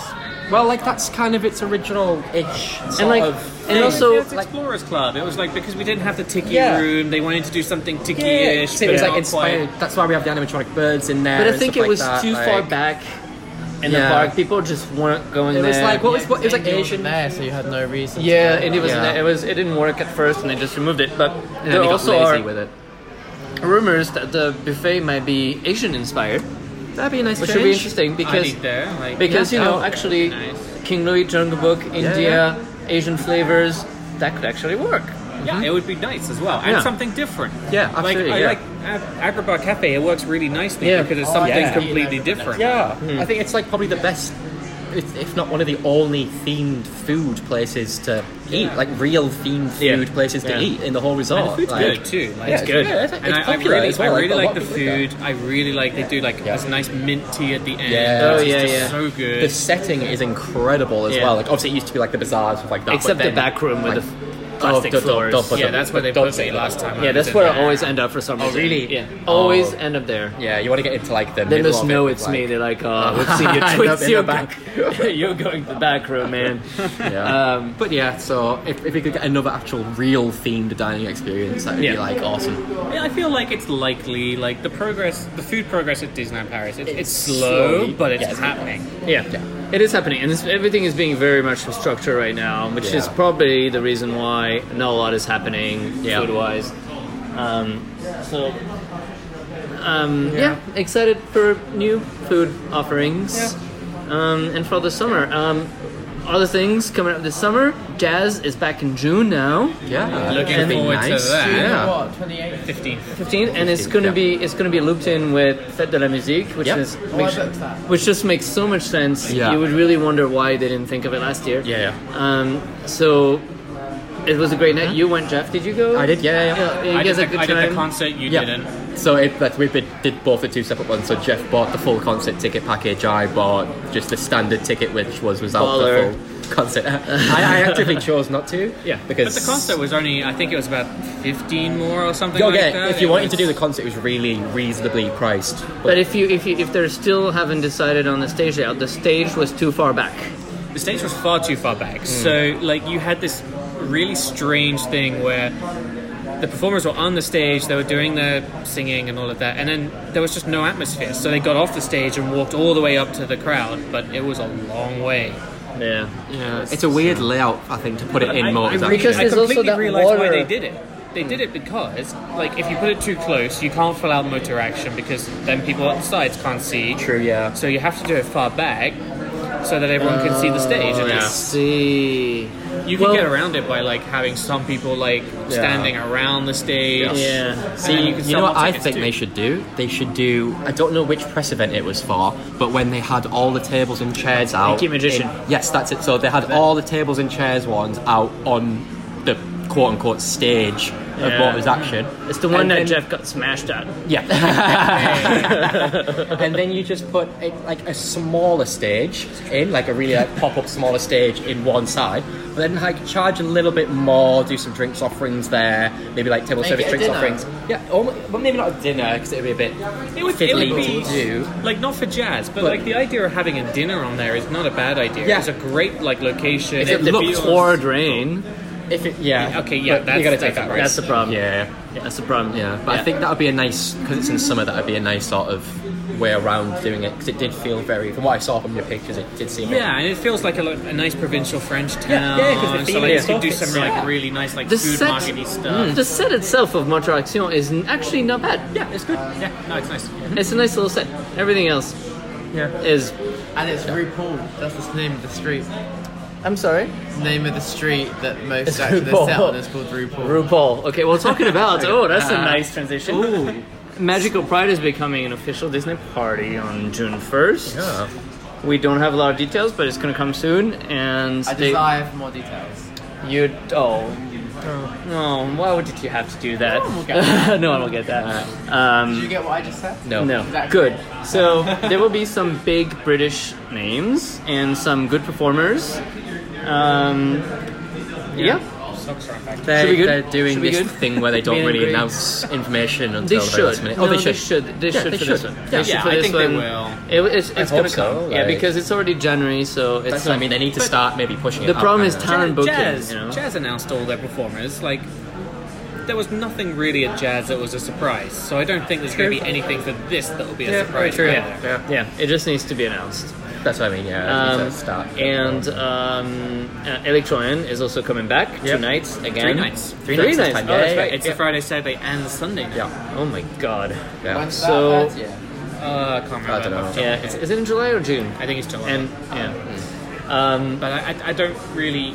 S7: Well, like that's kind of its original ish.
S15: and like and
S6: Yeah,
S15: also
S6: it's Explorers Club. It was like because we didn't have the Tiki
S7: Yeah.
S6: room, they wanted to do something
S7: yeah, yeah, yeah.
S6: Tiki-ish.
S7: So it was
S6: but
S7: like
S6: not quite.
S7: inspired. That's why we have the animatronic birds in there.
S15: but I
S7: and
S15: think
S7: stuff
S15: it was
S7: like that,
S15: too
S7: like-
S15: far back in
S7: Yeah.
S15: the park. People just weren't going
S7: It
S15: there.
S7: was like what was what, it was like
S5: And you
S7: Asian.
S5: wasn't there, so you had no reason. to
S15: yeah,
S5: go.
S15: and it was
S7: Yeah.
S15: it was it didn't work at first, and they just removed it. But
S7: And
S15: there
S7: then they got
S15: also
S7: lazy
S15: are
S7: with it.
S15: rumors that the buffet might be Asian inspired,
S7: That'd be a nice
S15: which should be interesting because
S6: I need there. Like,
S15: because
S7: Yeah.
S15: you know
S7: Oh,
S15: actually
S6: nice.
S15: King Louis Jungle Book India Asian flavors that could actually work.
S6: Yeah,
S5: Mm-hmm.
S6: it would be nice as well, and
S15: Yeah.
S6: something different.
S15: Yeah,
S6: Like
S15: absolutely,
S6: I
S15: yeah.
S6: like Ab- Agrabah Cafe. It works really nicely
S5: Yeah.
S6: because it's
S5: Oh,
S6: something
S5: yeah.
S6: completely different.
S5: Yeah, I think it's like probably the best, if if not one of the only themed food places to eat, like real themed
S15: Yeah.
S5: food places to
S15: Yeah.
S5: eat in the whole resort.
S6: And the food's
S5: like,
S6: good too. Like,
S5: yeah,
S15: it's good.
S5: Yeah, it's,
S6: And
S5: it's
S6: I, I
S5: popular
S6: really,
S5: as well.
S6: I really
S5: a lot
S6: like the
S5: of people
S6: food. I really like they do like this nice mint tea at the end.
S5: Yeah.
S6: which is
S15: Oh, yeah,
S6: just
S15: yeah.
S6: so good.
S5: The setting is incredible as
S15: Yeah.
S5: well. Like obviously, it used to be like the bazaars with like that.
S15: Except
S5: but
S15: the
S5: then,
S15: back room with
S5: like,
S15: the f- plastic
S5: oh, don't-
S15: floors.
S5: don't- don't put
S6: yeah,
S5: them-
S6: that's where they
S5: don't
S6: put
S5: say
S6: me
S5: that.
S6: last time. I
S15: yeah,
S6: was
S15: that's
S6: in
S15: where
S6: there.
S15: I always end up for some reason.
S6: really?
S15: Yeah, always
S5: Oh.
S15: end up there.
S5: Yeah, you want to get into like the.
S15: They
S5: middle
S15: must
S5: of it
S15: know
S5: with,
S15: it's
S5: like-
S15: me. They're like, oh, we've seen your
S5: End up in
S15: tweets.
S5: the
S15: You're,
S5: back.
S15: go- you're going to the back room, man.
S5: Yeah.
S15: Um,
S5: but yeah, so if, if we could get another actual real themed dining experience, that would be
S15: Yeah.
S5: like awesome.
S6: Yeah, I feel like it's likely. Like the progress, the food progress at Disneyland Paris. It's, it's,
S5: It's
S6: slow,
S5: slowly-
S6: but it's
S5: yeah, it's-
S6: happening.
S15: Yeah. It is happening, and it's, everything is being very much structured right now, which is
S5: Yeah.
S15: probably the reason why not a lot is happening
S5: Yeah.
S15: food-wise. Um, so, um, yeah. excited for new food offerings, um, and for the summer. Um, other things coming up this summer. Jazz is back in June now,
S5: Yeah,
S6: Looking
S5: That'd be
S6: forward to
S5: nice.
S6: that.
S5: Yeah.
S8: What, 28th?
S6: 15.
S15: 15th, and it's gonna
S5: yeah.
S15: be it's gonna be looped in with Fête de la Musique, which
S5: Yep.
S15: is
S8: I booked that.
S15: which just makes so much sense.
S5: Yeah.
S15: You would really wonder why they didn't think of it last year.
S5: Yeah,
S15: Um, so it was a great night. You went, Jeff. Did you go?
S5: I did. Yeah, yeah. yeah.
S15: Yeah, you
S6: I,
S15: guys had
S6: did
S15: a
S6: the,
S15: good
S6: I did the
S15: time.
S6: concert. You
S5: Yeah.
S6: didn't.
S5: So it, but we bid- did both the two separate ones. So Jeff bought the full concert ticket package. I bought just the standard ticket, which was without
S15: Baller.
S5: the full concert. I, I actively chose not to.
S15: Yeah.
S5: because
S6: But the concert was only. I think it was about 15 more or something.
S5: Oh,
S6: like
S5: yeah,
S6: that.
S5: if you
S6: It
S5: wanted
S6: was-
S5: to do the concert, it was really reasonably priced.
S15: But if you if you if they still haven't decided on the stage layout, the stage was too far back.
S6: the stage was far too far back.
S5: Hmm.
S6: So like you had this really strange thing where the performers were on the stage, they were doing their singing and all of that, and then there was just no atmosphere. So they got off the stage and walked all the way up to the crowd, but it was a long way.
S15: Yeah.
S5: yeah, it's a weird layout, I think, to put it in more.
S6: I,
S15: Because
S6: I
S15: there's also
S6: completely
S15: that
S6: realized why
S15: water-
S6: they did it. They did it because, like, if you put it too close, you can't fill out motor action because then people at the sides can't see.
S5: True, yeah.
S6: So you have to do it far back so that everyone can see the stage. And
S15: I
S6: it's-
S15: see.
S6: You can
S15: Well-
S6: get around it by like having some people like standing around the stage.
S15: Yeah.
S6: See,
S5: You
S6: you, can
S5: know
S6: sell
S5: what
S6: more
S5: I
S6: tickets
S5: think
S6: too.
S5: they should do? They should do. I don't know which press event it was for, but when they had all the tables and chairs out.
S15: Mickey Magician.
S5: in- yes, that's it. So they had all the tables and chairs ones out on the quote unquote stage
S15: Yeah.
S5: of what was action.
S15: It's the one
S5: And
S15: that
S5: then-
S15: Jeff got smashed at.
S5: Yeah. and then you just put a, like a smaller stage in, like a really like pop up smaller stage in one side. But then like charge a little bit more, do some drinks offerings there, maybe like table
S8: Make
S5: service
S8: it a
S5: drinks
S8: dinner.
S5: offerings. Yeah, almost, but maybe not a dinner because it would be a bit
S6: It would, it
S5: fiddly
S6: would be
S5: to do.
S6: like not for jazz, but,
S5: But-
S6: like the idea of having a dinner on there is not a bad idea.
S5: Yeah.
S6: It's a great like location.
S5: If it
S6: the
S5: looked
S6: view-
S15: Toward rain.
S5: If it, yeah,
S6: Okay, yeah,
S5: but
S6: that's-
S5: you gotta take
S6: that's-
S5: that
S15: That's
S5: risk.
S15: the problem.
S5: yeah.
S15: That's the problem.
S5: Yeah, but I think that would be a nice because it's in summer. That would be a nice sort of way around doing it because it did feel very. From what I saw from your pictures, it did seem.
S6: Yeah, and it feels like a, lo- a nice provincial French town.
S5: yeah, 'cause the
S6: so
S5: theme
S6: like you
S5: is
S6: could do
S5: focused,
S6: some like
S5: yeah.
S6: really nice like
S15: The
S6: food
S15: set-
S6: markety stuff.
S15: Mm. The set itself of Montreal Action is n- actually not bad.
S5: yeah, it's good.
S6: Yeah, no, it's nice.
S15: It's a nice little set. Everything else is.
S8: And it's RuPaul. That's the name of the street.
S15: I'm sorry?
S8: It's the name of the street that
S15: It's
S8: most actions
S15: RuPaul.
S8: are set on is called RuPaul.
S15: RuPaul. Okay, well, talking about. Oh, that's
S8: Uh,
S15: a nice transition. Ooh. Magical Pride is becoming an official Disney party on June 1st.
S5: Yeah.
S15: We don't have a lot of details, but it's gonna come soon. And
S8: I desire for more details.
S15: you oh no! Why would you have to do that? No one will
S8: get
S15: that. Um,
S8: Did you get what I just said?
S5: No.
S15: No.
S8: Exactly.
S15: Good. So there will be some big British names and some good performers. Um, yeah. Should
S5: They,
S15: be good.
S5: they're doing
S15: Should be
S5: this
S15: good.
S5: thing where they don't
S15: Being
S5: really
S15: great.
S5: announce information
S15: They
S5: until the very
S15: should.
S5: last minute.
S15: No, they should. They
S5: Yeah,
S15: should
S5: they
S15: for this
S5: should.
S15: one.
S5: Yeah.
S15: They should
S6: Yeah,
S15: for
S6: I
S15: this
S6: think they
S15: one.
S6: will.
S15: It- it's it's
S5: hope
S15: gonna
S5: so,
S15: come. Yeah,
S5: like-
S15: because it's already January, so it's.
S5: That's what I mean. They need to start maybe pushing it.
S15: The
S5: out
S15: problem is
S5: now.
S15: time. Aaron Bookman,
S6: Jazz,
S15: you know?
S6: Jazz announced all their performers. Like, there was nothing really at Jazz that was a surprise. So I don't think there's going to be anything for this that will be a surprise.
S15: Yeah. yeah, It just needs to be announced.
S5: That's what I mean. Yeah, they need
S15: Um,
S5: to start.
S15: and um, uh, Electronian is also coming back
S5: Yep.
S15: two nights again.
S6: Three nights.
S15: Three,
S5: Three
S15: nights.
S5: nights this time,
S15: Oh,
S5: yeah,
S15: that's
S5: yeah,
S15: right.
S6: It's a Friday, Saturday, and Sunday. Now.
S5: yeah,
S15: Oh my god.
S5: yeah.
S8: When's
S15: So-
S8: that first year?
S6: Uh, I can't remember.
S5: I don't know.
S15: Yeah. It's, is it in July or June?
S6: I think it's July.
S15: And yeah. Um,
S6: but I, I, I don't really.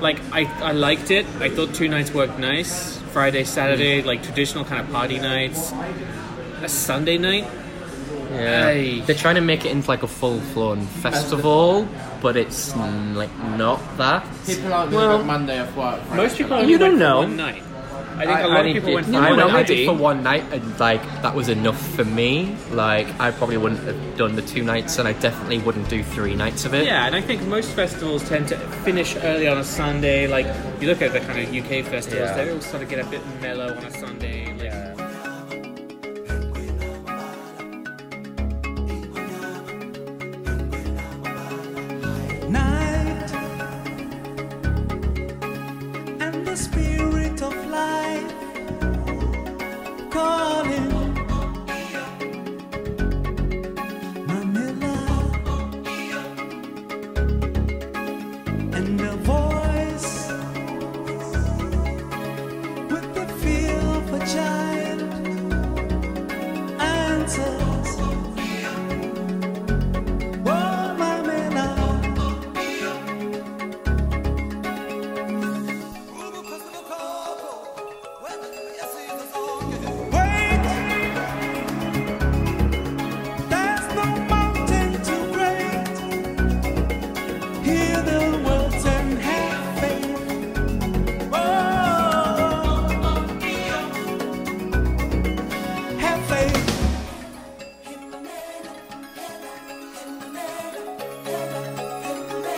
S6: like I, I liked it. I thought two nights worked nice. Friday, Saturday, like traditional kind of party nights. A Sunday night,
S7: Yeah.
S6: Aye.
S7: They're trying to make it into like a full flown festival, but it's mm, like not that.
S8: People aren't going to
S7: well,
S8: get Monday off work. for
S6: most
S8: it.
S6: people
S7: You
S6: only went for
S7: don't know.
S6: one night. I think a lot of people went for
S7: I
S6: one
S7: went- I
S6: night.
S5: Monday.
S7: did for one night, and like that was enough for me. Like I probably wouldn't have done the two nights, and I definitely wouldn't do three nights of it.
S6: Yeah, and I think most festivals tend to finish early on a Sunday. Like you look at the kind of UK festivals,
S7: Yeah.
S6: they all sort of get a bit mellow on a Sunday. Like,
S9: night and the spirit of life calling Manila and the voice with the feel of a child answers. Oh, Manila.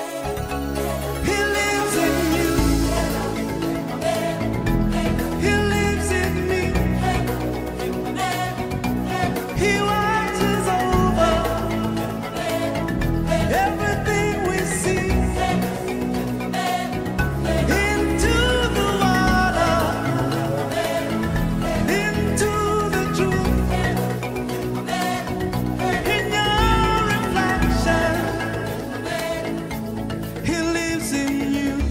S9: He lives in you. He lives in me. He watches over everything we see. Into the water, into the truth. In your reflection, He lives in you.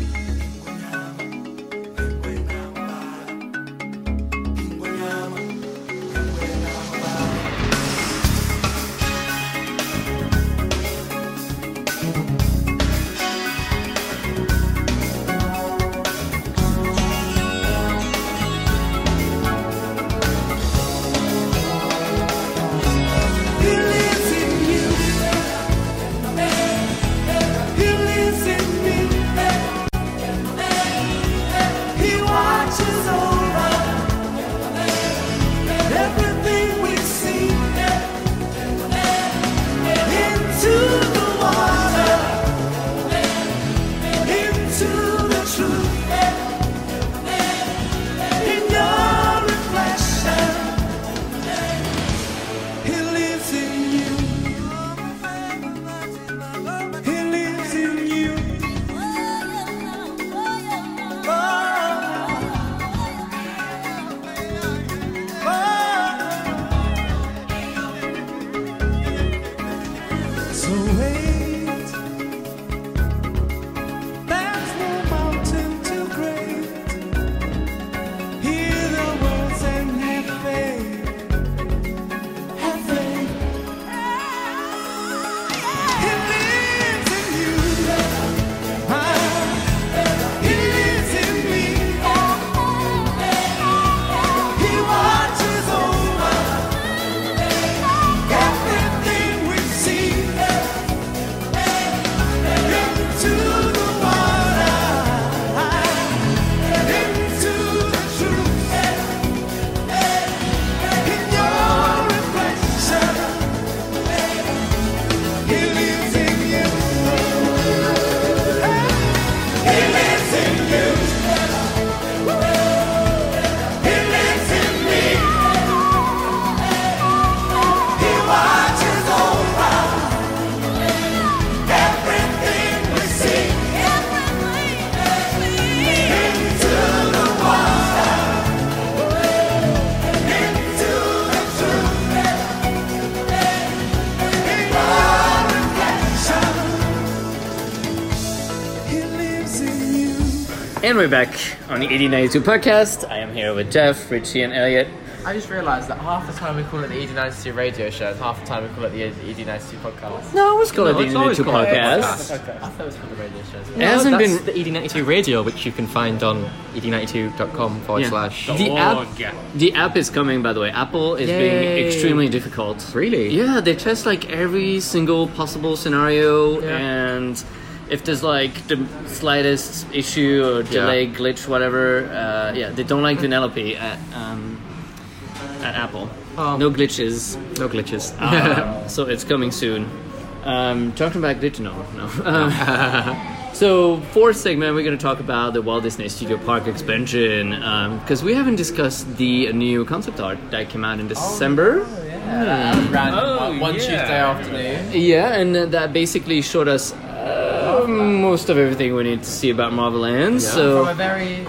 S9: He lives in you. He lives in me. He watches over everything we see. Into the water, into the truth, in your reflection. He lives in you. He lives in you. Oh. Oh. So wait. There's no mountain too great. Hear the words and have faith. Have faith. He lives in you. He lives in me. He watches over everything we see. Into the water, into the truth. In your reflection, he lives in you. He lives in you. He lives in me. He watches over everything we see. Into the water, into the truth. In your reflection, he lives in you.
S5: And we're back on the 8092 podcast. I am here with Jeff, Richie, and Elliot.
S8: I just realised that half the time we call it the E ED92 radio show, and half the time we call it the E ED92 podcast.
S15: No, it's called No, the it's always ED92 called it the podcast. podcast.
S8: I thought it was called the radio show.
S15: It hasn't
S5: that's
S15: been-
S5: the E ED92 radio, which you can find on E ed92.com forward slash.
S15: the app. The app is coming, by the way. Apple is
S5: Yay.
S15: being extremely difficult. Really? Yeah, they test like every single possible scenario,
S5: Yeah.
S15: and if there's like the slightest issue or
S5: Yeah.
S15: delay, glitch, whatever, uh, yeah, they don't like Vanellope at um, at Apple. No glitches.
S5: Oh. No glitches.
S15: Um, so it's coming soon. Um, talking about glitch, no, no. Um, so fourth segment, we're going to talk about the Walt Disney Studio Park expansion because we haven't discussed the new concept art that came out in December.
S8: That was random.
S6: Oh,
S8: One- one
S6: yeah.
S8: Tuesday afternoon.
S15: Yeah, and uh, that basically showed us uh, most of everything we need to see about Marvel Land.
S8: From a
S15: So
S8: very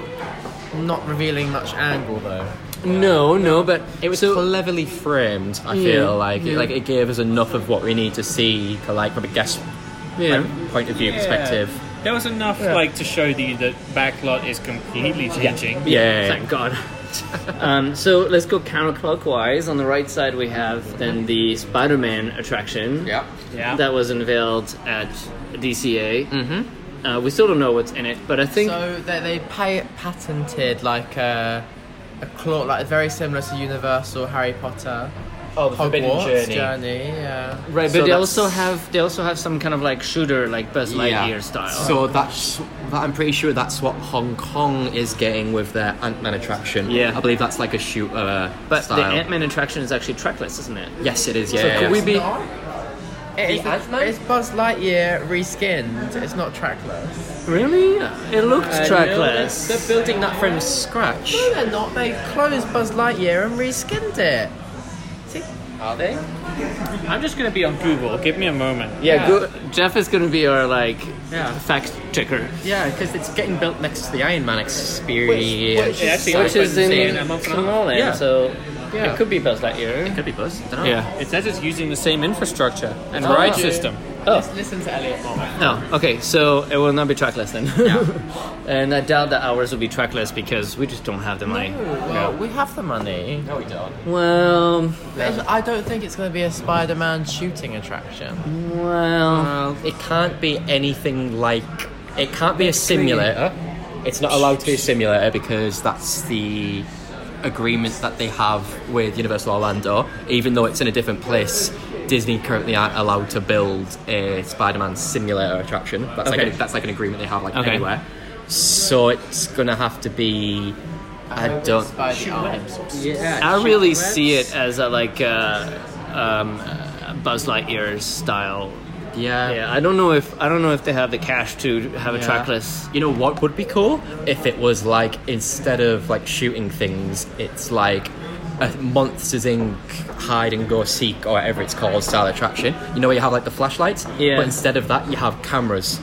S8: not revealing much angle, though.
S15: no, no, but
S5: It was cleverly framed. I
S15: Yeah,
S5: feel like
S15: yeah.
S5: it, like it gave us enough of what we need to see to like from a guest
S15: yeah.
S5: like, point of view
S6: Yeah.
S5: perspective.
S6: There was enough like to show the that backlot is completely changing.
S5: Yeah.
S15: Thank God. um, so let's go counterclockwise. On the right side, we have then the Spider-Man attraction.
S5: Yeah.
S6: Yeah.
S15: That was unveiled at DCA. Mm-hmm. Uh, we still don't know what's in it, but I think
S8: So they, they pa- patented like a, a claw, like very similar to Universal Harry Potter.
S5: Oh, the Forbidden
S8: Hogwarts
S5: Journey.
S8: yeah.
S15: right, but they
S5: so that's-
S15: also have they also have some kind of like shooter, like Buzz Lightyear style.
S5: So that's that I'm pretty sure that's what Hong Kong is getting with their Ant Man attraction.
S15: Yeah.
S5: I believe that's like a shooter
S15: but
S5: style.
S15: the Ant Man attraction is actually trackless, isn't it?
S5: yes, it is. Yeah.
S15: So could
S5: yeah.
S15: we be?
S8: It is
S5: The
S8: the-
S5: Ant-Man?
S8: it's Buzz Lightyear reskinned. It's not trackless.
S15: Really? It looked
S5: Uh, no,
S15: trackless.
S5: they're, they're building that from scratch.
S8: No, they're not. They closed Buzz Lightyear and reskinned it. See? Are they?
S6: I'm just gonna be on Google. Give me a moment.
S15: yeah, Go- Jeff is gonna be our like
S5: Yeah.
S15: fact checker.
S5: Yeah, because it's getting built next to the Iron Man
S6: Which-
S5: experience.
S6: which- It actually
S15: which
S6: opens
S15: is in,
S6: in a
S15: in
S6: month and a
S15: Tomorrowland,
S5: Yeah.
S15: so
S5: Yeah.
S15: it could be Buzz Lightyear.
S5: could be Buzz. I don't know.
S15: Yeah.
S6: It says it's using the same infrastructure and
S15: Oh.
S6: ride system.
S15: Oh
S8: Listen to Elliot more.
S15: no. Oh, Okay, so it will not be trackless then. and I doubt that ours will be trackless because we just don't have the money.
S8: Well, we have the money. No, we don't.
S15: Well,
S8: I don't think it's going to be a Spider-Man shooting attraction.
S15: well.
S5: It can't be anything like. It can't be a simulator. It's not allowed to be a simulator because that's the agreement that they have with Universal Orlando. Even though it's in a different place, Disney currently aren't allowed to build a Spider-Man simulator attraction. That's
S15: Okay.
S5: like a, that's like an agreement they have like
S15: Okay.
S5: anywhere. So it's gonna have to be. I don't.
S8: Spider arms.
S15: I really see it as a like uh, um, uh, Buzz Lightyear style.
S5: Yeah.
S15: Yeah, I don't know if I don't know if they have the cash to have a
S5: Yeah.
S15: trackless.
S5: You know what would be cool if it was like instead of like shooting things, it's like a Monsters Inc. hide and go seek or whatever it's called style attraction. You know where you have like the flashlights,
S15: Yeah.
S5: but instead of that you have cameras.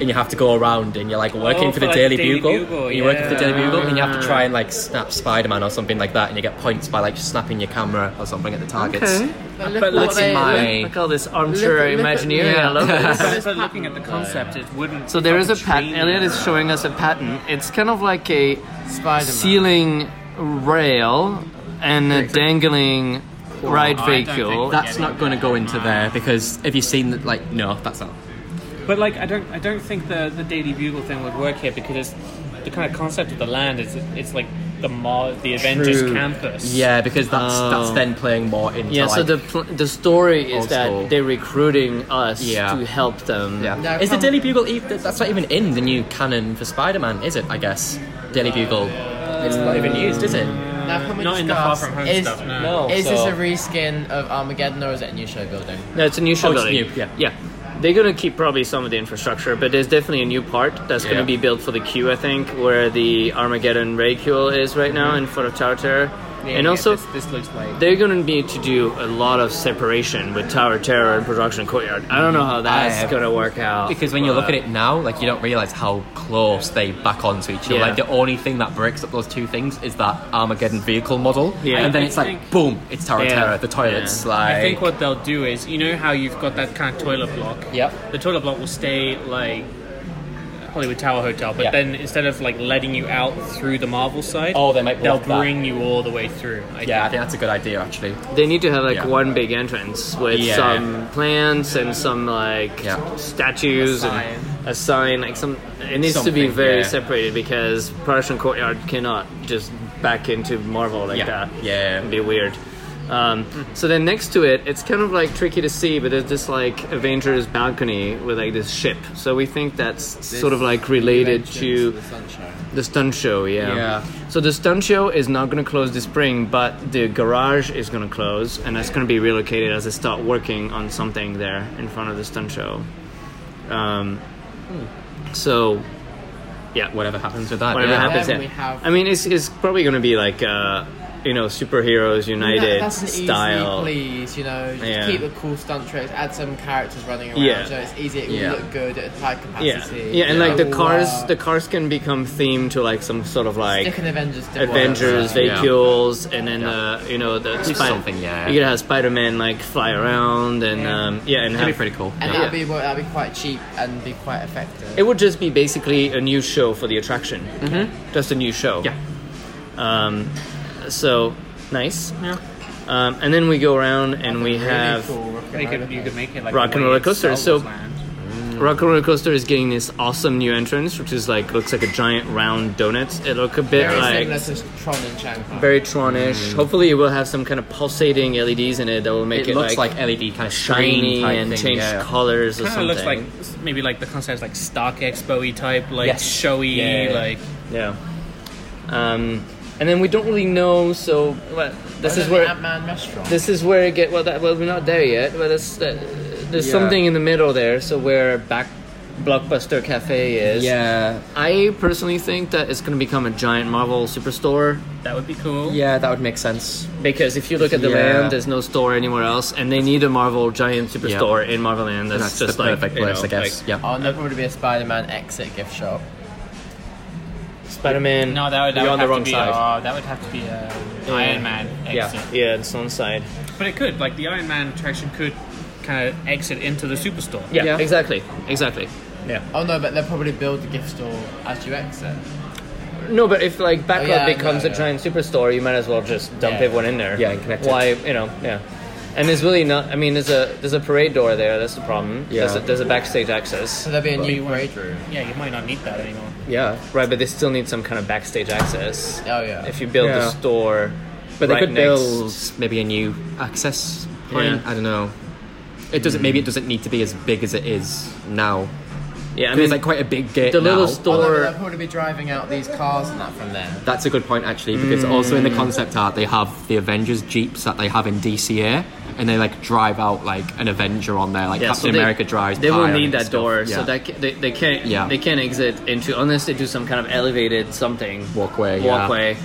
S5: And you have to go around, and you're like working
S6: Oh,
S5: for the
S6: for, like,
S5: Daily,
S6: Daily
S5: Bugle.
S6: Bugle,
S5: You're working for the Daily
S6: yeah.
S5: Bugle, and you have to try and like snap Spider-Man or something like that, and you get points by like snapping your camera or something at the targets.
S8: But
S5: look at my-
S15: Look all this armchair
S8: Look- look at-
S15: Imagineering. I love
S5: Yeah.
S15: this.
S6: But, but looking at the concept, it wouldn't.
S15: So there is a
S6: pattern.
S15: pattern. Elliot is showing us a pattern. It's kind of like a
S8: Spider-Man.
S15: ceiling rail and a dangling ride
S6: I don't
S15: vehicle.
S6: think
S5: That's not going to go into there because have you seen that? Like, no, that's not.
S6: But like, I don't, I don't think the the Daily Bugle thing would work here because it's the kind of concept of the land is it's like the Mar- the Avengers
S15: True.
S6: campus.
S5: Yeah, uh, because that's that's
S15: Oh.
S5: then playing more into
S15: yeah.
S5: Like,
S15: so the pl- the story is
S5: old school.
S15: that they're recruiting us
S5: Yeah.
S15: to help them.
S5: yeah.
S8: No,
S5: is the
S8: come-
S5: Daily Bugle even? That's not even in the new canon for Spider-Man, is it? I guess Daily Bugle. it's not even used, is it?
S8: Now, can we
S6: Not in the
S8: discuss,
S6: Far From Home
S8: is,
S6: stuff,
S5: No,
S6: no.
S8: Is this
S5: so-
S8: a reskin of Armageddon or is it a new show building?
S15: No, it's a new show
S5: Oh, it's
S15: building.
S5: new, yeah.
S15: They're gonna keep probably some of the infrastructure, but there's definitely a new part that's gonna
S5: Yeah.
S15: be built for the queue, I think, where the Armageddon Rayquel is right now in front of Tower Terror. and also,
S8: this, looks like
S15: They're going to need to do a lot of separation with Tower Terror and Production Courtyard. I don't know how that's
S5: I-
S15: going to work out.
S5: Because when you look at it now, like you don't realize how close they back onto each other.
S15: Yeah.
S5: Like the only thing that breaks up those two things is that Armageddon vehicle model,
S15: Yeah.
S5: and then
S15: I
S5: it's like
S6: think-
S5: boom, it's Tower
S15: Yeah.
S5: Terror, the toilets. Like,
S6: I think what they'll do is, you know how you've got that kind of toilet block.
S5: Yep.
S6: The toilet block will stay like Hollywood Tower Hotel, but
S5: Yeah.
S6: then instead of like letting you out through the Marvel side,
S5: Oh, they might
S6: they'll
S5: block that.
S6: bring you all the way through. I
S5: Yeah, I think that's a good idea actually.
S15: They need to have like
S5: Yeah.
S15: one big entrance with
S5: Yeah.
S15: some plants and some like
S5: Yeah.
S15: statues
S6: A
S15: and a sign. Like some, it needs to be
S5: Something,
S15: very
S5: yeah.
S15: separated because Prussian Courtyard cannot just back into Marvel like
S5: Yeah.
S15: that.
S5: Yeah.
S15: it'd be weird. Um, so then next to it, it's kind of like tricky to see, but there's this like Avengers balcony with like this ship. So we think that's sort of like related to
S8: the sunshine.
S15: the stunt show, yeah.
S5: Yeah.
S15: So the stunt show is not going to close this spring, but the garage is going to close, and that's going to be relocated as they start working on something there in front of the stunt show. Um,
S8: Hmm.
S15: So, yeah, whatever,
S5: Whatever happens with that.
S15: whatever
S5: yeah.
S15: happens.
S8: Then
S15: yeah.
S8: we have-
S15: I mean, it's, it's probably going to be like, uh, you know, superheroes united
S8: that's an
S15: style.
S8: easy please, you know. Just
S15: Yeah.
S8: keep the cool stunt tricks, add some characters running around,
S15: Yeah.
S8: so it's easy, it will
S5: Yeah.
S8: look good at high
S15: yeah,
S8: capacity.
S15: yeah, and like the
S8: It will,
S15: cars,
S8: uh,
S15: the cars can become themed to like some sort of like
S8: stick an Avengers to
S15: Avengers
S8: whatever.
S5: Yeah.
S15: vehicles, and then uh, you know the
S5: Just something, yeah.
S15: You could have Spider Man like fly around and
S8: Yeah.
S15: um, yeah, and have,
S5: That'd be pretty cool.
S8: And
S5: yeah.
S8: that'd be well, that'd be quite cheap and be quite effective.
S15: it would just be basically a new show for the attraction, mm-hmm. just a new show.
S5: Yeah.
S15: Um, so nice. Yeah. Um, and then we go around and we have
S6: They could, you could make it like
S15: Rock and
S6: the way
S15: roller
S6: it's
S15: coaster, so-
S6: Land.
S15: Rock and Roller Coaster is getting this awesome new entrance, which is like looks like a giant round donut. It look a bit
S8: Very
S15: like
S8: similar to Tron and Shanghai.
S15: very Tronish. Hopefully, it will have some kind of pulsating LEDs in it that will make
S5: Mm. It,
S15: it,
S5: looks like, LED kind of
S15: shiny
S5: type
S15: and
S5: thing,
S15: change
S5: yeah.
S15: colors or
S6: Kind
S15: something.
S6: of looks like maybe like the concept is like stock expo-y type, like
S5: Yes.
S6: showy,
S5: Yeah, yeah, yeah.
S6: like
S15: yeah. Um, and then we don't really know, so well,
S8: Oh,
S15: this is where
S8: Ant Man restaurant.
S15: this is where it get well. That, well, we're not there yet, but that's, that, there's
S5: Yeah.
S15: something in the middle there. So where back blockbuster cafe is.
S5: Yeah,
S15: I personally think that it's going to become a giant Marvel superstore
S6: that would be cool.
S5: yeah, that would make sense.
S15: because if you look at the
S5: Yeah.
S15: land, there's no store anywhere else, and they need a Marvel giant superstore in Marvel Land. That's,
S5: That's,
S15: just
S5: the
S15: like
S5: perfect
S15: you
S5: place,
S15: know,
S5: I guess.
S15: like
S5: yeah.
S8: Oh, and there'll probably be a Spider Man exit gift shop.
S15: Spider-Man.
S17: No, that would, that
S15: you're
S17: would
S15: on the
S17: have
S15: wrong
S17: to be
S15: side.
S17: uh, that would have to be a Iron Man exit.
S15: yeah, yeah, it's on side.
S6: But it could, like the Iron Man attraction could kind of exit into the superstore.
S15: Yeah,
S5: Yeah.
S15: exactly, exactly.
S8: Oh no, but they'll probably build the gift store as you exit.
S15: No, but if like Backlot
S8: Oh, yeah,
S15: becomes
S8: yeah,
S15: a
S8: yeah.
S15: giant superstore, you might as well just dump
S8: Yeah.
S15: everyone in there.
S5: Yeah, and connect it.
S15: Why, you know, yeah. And there's really not. I mean, there's a there's a parade door there. That's the problem.
S5: Yeah.
S15: There's a, there's a backstage access.
S8: So there'll be a new parade room.
S6: Yeah, you might not need that anymore.
S5: Yeah,
S15: Right, but they still need some kind of backstage access.
S8: Oh yeah.
S15: If you build the
S5: Yeah.
S15: store,
S5: but they
S15: right
S5: could
S15: next-
S5: build maybe a new access point.
S15: Yeah.
S5: I don't know. It doesn't. Maybe it doesn't need to be as big as it is now.
S15: Yeah, I
S5: I
S15: mean,
S5: it's like quite a big gate.
S15: the little
S5: now.
S8: Oh, no, but
S15: store.
S8: they'll probably be driving out these cars and that from there.
S5: That's a good point actually, because
S15: Mm.
S5: also in the concept art uh, they have the Avengers jeeps that they have in DCA, and they like drive out like an Avenger on there, like
S15: Yeah, so
S5: Captain
S15: they-
S5: America drives.
S15: They will
S5: Pyro
S15: need
S5: and
S15: that
S5: stuff.
S15: door,
S5: Yeah.
S15: so that ca- they, they can't
S5: Yeah.
S15: they can't exit into unless they do some kind of elevated something
S5: Walkway, yeah.
S15: walkway.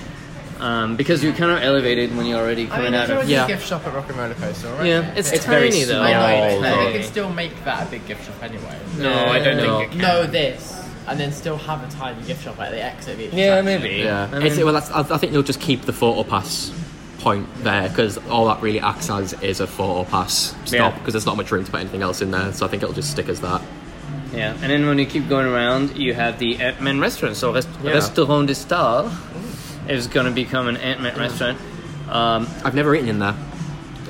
S15: Um, because you're kind of elevated when you're already
S8: I
S15: coming
S8: mean,
S15: out
S8: there's
S15: of
S8: already
S5: Yeah.
S8: a gift shop at Rock and Roller Coaster, right?
S15: Yeah, it's,
S5: very
S15: tiny though.
S8: I know,
S5: Oh,
S8: but
S15: okay.
S8: they can still make that a big gift shop anyway.
S6: No, I don't
S5: No.
S6: think it can.
S8: Know this, and then still have a tiny gift shop at the exit of each
S15: Yeah,
S8: attraction.
S15: Uh, maybe.
S5: Yeah,
S15: I
S5: It's-
S15: mean-
S5: well, that's, I, I think they'll just keep the photo pass point there because all that really acts as is a photo pass
S15: Yeah.
S5: stop because there's not much room to put anything else in there. So I think it'll just stick as that.
S15: yeah. And then when you keep going around, you have the Ant Man restaurant. So rest-
S5: Yeah.
S15: Restaurant de Star is going to become an Ant Man restaurant. Um,
S5: I've never eaten in there. It's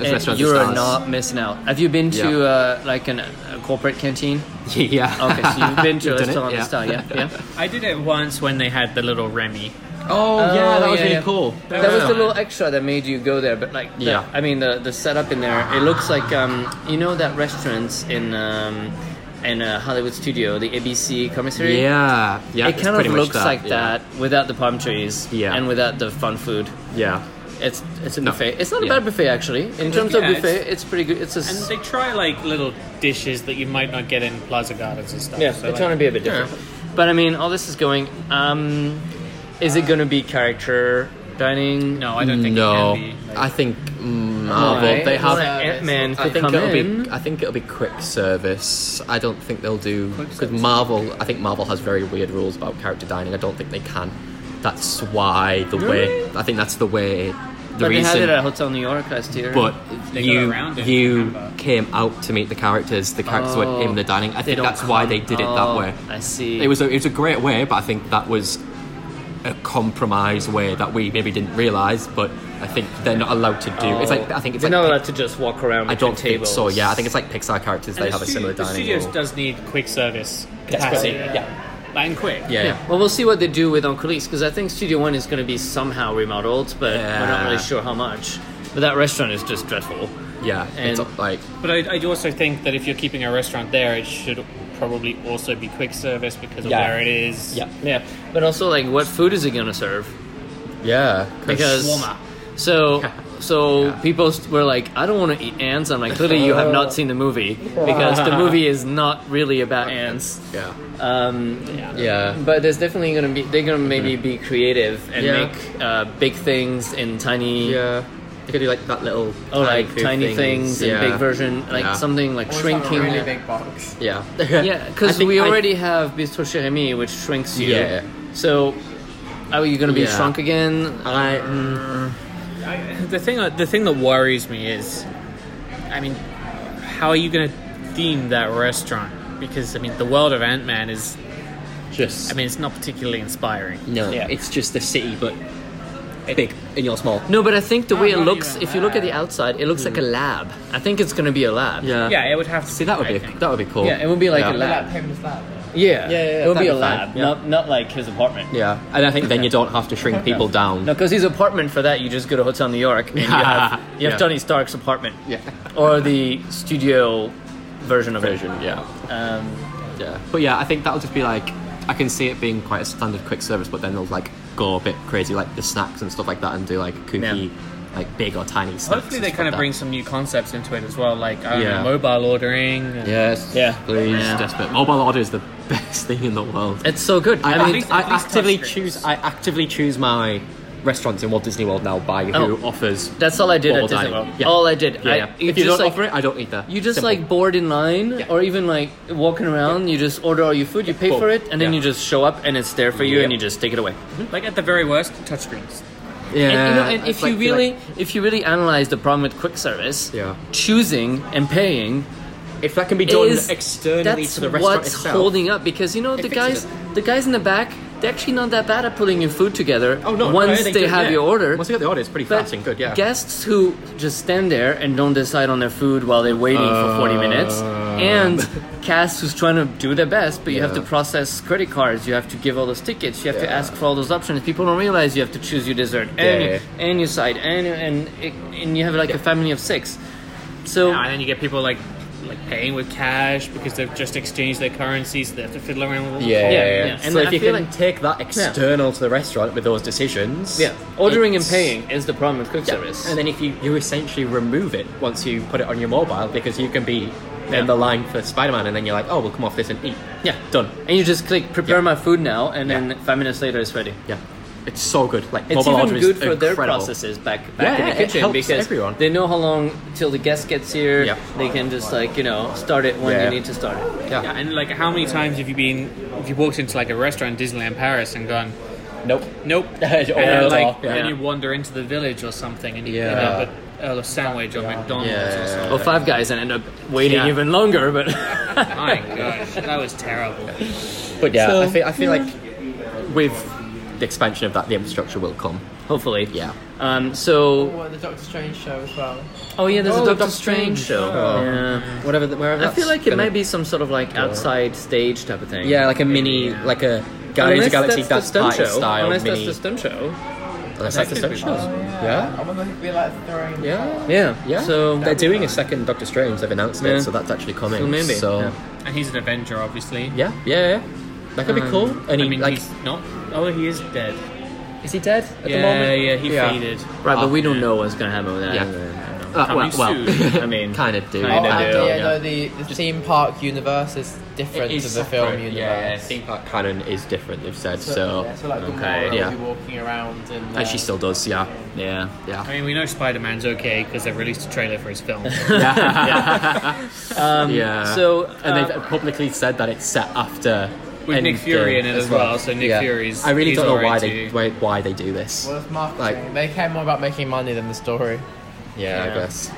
S15: and
S5: restaurants and
S15: you're
S5: stars.
S15: not missing out. Have you been to
S5: Yeah.
S15: uh, like an, a corporate canteen?
S5: yeah.
S15: Okay, so you've been to a
S5: You've done it?
S15: restaurant de
S5: Yeah.
S15: Star, yeah, yeah.
S6: I did it once when they had the little Remy.
S5: Oh, yeah, that was
S15: yeah,
S5: really
S15: yeah.
S5: cool.
S15: That was the little extra that made you go there, but like, the,
S5: Yeah.
S15: I mean, the the setup in there, it looks like um, you know that restaurants in um, in uh, Hollywood studio, the ABC commissary.
S5: Yeah, yeah.
S15: it
S5: it's
S15: kind of
S5: pretty much
S15: looks like
S5: yeah.
S15: that without the palm trees
S5: Yeah.
S15: and without the fun food.
S5: Yeah.
S15: It's it's a
S5: No.
S15: buffet. It's not a
S5: Yeah.
S15: bad buffet actually. In terms of
S6: Yeah, it's-
S15: buffet, it's, pretty good. It's a s-
S6: And they try like little dishes that you might not get in Plaza Gardens and stuff.
S15: yeah.
S6: so,
S15: they're
S6: like,
S15: trying to be a bit different. But I mean, all this is going. Um, is it going to be character dining?
S6: No, I don't think
S5: no,
S6: it can be. Like,
S5: I think
S15: Oh,
S5: mm, Marvel.
S15: Right.
S5: They have.
S15: Well, Ant-Man
S5: I
S15: could
S5: think
S15: come
S5: it'll
S15: in.
S5: be. I think it'll be quick service. I don't think they'll do because
S6: service.
S5: Marvel. I think Marvel has very weird rules about character dining. I don't think they can. That's why the way. I think that's the way the
S15: but
S5: reason.
S15: they had it at Hotel New York last year.
S5: but
S15: They got
S5: you
S15: around it,
S5: you came out to meet the characters. The characters
S15: Oh,
S5: were in the dining. I
S15: they
S5: think
S15: don't
S5: that's why
S15: come-
S5: they did it
S15: oh,
S5: that way.
S15: I see.
S5: It was a, it was a great way, but I think that was a compromise way that we maybe didn't realize. But I think they're not allowed to do. It's like I think it's
S15: they're
S5: like
S15: not allowed to just walk around.
S5: I
S15: between
S5: don't think so.
S15: tables.
S5: Oh, Yeah, I think it's like Pixar characters.
S15: And
S5: they
S15: the
S5: have a
S15: stu-
S5: similar
S15: the
S5: dining.
S15: studios
S5: room.
S6: does need quick service
S5: That's
S6: capacity.
S5: right,
S6: Like, and quick.
S5: Yeah, yeah.
S15: Well, we'll see what they do with Unculise because I think Studio One is going to be somehow remodeled, but we're not really
S6: Yeah.
S15: sure how much. But that restaurant is just dreadful.
S5: Yeah,
S15: and
S5: like
S6: But I, I do also think that if you're keeping a restaurant there, it should probably also be quick service because of
S15: Yeah.
S6: where it is.
S15: Yeah. Yeah. But also, like, what food is it going to serve?
S18: Yeah,
S15: Because
S6: Shawarma.
S15: so so people st- were like, I don't want to eat ants. I'm like, clearly you have not seen the movie because the movie is not really about ants.
S5: Yeah.
S15: Um,
S18: Yeah.
S15: But there's definitely gonna be they're gonna maybe be creative and
S5: Mm. Yeah.
S15: make uh, big things in tiny.
S5: Yeah. They could do like that little
S15: oh
S5: tiny
S15: like
S5: food
S15: tiny
S5: things.
S15: things, and
S5: Yeah.
S15: big version like
S5: Yeah.
S15: something like shrinking.
S8: Really big box.
S5: Yeah.
S15: yeah,
S5: I
S15: because
S5: think
S15: we
S5: I-
S15: already have Bistro Jeremy, which shrinks you.
S5: Yeah.
S15: So, are you gonna be
S6: Yeah.
S15: shrunk again?
S5: I.
S6: I, the thing, the thing that worries me is, I mean, how are you going to theme that restaurant? Because I mean, the world of Ant Man is
S5: just.
S6: I mean, it's not particularly inspiring.
S5: No, it's just the city, but big and you're small.
S15: No, but I think the way it looks, if you look at the outside, it looks like a lab. I think it's going to be a lab.
S5: Yeah. Yeah,
S6: it would have to
S15: See,
S5: that would be that would be cool.
S15: Yeah, it would be like a lab. Yeah, it would be a lab, not not like his apartment.
S5: Yeah, and I think then you don't have to shrink people down.
S15: No, because his apartment for that, you just go to Hotel New York and you have, you have
S5: Yeah.
S15: Tony Stark's apartment.
S5: Yeah.
S15: Or the studio version of
S5: version, yeah.
S15: Um,
S5: yeah. But yeah, I think that'll just be like I can see it being quite a standard quick service, but then they'll like go a bit crazy, like the snacks and stuff like that, and do like kooky, like big or tiny snacks.
S6: Hopefully,
S5: and
S6: they
S5: stuff
S6: kind
S5: like
S6: of bring some new concepts into it as well, like I don't
S5: Yeah.
S6: know, mobile ordering.
S5: that.
S6: and-
S5: Yes.
S15: Yeah.
S5: Please,
S6: Yeah.
S5: desperate. Mobile order is the best thing in the world.
S15: It's so good.
S5: I,
S15: I mean-
S5: act-
S15: At least-
S5: I
S15: at least
S5: actively
S15: touchscreens.
S5: choose. I actively choose my restaurants in Walt Disney World now by who
S15: Oh.
S5: offers.
S15: That's all I did
S5: mobile
S15: at Disney
S5: dining.
S15: World.
S5: Yeah.
S15: All I did.
S5: Yeah,
S15: I,
S5: yeah.
S15: you
S5: if you
S15: just
S5: don't
S15: like
S5: offer it, I don't eat that.
S15: you just
S5: Simple.
S15: like bored in line, or even like walking around. You just order all your food, you pay
S6: Boom.
S15: for it, and then you just show up and it's there for you, and
S6: Yep.
S15: you just take it away.
S6: Like at the very worst, touchscreens.
S15: and, you know, and if you really, if you really analyze the problem with quick service, choosing and paying,
S5: if that can be done
S15: is,
S5: externally
S15: that's
S5: to the restaurant
S15: what's
S5: itself.
S15: holding up because you know
S5: It
S15: the guys,
S5: fixes
S15: the guys in the back, they're actually not that bad at putting your food together.
S5: Oh no!
S15: once they,
S5: no, do,
S15: have
S5: yeah.
S15: your order,
S5: once they got the order, it's pretty fast and good. Yeah.
S15: guests who just stand there and don't decide on their food while they're waiting for
S5: Uh,
S15: 40 minutes and cast who's trying to do their best but you have to
S5: Yeah.
S15: process credit cards you have to give all those tickets you have to
S5: Yeah.
S15: ask for all those options people don't realize you have to choose your dessert and,
S5: Yeah.
S15: and your side and and and you have like a family of six so
S6: Yeah, and then you get people like like paying with cash because they've just exchanged their currencies. They have to fiddle around with all the
S5: Yeah, yeah,
S6: cards.
S5: yeah.
S15: and
S5: so
S15: I
S5: if you
S15: feel
S5: can
S15: like-
S5: take that
S15: Yeah.
S5: external to the restaurant with those decisions,
S15: yeah ordering and
S5: it's-
S15: paying is the problem with quick
S5: Yeah.
S15: service
S5: And then if you, you essentially remove it once you put it on your mobile because you can be in the line for Spider Man and then you're like, oh, we'll come off this and eat. Yeah, done.
S15: and you just click prepare my food now and then five minutes later it's ready
S5: Yeah, it's so good. Like
S15: It's
S5: mobile
S15: even
S5: order is
S15: good for their
S5: incredible.
S15: processes back back
S5: Yeah,
S15: in
S5: it
S15: the kitchen
S5: helps
S15: because
S5: everyone.
S15: they know how long till the guest gets here.
S5: Yeah.
S15: They can just like you know start it when
S6: Yeah.
S15: you need to start it.
S6: Yeah, and like how many times have you been have you walked into like a restaurant in Disneyland Paris and gone
S5: Nope.
S6: Nope.
S5: Always
S6: and then, like
S5: are, yeah.
S6: then you wander into the village or something and you
S5: Yeah.
S6: end up at Earl of Sandwich or McDonald's or something.
S15: Well, Five Guys and end up waiting
S6: Yeah.
S15: even longer, but
S6: My gosh, that was terrible.
S5: But yeah,
S15: So-
S5: I feel, I feel
S15: Yeah.
S5: like with the expansion of that, the infrastructure will come.
S15: hopefully.
S5: Yeah.
S15: Um. So.
S8: Well, the Doctor Strange show as well.
S15: Oh yeah, there's
S8: Oh,
S15: a Doctor,
S8: Doctor
S15: Strange,
S8: Strange
S15: show.
S8: show.
S15: Yeah.
S5: Whatever. The, wherever
S15: I feel
S5: Oh, that's
S15: like it
S5: gonna-
S15: might be some sort of like outside stage type of thing.
S5: Yeah, like a mini, like a Guardians
S15: Unless
S5: of the Galaxy
S15: that's the
S5: dance
S15: stunt
S5: party
S15: show.
S5: style
S15: Unless
S5: mini.
S15: that's the stunt show.
S5: Unless that's the stunt shows. Yeah.
S8: I wonder if it'd be like throwing.
S5: Yeah.
S15: Yeah.
S5: Yeah.
S15: So
S5: they're doing a second Doctor Strange. They've announced
S15: Yeah.
S5: it, so that's actually coming.
S15: So maybe,
S5: So
S15: yeah.
S5: yeah,
S6: And he's an Avenger, obviously.
S5: yeah, yeah. That could be
S6: Um,
S5: cool. And
S6: I
S5: he,
S6: mean,
S5: like,
S6: he's not. Oh, he is dead.
S5: is he dead at
S6: yeah,
S5: the moment?
S6: yeah, he
S5: Yeah.
S6: faded.
S15: Right, but we don't know what's gonna happen with that.
S5: Yeah.
S15: Yeah.
S5: Uh, well,
S15: Coming soon.
S5: well
S15: I mean,
S5: kind of do.
S8: Oh,
S15: Kinda
S8: and
S15: do,
S8: yeah,
S15: yeah.
S8: no, the, the theme park universe is different to the film universe.
S5: Yeah, yeah, theme park canon is different. They've said so.
S8: yeah, so like Gamora
S5: okay,
S8: will be
S5: yeah.
S8: walking around and
S5: And she still does. Yeah,
S15: Yeah.
S5: yeah.
S6: I mean, we know Spider Man's okay because they've released a trailer for his film.
S5: yeah.
S15: Um,
S5: yeah.
S15: So uh,
S5: and
S6: Um,
S5: they've publicly said that it's set after
S6: uh, With
S5: and,
S6: Nick Fury
S5: uh,
S6: in it as well, so Nick Fury's-
S5: I really
S6: he's
S5: don't know why
S6: alright
S5: they
S6: too.
S5: why, why they do this.
S8: Well, it's marketing.
S5: Like-
S8: they care more about making money than the story.
S5: Yeah,
S15: Yeah.
S5: I guess.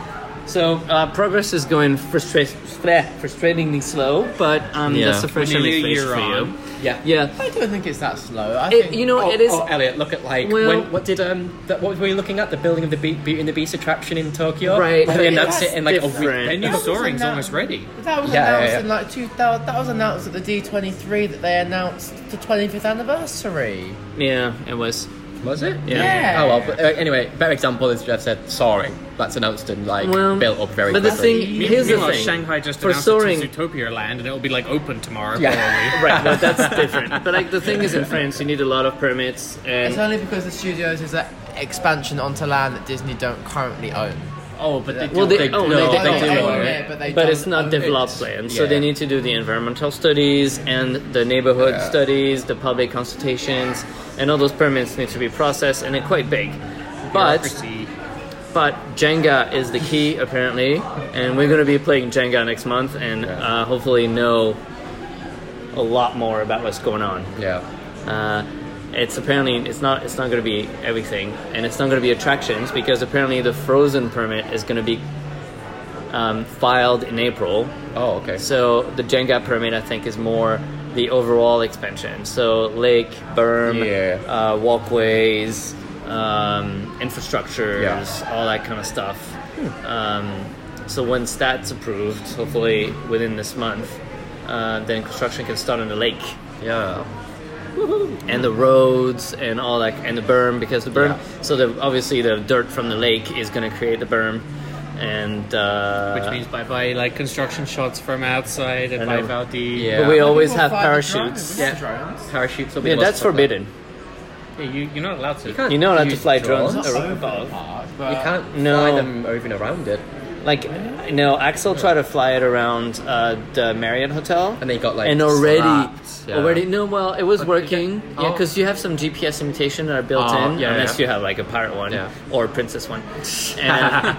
S15: So uh, progress is going frustra- bleh, frustratingly slow, but um,
S5: Yeah.
S15: that's a
S5: We're
S15: fresh
S5: nearly
S15: face
S5: a year
S15: for you.
S5: on.
S15: Yeah, yeah.
S8: I don't think it's that slow. I
S15: It-
S8: think
S15: you know,
S19: Oh,
S15: it is.
S19: oh, Elliot, look at like
S15: Well-
S19: when, what did um that, what were you looking at the building of the Be- Beauty and the Beast attraction in Tokyo?
S15: Right,
S19: and
S15: but
S19: they announced
S15: that's
S19: it in like a week.
S15: different.
S6: Their new
S8: That was
S6: soaring's
S8: in that-
S6: almost ready.
S8: But That was
S19: Yeah, yeah,
S8: announced
S19: yeah.
S8: in like two. That was, that was announced at the D twenty three that they announced the twenty fifth anniversary.
S15: Yeah, it was.
S5: Was it?
S15: Yeah.
S8: Yeah.
S5: Oh well. But, uh, anyway, better example is Jeff said soaring. That's announced and like
S15: Well,
S5: built up very.
S15: but the
S5: quickly.
S15: thing- Here's the
S6: Meanwhile,
S15: thing.
S6: Shanghai just
S15: For
S6: announced
S15: soaring-
S6: it's Zootopia land, and it will be like open tomorrow.
S5: Yeah.
S6: probably.
S15: Right, well, that's different. But like the thing is, in France, you need a lot of permits,
S8: It's
S15: and
S8: only because the studios is an expansion onto land that Disney don't currently own.
S19: Oh, but they
S15: well, they,
S5: They-
S15: oh,
S5: no,
S15: they,
S5: they do
S15: own
S5: own
S15: it,
S8: it, but they
S15: it's
S8: don't
S15: not
S8: own
S15: developed
S8: it.
S15: land. So
S5: Yeah.
S15: they need to do the environmental studies and the neighborhood
S5: Yeah.
S15: studies, the public consultations, and all those permits need to be processed, and they're quite big. But
S6: Bureaucracy.
S15: But Jenga is the key, apparently, and we're going to be playing Jenga next month, and uh, hopefully know a lot more about what's going on.
S5: Yeah.
S15: Uh, it's apparently it's not it's not going to be everything, and it's not going to be attractions because apparently the Frozen permit is going to be um, filed in April.
S5: Oh okay.
S15: So the Jenga permit, I think, is more the overall expansion. So lake, berm,
S5: Yeah.
S15: uh, walkways, um, infrastructures,
S5: Yeah.
S15: all that kind of stuff. Um, so once that's approved, hopefully within this month, uh, then construction can start on the lake
S5: Yeah.
S15: and the roads and all that and the berm because the berm.
S5: Yeah.
S15: So the, obviously the dirt from the lake is going to create the berm, and uh,
S6: Which means bye bye, like construction shots from outside and
S15: And
S6: bye
S15: then-
S6: bye the.
S5: Yeah.
S15: but we always
S8: People
S15: have
S8: fly the
S15: parachutes.
S8: drones, drones.
S5: Parachutes will be.
S15: Yeah,
S5: the most
S15: that's
S5: popular.
S15: forbidden.
S6: Yeah, you, you're not allowed to.
S15: You know how to fly drones,
S5: drones?
S15: ar- above.
S5: You can't
S15: No.
S5: fly them or even around it.
S15: Like, you know, Axel tried to fly it around uh, the Marriott hotel,
S5: And they got, like,
S15: and already,
S5: slapped, yeah.
S15: already. No, well, it was
S5: But you
S15: working.
S5: get-
S15: Yeah,
S5: oh.
S15: because you have some GPS imitation that are built
S5: Oh,
S15: in,
S5: yeah,
S15: unless
S5: yeah.
S15: you have like a pirate one
S5: Yeah.
S15: or a princess one. And,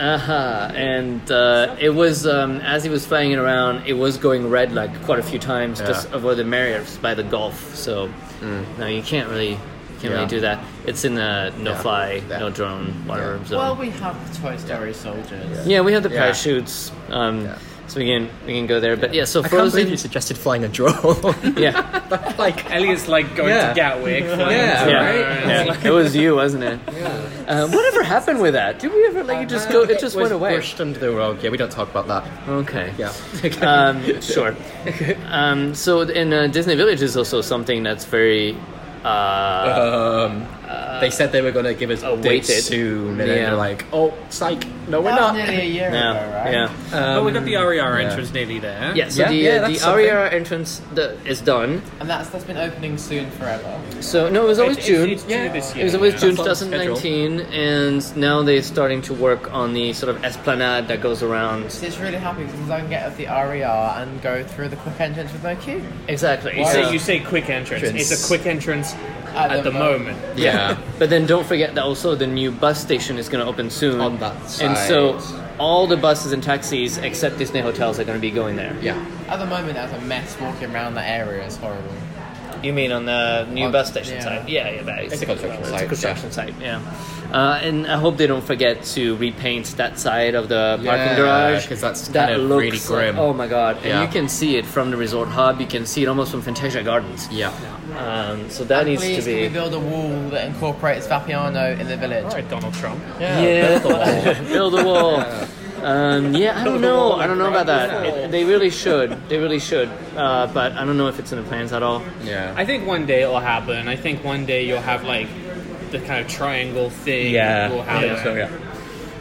S15: uh-huh, and uh, it was um, as he was flying it around, it was going red like quite a few times
S5: Yeah. Mm.
S15: just over the Marriott by the Gulf. So no, you can't really, you can't really
S5: Yeah.
S15: do that. It's in the no
S5: Yeah.
S15: fly,
S5: Yeah.
S15: no drone, whatever zone.
S8: Well, we have the Toy Story soldiers.
S15: Yeah, we have the
S5: Yeah.
S15: parachutes, um,
S5: Yeah.
S15: so we can we can go there. But yeah, so
S5: I can't believe
S15: Frozen.
S5: you suggested flying a drone.
S15: Yeah,
S5: like
S6: Elliot's like going
S5: Yeah.
S6: to Gatwick. flying
S5: Yeah,
S6: to-
S15: yeah,
S5: Right?
S15: yeah. it was you, wasn't it? Um, whatever happened with that? Did we ever like it
S19: Uh,
S15: just go? It just
S5: was
S15: went away.
S5: Brushed under the rug. Yeah, we don't talk about that.
S15: Okay.
S5: Yeah.
S15: Um, sure. Um, so in uh, Disney Village is also something that's very. Uh,
S5: Um, they said they were going to give us updates
S15: weighted.
S5: soon, and then
S15: Yeah. Oh,
S5: they're like, "Oh, psych! No, we're
S8: That was
S5: not."
S8: nearly a year
S15: yeah,
S8: ago, right?
S15: yeah. Um,
S6: but we got the RER
S5: yeah.
S6: entrance nearly there.
S15: Yeah, so
S5: Yeah,
S15: the,
S5: yeah,
S15: uh,
S5: that's
S15: the RER entrance the, is done.
S8: And that's that's been opening soon forever.
S15: So no, it was always
S6: It's- it's-
S15: June.
S6: it's due Yeah. this
S15: It was
S6: year,
S15: always
S6: yeah.
S15: June
S5: That's on
S15: 2019, and now they're starting to work on the sort of esplanade that goes around.
S8: It's really happy because I can get off the RER and go through the quick entrance with no queue.
S15: Exactly.
S6: You
S15: So-
S6: say, you say quick entrance.
S5: Entrance.
S6: It's a quick entrance at, the, moment.
S5: Yeah,
S15: But then don't forget that also the new bus station is going to open soon.
S5: On that
S15: And
S5: side.
S15: so all the buses and taxis except Disney hotels are going to be going there.
S5: yeah.
S8: At the moment, that's a mess walking around that area. It's horrible.
S15: You mean on the new
S8: On-
S15: bus station
S8: yeah.
S15: side? Yeah, yeah, that is.
S5: It's a construction
S15: it's
S5: site,
S15: construction site, yeah. Uh, and I hope they don't forget to repaint that side of the parking
S5: Yeah,
S15: garage
S5: 'cause that's
S15: that
S5: kind of
S15: looks
S5: really grim.
S15: oh my god! And
S5: Yeah.
S15: you can see it from the resort hub. You can see it almost from Fantasia Gardens.
S5: Yeah.
S15: Um, so that needs
S8: Please,
S15: to
S8: can
S15: be.
S8: we build a wall that incorporates Vapiano in the village?
S6: Right, Donald Trump.
S15: Yeah, build a wall. Um, yeah, I don't know. I don't know about that. It- they really should. They really should. Uh, but I don't know if it's in the plans at all.
S5: Yeah.
S6: I think one day it'll happen. I think one day you'll have like the kind of triangle thing. Will happen.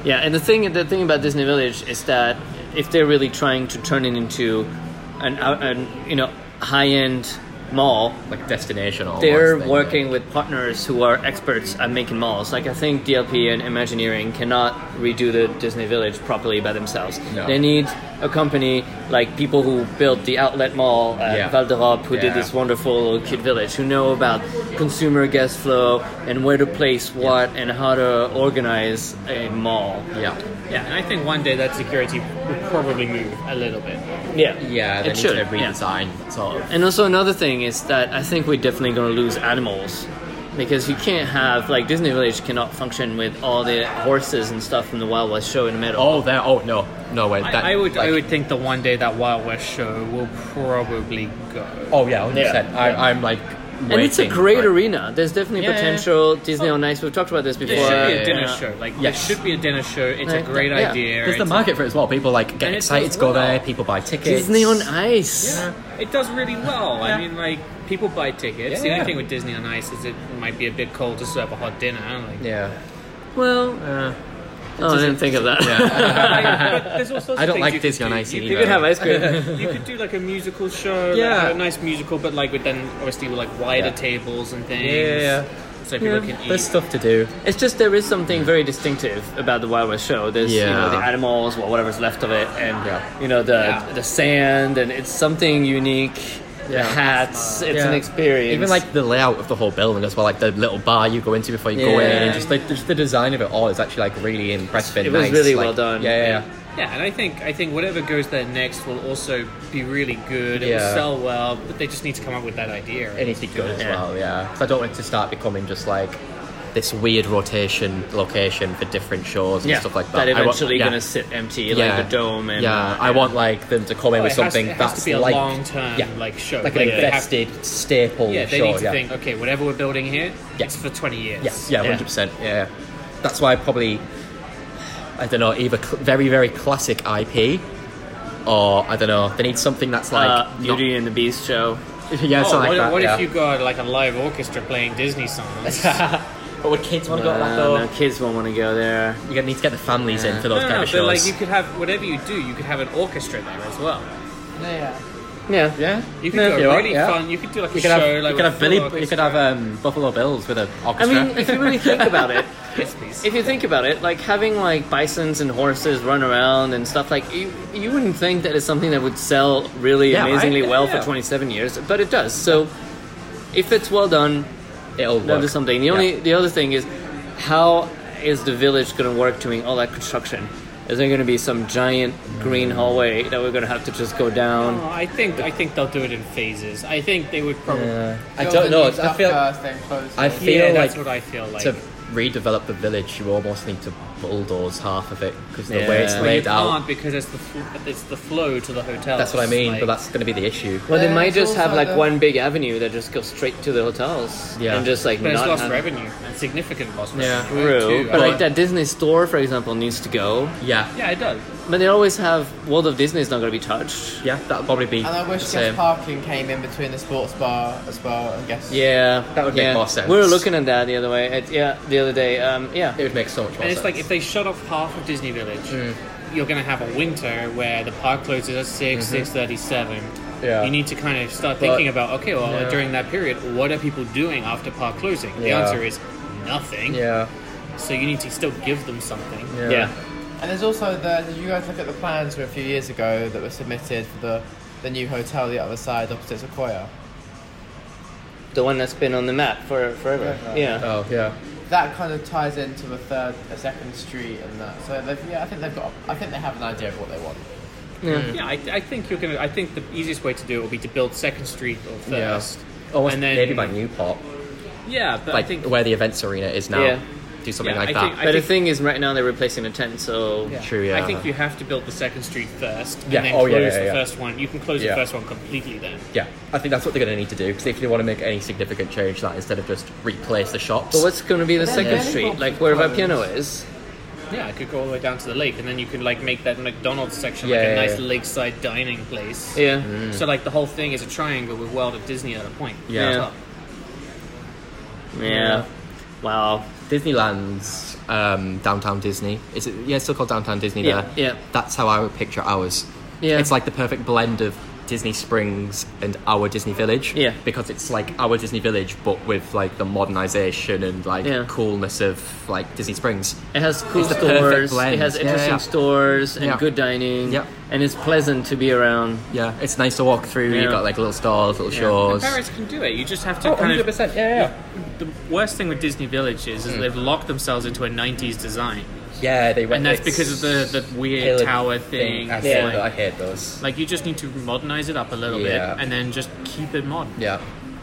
S15: Yeah, and the thing the thing about Disney Village is that if they're really trying to turn it into an, out- an you know high end mall,
S5: Like destination. Almost,
S15: they're
S5: thing,
S15: working with partners who are experts at making malls. Like I think DLP and Imagineering cannot redo the Disney Village properly by themselves.
S5: No.
S15: They need a company like people who built the outlet mall at
S5: Yeah.
S15: Val d'Europe, who did
S5: Yeah.
S15: this wonderful little kid village, who know about consumer guest flow and where to place what and how to organize a mall.
S5: Yeah.
S6: Yeah, and I think one day that security will probably move a little bit.
S15: Yeah,
S5: Yeah. They
S15: it
S5: need
S15: should.
S5: to
S15: yeah.
S5: redesign sort of.
S15: And also another thing thing is that I think we're definitely going to lose animals because you can't have like Disney Village cannot function with all the horses and stuff from the Wild West show in the middle.
S7: Oh, there. Oh no, no way.
S6: I, I would I would think that one day that Wild West show will probably go.
S7: Oh yeah, 100%.
S15: Yeah.
S7: I, I'm like.
S15: and it's a
S7: Oh, waiting
S15: great
S7: for it.
S15: arena. There's definitely
S6: Yeah, yeah, yeah.
S15: potential. Disney on Ice. We've talked about this before.
S6: There should be
S7: yeah,
S6: a dinner
S15: yeah.
S6: show. Like
S7: Yes.
S6: there should be a dinner show. It's a
S15: Like,
S6: great
S15: yeah.
S6: idea.
S7: There's the
S6: It's-
S7: market for it as well. People like get
S6: And it
S7: excited
S6: does
S7: to go
S6: well.
S7: there. People buy tickets.
S15: Disney on Ice.
S6: Yeah, it does really well. I mean, like people buy tickets. The
S7: Yeah.
S6: only thing with Disney on Ice is it might be a bit cold to serve a hot dinner. Like,
S7: Yeah.
S15: Well, oh, I didn't think of that.
S6: But there's all sorts
S7: I
S6: of
S7: don't
S6: things
S7: like
S6: you could
S7: Disney on
S6: do.
S7: Ice
S6: You
S7: either.
S15: you could have ice cream.
S6: you could do like a musical show, like,
S7: Yeah.
S6: a nice musical, but like with then obviously with like wider
S7: Yeah.
S6: tables and things.
S7: Yeah, yeah,
S6: So people
S15: Yeah.
S6: can eat.
S7: There's stuff to do.
S15: It's just there is something very distinctive about the Wild West show. There's you know
S7: Yeah.
S15: the animals, well, whatever's left of it, and
S7: Yeah.
S15: you know the
S6: Yeah.
S15: the sand, and it's something unique. The
S7: Yeah.
S15: hats, it's
S7: Yeah.
S15: an experience.
S7: Even like the layout of the whole building as well, like the little bar you go into before you go in,
S15: Yeah.
S7: and just the, just the design of it all is actually like really impressive. and
S15: It was
S7: nice,
S15: really
S7: like-
S15: well done.
S7: Yeah, yeah, yeah.
S6: Yeah, and I think I think whatever goes there next will also be really good. It will
S7: Yeah.
S6: sell well, but they just need to come up with that idea.
S7: It needs to be good as
S15: Yeah.
S7: well, yeah. 'Cause I don't want it to start becoming just like this weird rotation location for different shows and
S15: yeah,
S7: stuff like that.
S15: that
S7: I want-
S15: eventually
S7: yeah.
S15: gonna sit empty
S7: Yeah.
S15: like the dome and
S7: yeah, I want like them to come in
S6: Oh,
S7: with
S6: it has to-
S7: something
S6: it has to
S7: that's
S6: be a
S7: like
S6: long-term,
S7: yeah,
S6: like, show. Like,
S7: like, an
S6: they have-
S7: invested staple
S6: yeah, they
S7: show.
S6: need to
S7: yeah.
S6: think. Okay, whatever we're building here,
S7: Yeah.
S6: it's for twenty years.
S7: Yes, yeah, hundred percent. Yeah, that's why probably I don't know either cl- very very classic IP or I don't know they need something that's like
S15: uh,
S7: not-
S15: Beauty and the Beast show.
S7: yeah,
S6: Oh,
S7: something like
S6: what
S7: that.
S6: what
S7: yeah.
S6: if you got like a live orchestra playing Disney songs?
S7: But would kids want to go to that
S15: Uh,
S7: though?
S15: no, kids won't want to go there.
S7: You're gonna need to get the families in for those
S6: no,
S7: kind
S6: no,
S7: of
S6: but
S7: shows.
S6: like you could have whatever you do, you could have an orchestra there as well.
S15: Yeah,
S7: yeah,
S6: You could
S7: No,
S6: do
S7: if you
S6: a
S7: want,
S6: really
S7: yeah.
S6: fun. You could do like a
S7: You could
S6: show.
S7: have,
S6: like
S7: you could
S6: with
S7: have Billy,
S6: full
S7: you could
S6: orchestra.
S7: have um, Buffalo Bills with an
S15: I
S7: orchestra.
S15: mean, if you really think about it,
S6: Yes, please.
S15: if you think about it, like having like bisons and horses run around and stuff, like you, you wouldn't think that is something that would sell really
S7: Yeah,
S15: amazingly
S7: right?
S15: well
S7: Yeah.
S15: for 27 years, but it does. So if it's well done,
S7: it'll
S15: they'll
S7: work.
S15: do something. The
S7: Yeah.
S15: only the other thing is how is the village going to work doing all that construction? Is there going to be some giant green hallway that we're going to have to just go
S6: Oh,
S15: down?
S6: I think I think they'll do it in phases. I think they would probably.
S7: Yeah. I don't know. I feel, I
S6: Yeah,
S7: feel like
S6: that's what I feel like.
S7: to redevelop the village, you almost need to bulldoze half of it because the
S15: Yeah.
S7: way it's
S15: Well,
S6: But you
S7: laid out.
S6: can't because it's the fl- it's the flow to the hotel.
S7: That's what I mean,
S6: Like,
S7: but that's going to be the issue.
S15: Well, they
S8: Yeah,
S15: might
S8: it's
S15: just have
S8: also
S15: like
S8: the-
S15: one big avenue that just goes straight to the hotels
S7: Yeah.
S15: and just like
S6: but it's
S15: not
S6: lost
S15: have-
S6: revenue, and significant lost revenue.
S7: Yeah.
S15: True,
S6: too.
S15: but
S6: I-
S15: like that Disney store, for example, needs to go.
S7: Yeah, yeah,
S6: yeah, it does.
S15: But they always have World of Disney is not going to be touched.
S7: that'll probably be
S8: And I
S7: the
S8: wish guest
S7: same.
S8: parking came in between the sports bar as well. And guess
S15: Yeah,
S7: That would make
S15: yeah.
S7: more sense.
S15: We were looking at that the other way. At, yeah, the other day. Um, yeah,
S7: It would make so much more
S6: And
S7: sense.
S6: it's like if they shut off half of Disney Village,
S7: Mm.
S6: you're going to have a winter where the park closes at 6 six thirty seven.
S7: Mm-hmm. Yeah.
S6: You need to kind of start
S7: But-
S6: thinking about okay, well,
S7: Yeah.
S6: during that period, what are people doing after park closing? The
S7: Yeah.
S6: answer is nothing.
S7: yeah,
S6: So you need to still give them something.
S7: yeah,
S8: And there's also the. Did you guys look at the plans from a few years ago that were submitted for the the new hotel the other side opposite Sequoia?
S15: the one that's been on the map for forever. Yeah,
S8: Yeah.
S7: Oh yeah,
S8: That kind of ties into a third, a second street, and that. So they've, yeah, I think they've got. I think they have an idea of what they want.
S7: Mm.
S6: Yeah, I, I think you're gonna. I think the easiest way to do it will be to build Second Street or
S7: yeah.
S6: first.
S7: Almost
S6: and then
S7: maybe by Newport,
S6: Yeah, but
S7: like
S6: I think
S7: where the events arena is now.
S15: Yeah.
S7: Do something
S6: Yeah,
S7: like
S6: I
S7: that.
S6: think-
S15: But the thing is, right now they're replacing the tent, so
S6: Yeah.
S7: True, yeah.
S6: I think you have to build the second street first, and
S7: Yeah,
S6: then
S7: oh,
S6: close
S7: yeah, yeah,
S6: the
S7: yeah.
S6: first one. You can close
S7: Yeah.
S6: the first one completely then.
S7: yeah, I think that's what they're going to need to do because if they want to make any significant change, to that instead of just replace the shops.
S15: But what's going to be the
S8: But then
S15: second
S8: Valley
S15: street?
S8: Ball's
S15: Like where
S8: closed.
S15: Vapiano is?
S6: Yeah, it could go all the way down to the lake, and then you could like make that McDonald's section
S7: Yeah,
S6: like a
S7: yeah,
S6: nice
S7: yeah.
S6: lakeside dining place.
S15: Yeah.
S6: So like the whole thing is a triangle with World of Disney at a point.
S7: Yeah.
S6: Top.
S15: yeah, Wow.
S7: Disneyland's um, downtown Disney. Is it? Yeah, it's still called downtown Disney.
S15: Yeah,
S7: there.
S15: yeah.
S7: That's how I would picture ours.
S15: Yeah.
S7: It's like the perfect blend of Disney Springs and our Disney Village.
S15: Yeah.
S7: Because it's like our Disney Village, but with like the modernization and like
S15: Yeah.
S7: coolness of like Disney Springs.
S15: It has cool
S7: It's the perfect
S15: stores. It
S7: blend.
S15: has
S7: Yeah,
S15: interesting
S7: yeah.
S15: stores and
S7: Yeah.
S15: good dining.
S7: Yeah.
S15: And it's pleasant to be around.
S7: Yeah. It's nice to walk through.
S15: Yeah.
S7: You've got like little stores, little
S6: And
S7: shows.
S6: Paris can do it. You just have to kind of.
S7: Yeah, yeah.
S6: Mm. The worst thing with Disney Village is, is they've locked themselves into a '90s design.
S8: Yeah, they went.
S20: and that's
S8: it's
S20: because of the, the weird
S8: Hill
S20: tower
S8: thing.
S20: thing.
S8: I
S20: It's
S8: hate
S20: like-
S8: tho- I hate those.
S20: Like you just need to modernize it up a little
S8: Yeah.
S20: bit and then just keep it modern.
S8: Yeah.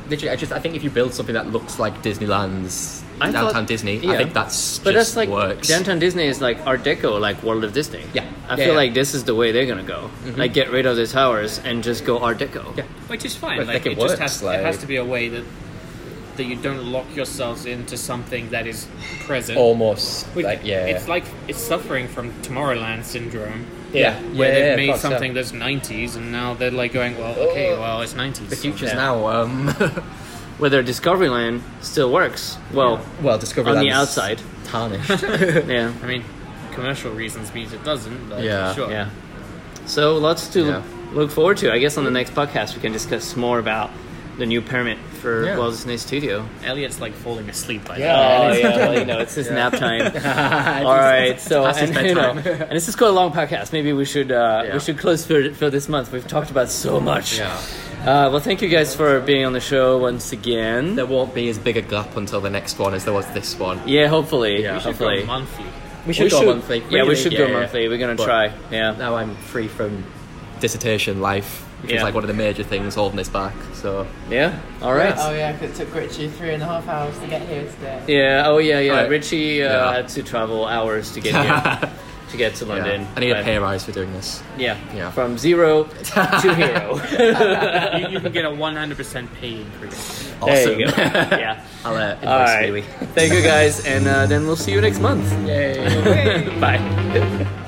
S8: Literally, I just I think if you build something that looks like Disneyland's
S15: I thought-
S8: downtown Disney, I
S15: yeah.
S8: think that's
S15: But
S8: just
S15: that's like
S8: works.
S15: downtown Disney is like Art Deco, like World of Disney. Yeah, I
S8: Yeah,
S15: feel
S8: yeah.
S15: like this is the way they're gonna go.
S8: Mhm.
S15: Like get rid of the towers and just go Art Deco. Yeah,
S6: Which is fine.
S15: But,
S6: Like,
S15: like,
S6: it,
S15: it
S6: just
S15: works,
S6: has
S15: like-
S6: it has to be a way that that you don't lock yourselves into something that is present.
S8: Almost,
S6: With-
S8: like, yeah.
S6: It's like it's suffering from Tomorrowland syndrome.
S8: Yeah.
S6: where
S8: Yeah,
S6: they've
S8: yeah, of
S6: made
S8: course,
S6: something
S8: yeah.
S6: that's '90s, and now they're like going, well, okay, well, it's '90s.
S15: The
S8: Oh. future's now. Um,
S15: whether Discoveryland still works. Well,
S8: well, Discoveryland
S15: on the
S8: is
S15: outside,
S8: tarnished.
S15: yeah,
S6: I mean, commercial reasons means it doesn't. But
S15: Yeah.
S6: sure.
S15: Yeah. So lots to
S6: Yeah.
S15: look forward to. I guess on the next podcast we can discuss more about the new permit for
S6: Yeah.
S15: Walt Disney Studio.
S6: Elliot's like falling asleep by
S15: Oh,
S6: now.
S15: yeah. Well, you know, it's his
S6: Yeah.
S15: nap time.
S6: It's-
S15: All right.
S6: it's
S15: So,
S6: past his
S15: and, you know,
S6: bedtime.
S15: and this is quite a long podcast. Maybe we should uh,
S6: Yeah.
S15: we should close for for this month. We've talked about so much.
S8: Yeah.
S15: Uh, well, thank you guys for being on the show once again.
S8: There won't be as big a gap until the next one as there was this one.
S15: Yeah, hopefully.
S8: Yeah,
S15: We should hopefully. go
S6: monthly.
S8: We should go monthly.
S15: Yeah, we
S8: really,
S15: should
S8: yeah,
S15: go
S8: yeah.
S15: monthly. We're gonna
S8: But
S15: try. Yeah.
S8: Now I'm free from dissertation life, which is
S15: Yeah.
S8: like one of the major things holding us back. So
S15: yeah, all right.
S21: Oh yeah, 'cause it took Richie three and a half hours to get here today.
S15: Yeah. Oh, yeah, yeah.
S8: Right.
S15: Richie uh,
S8: Yeah.
S15: had to travel hours to get here, to get to London.
S8: I need a
S15: But-
S8: pay rise for doing this.
S15: Yeah.
S8: Yeah.
S15: From zero to hero.
S6: you, you can get a 100% pay increase.
S15: There you go. yeah.
S8: I'll uh, invoice
S15: All right.
S8: Kiwi.
S15: Thank you guys, and uh, then we'll see you next month.
S8: Yay.
S15: Bye.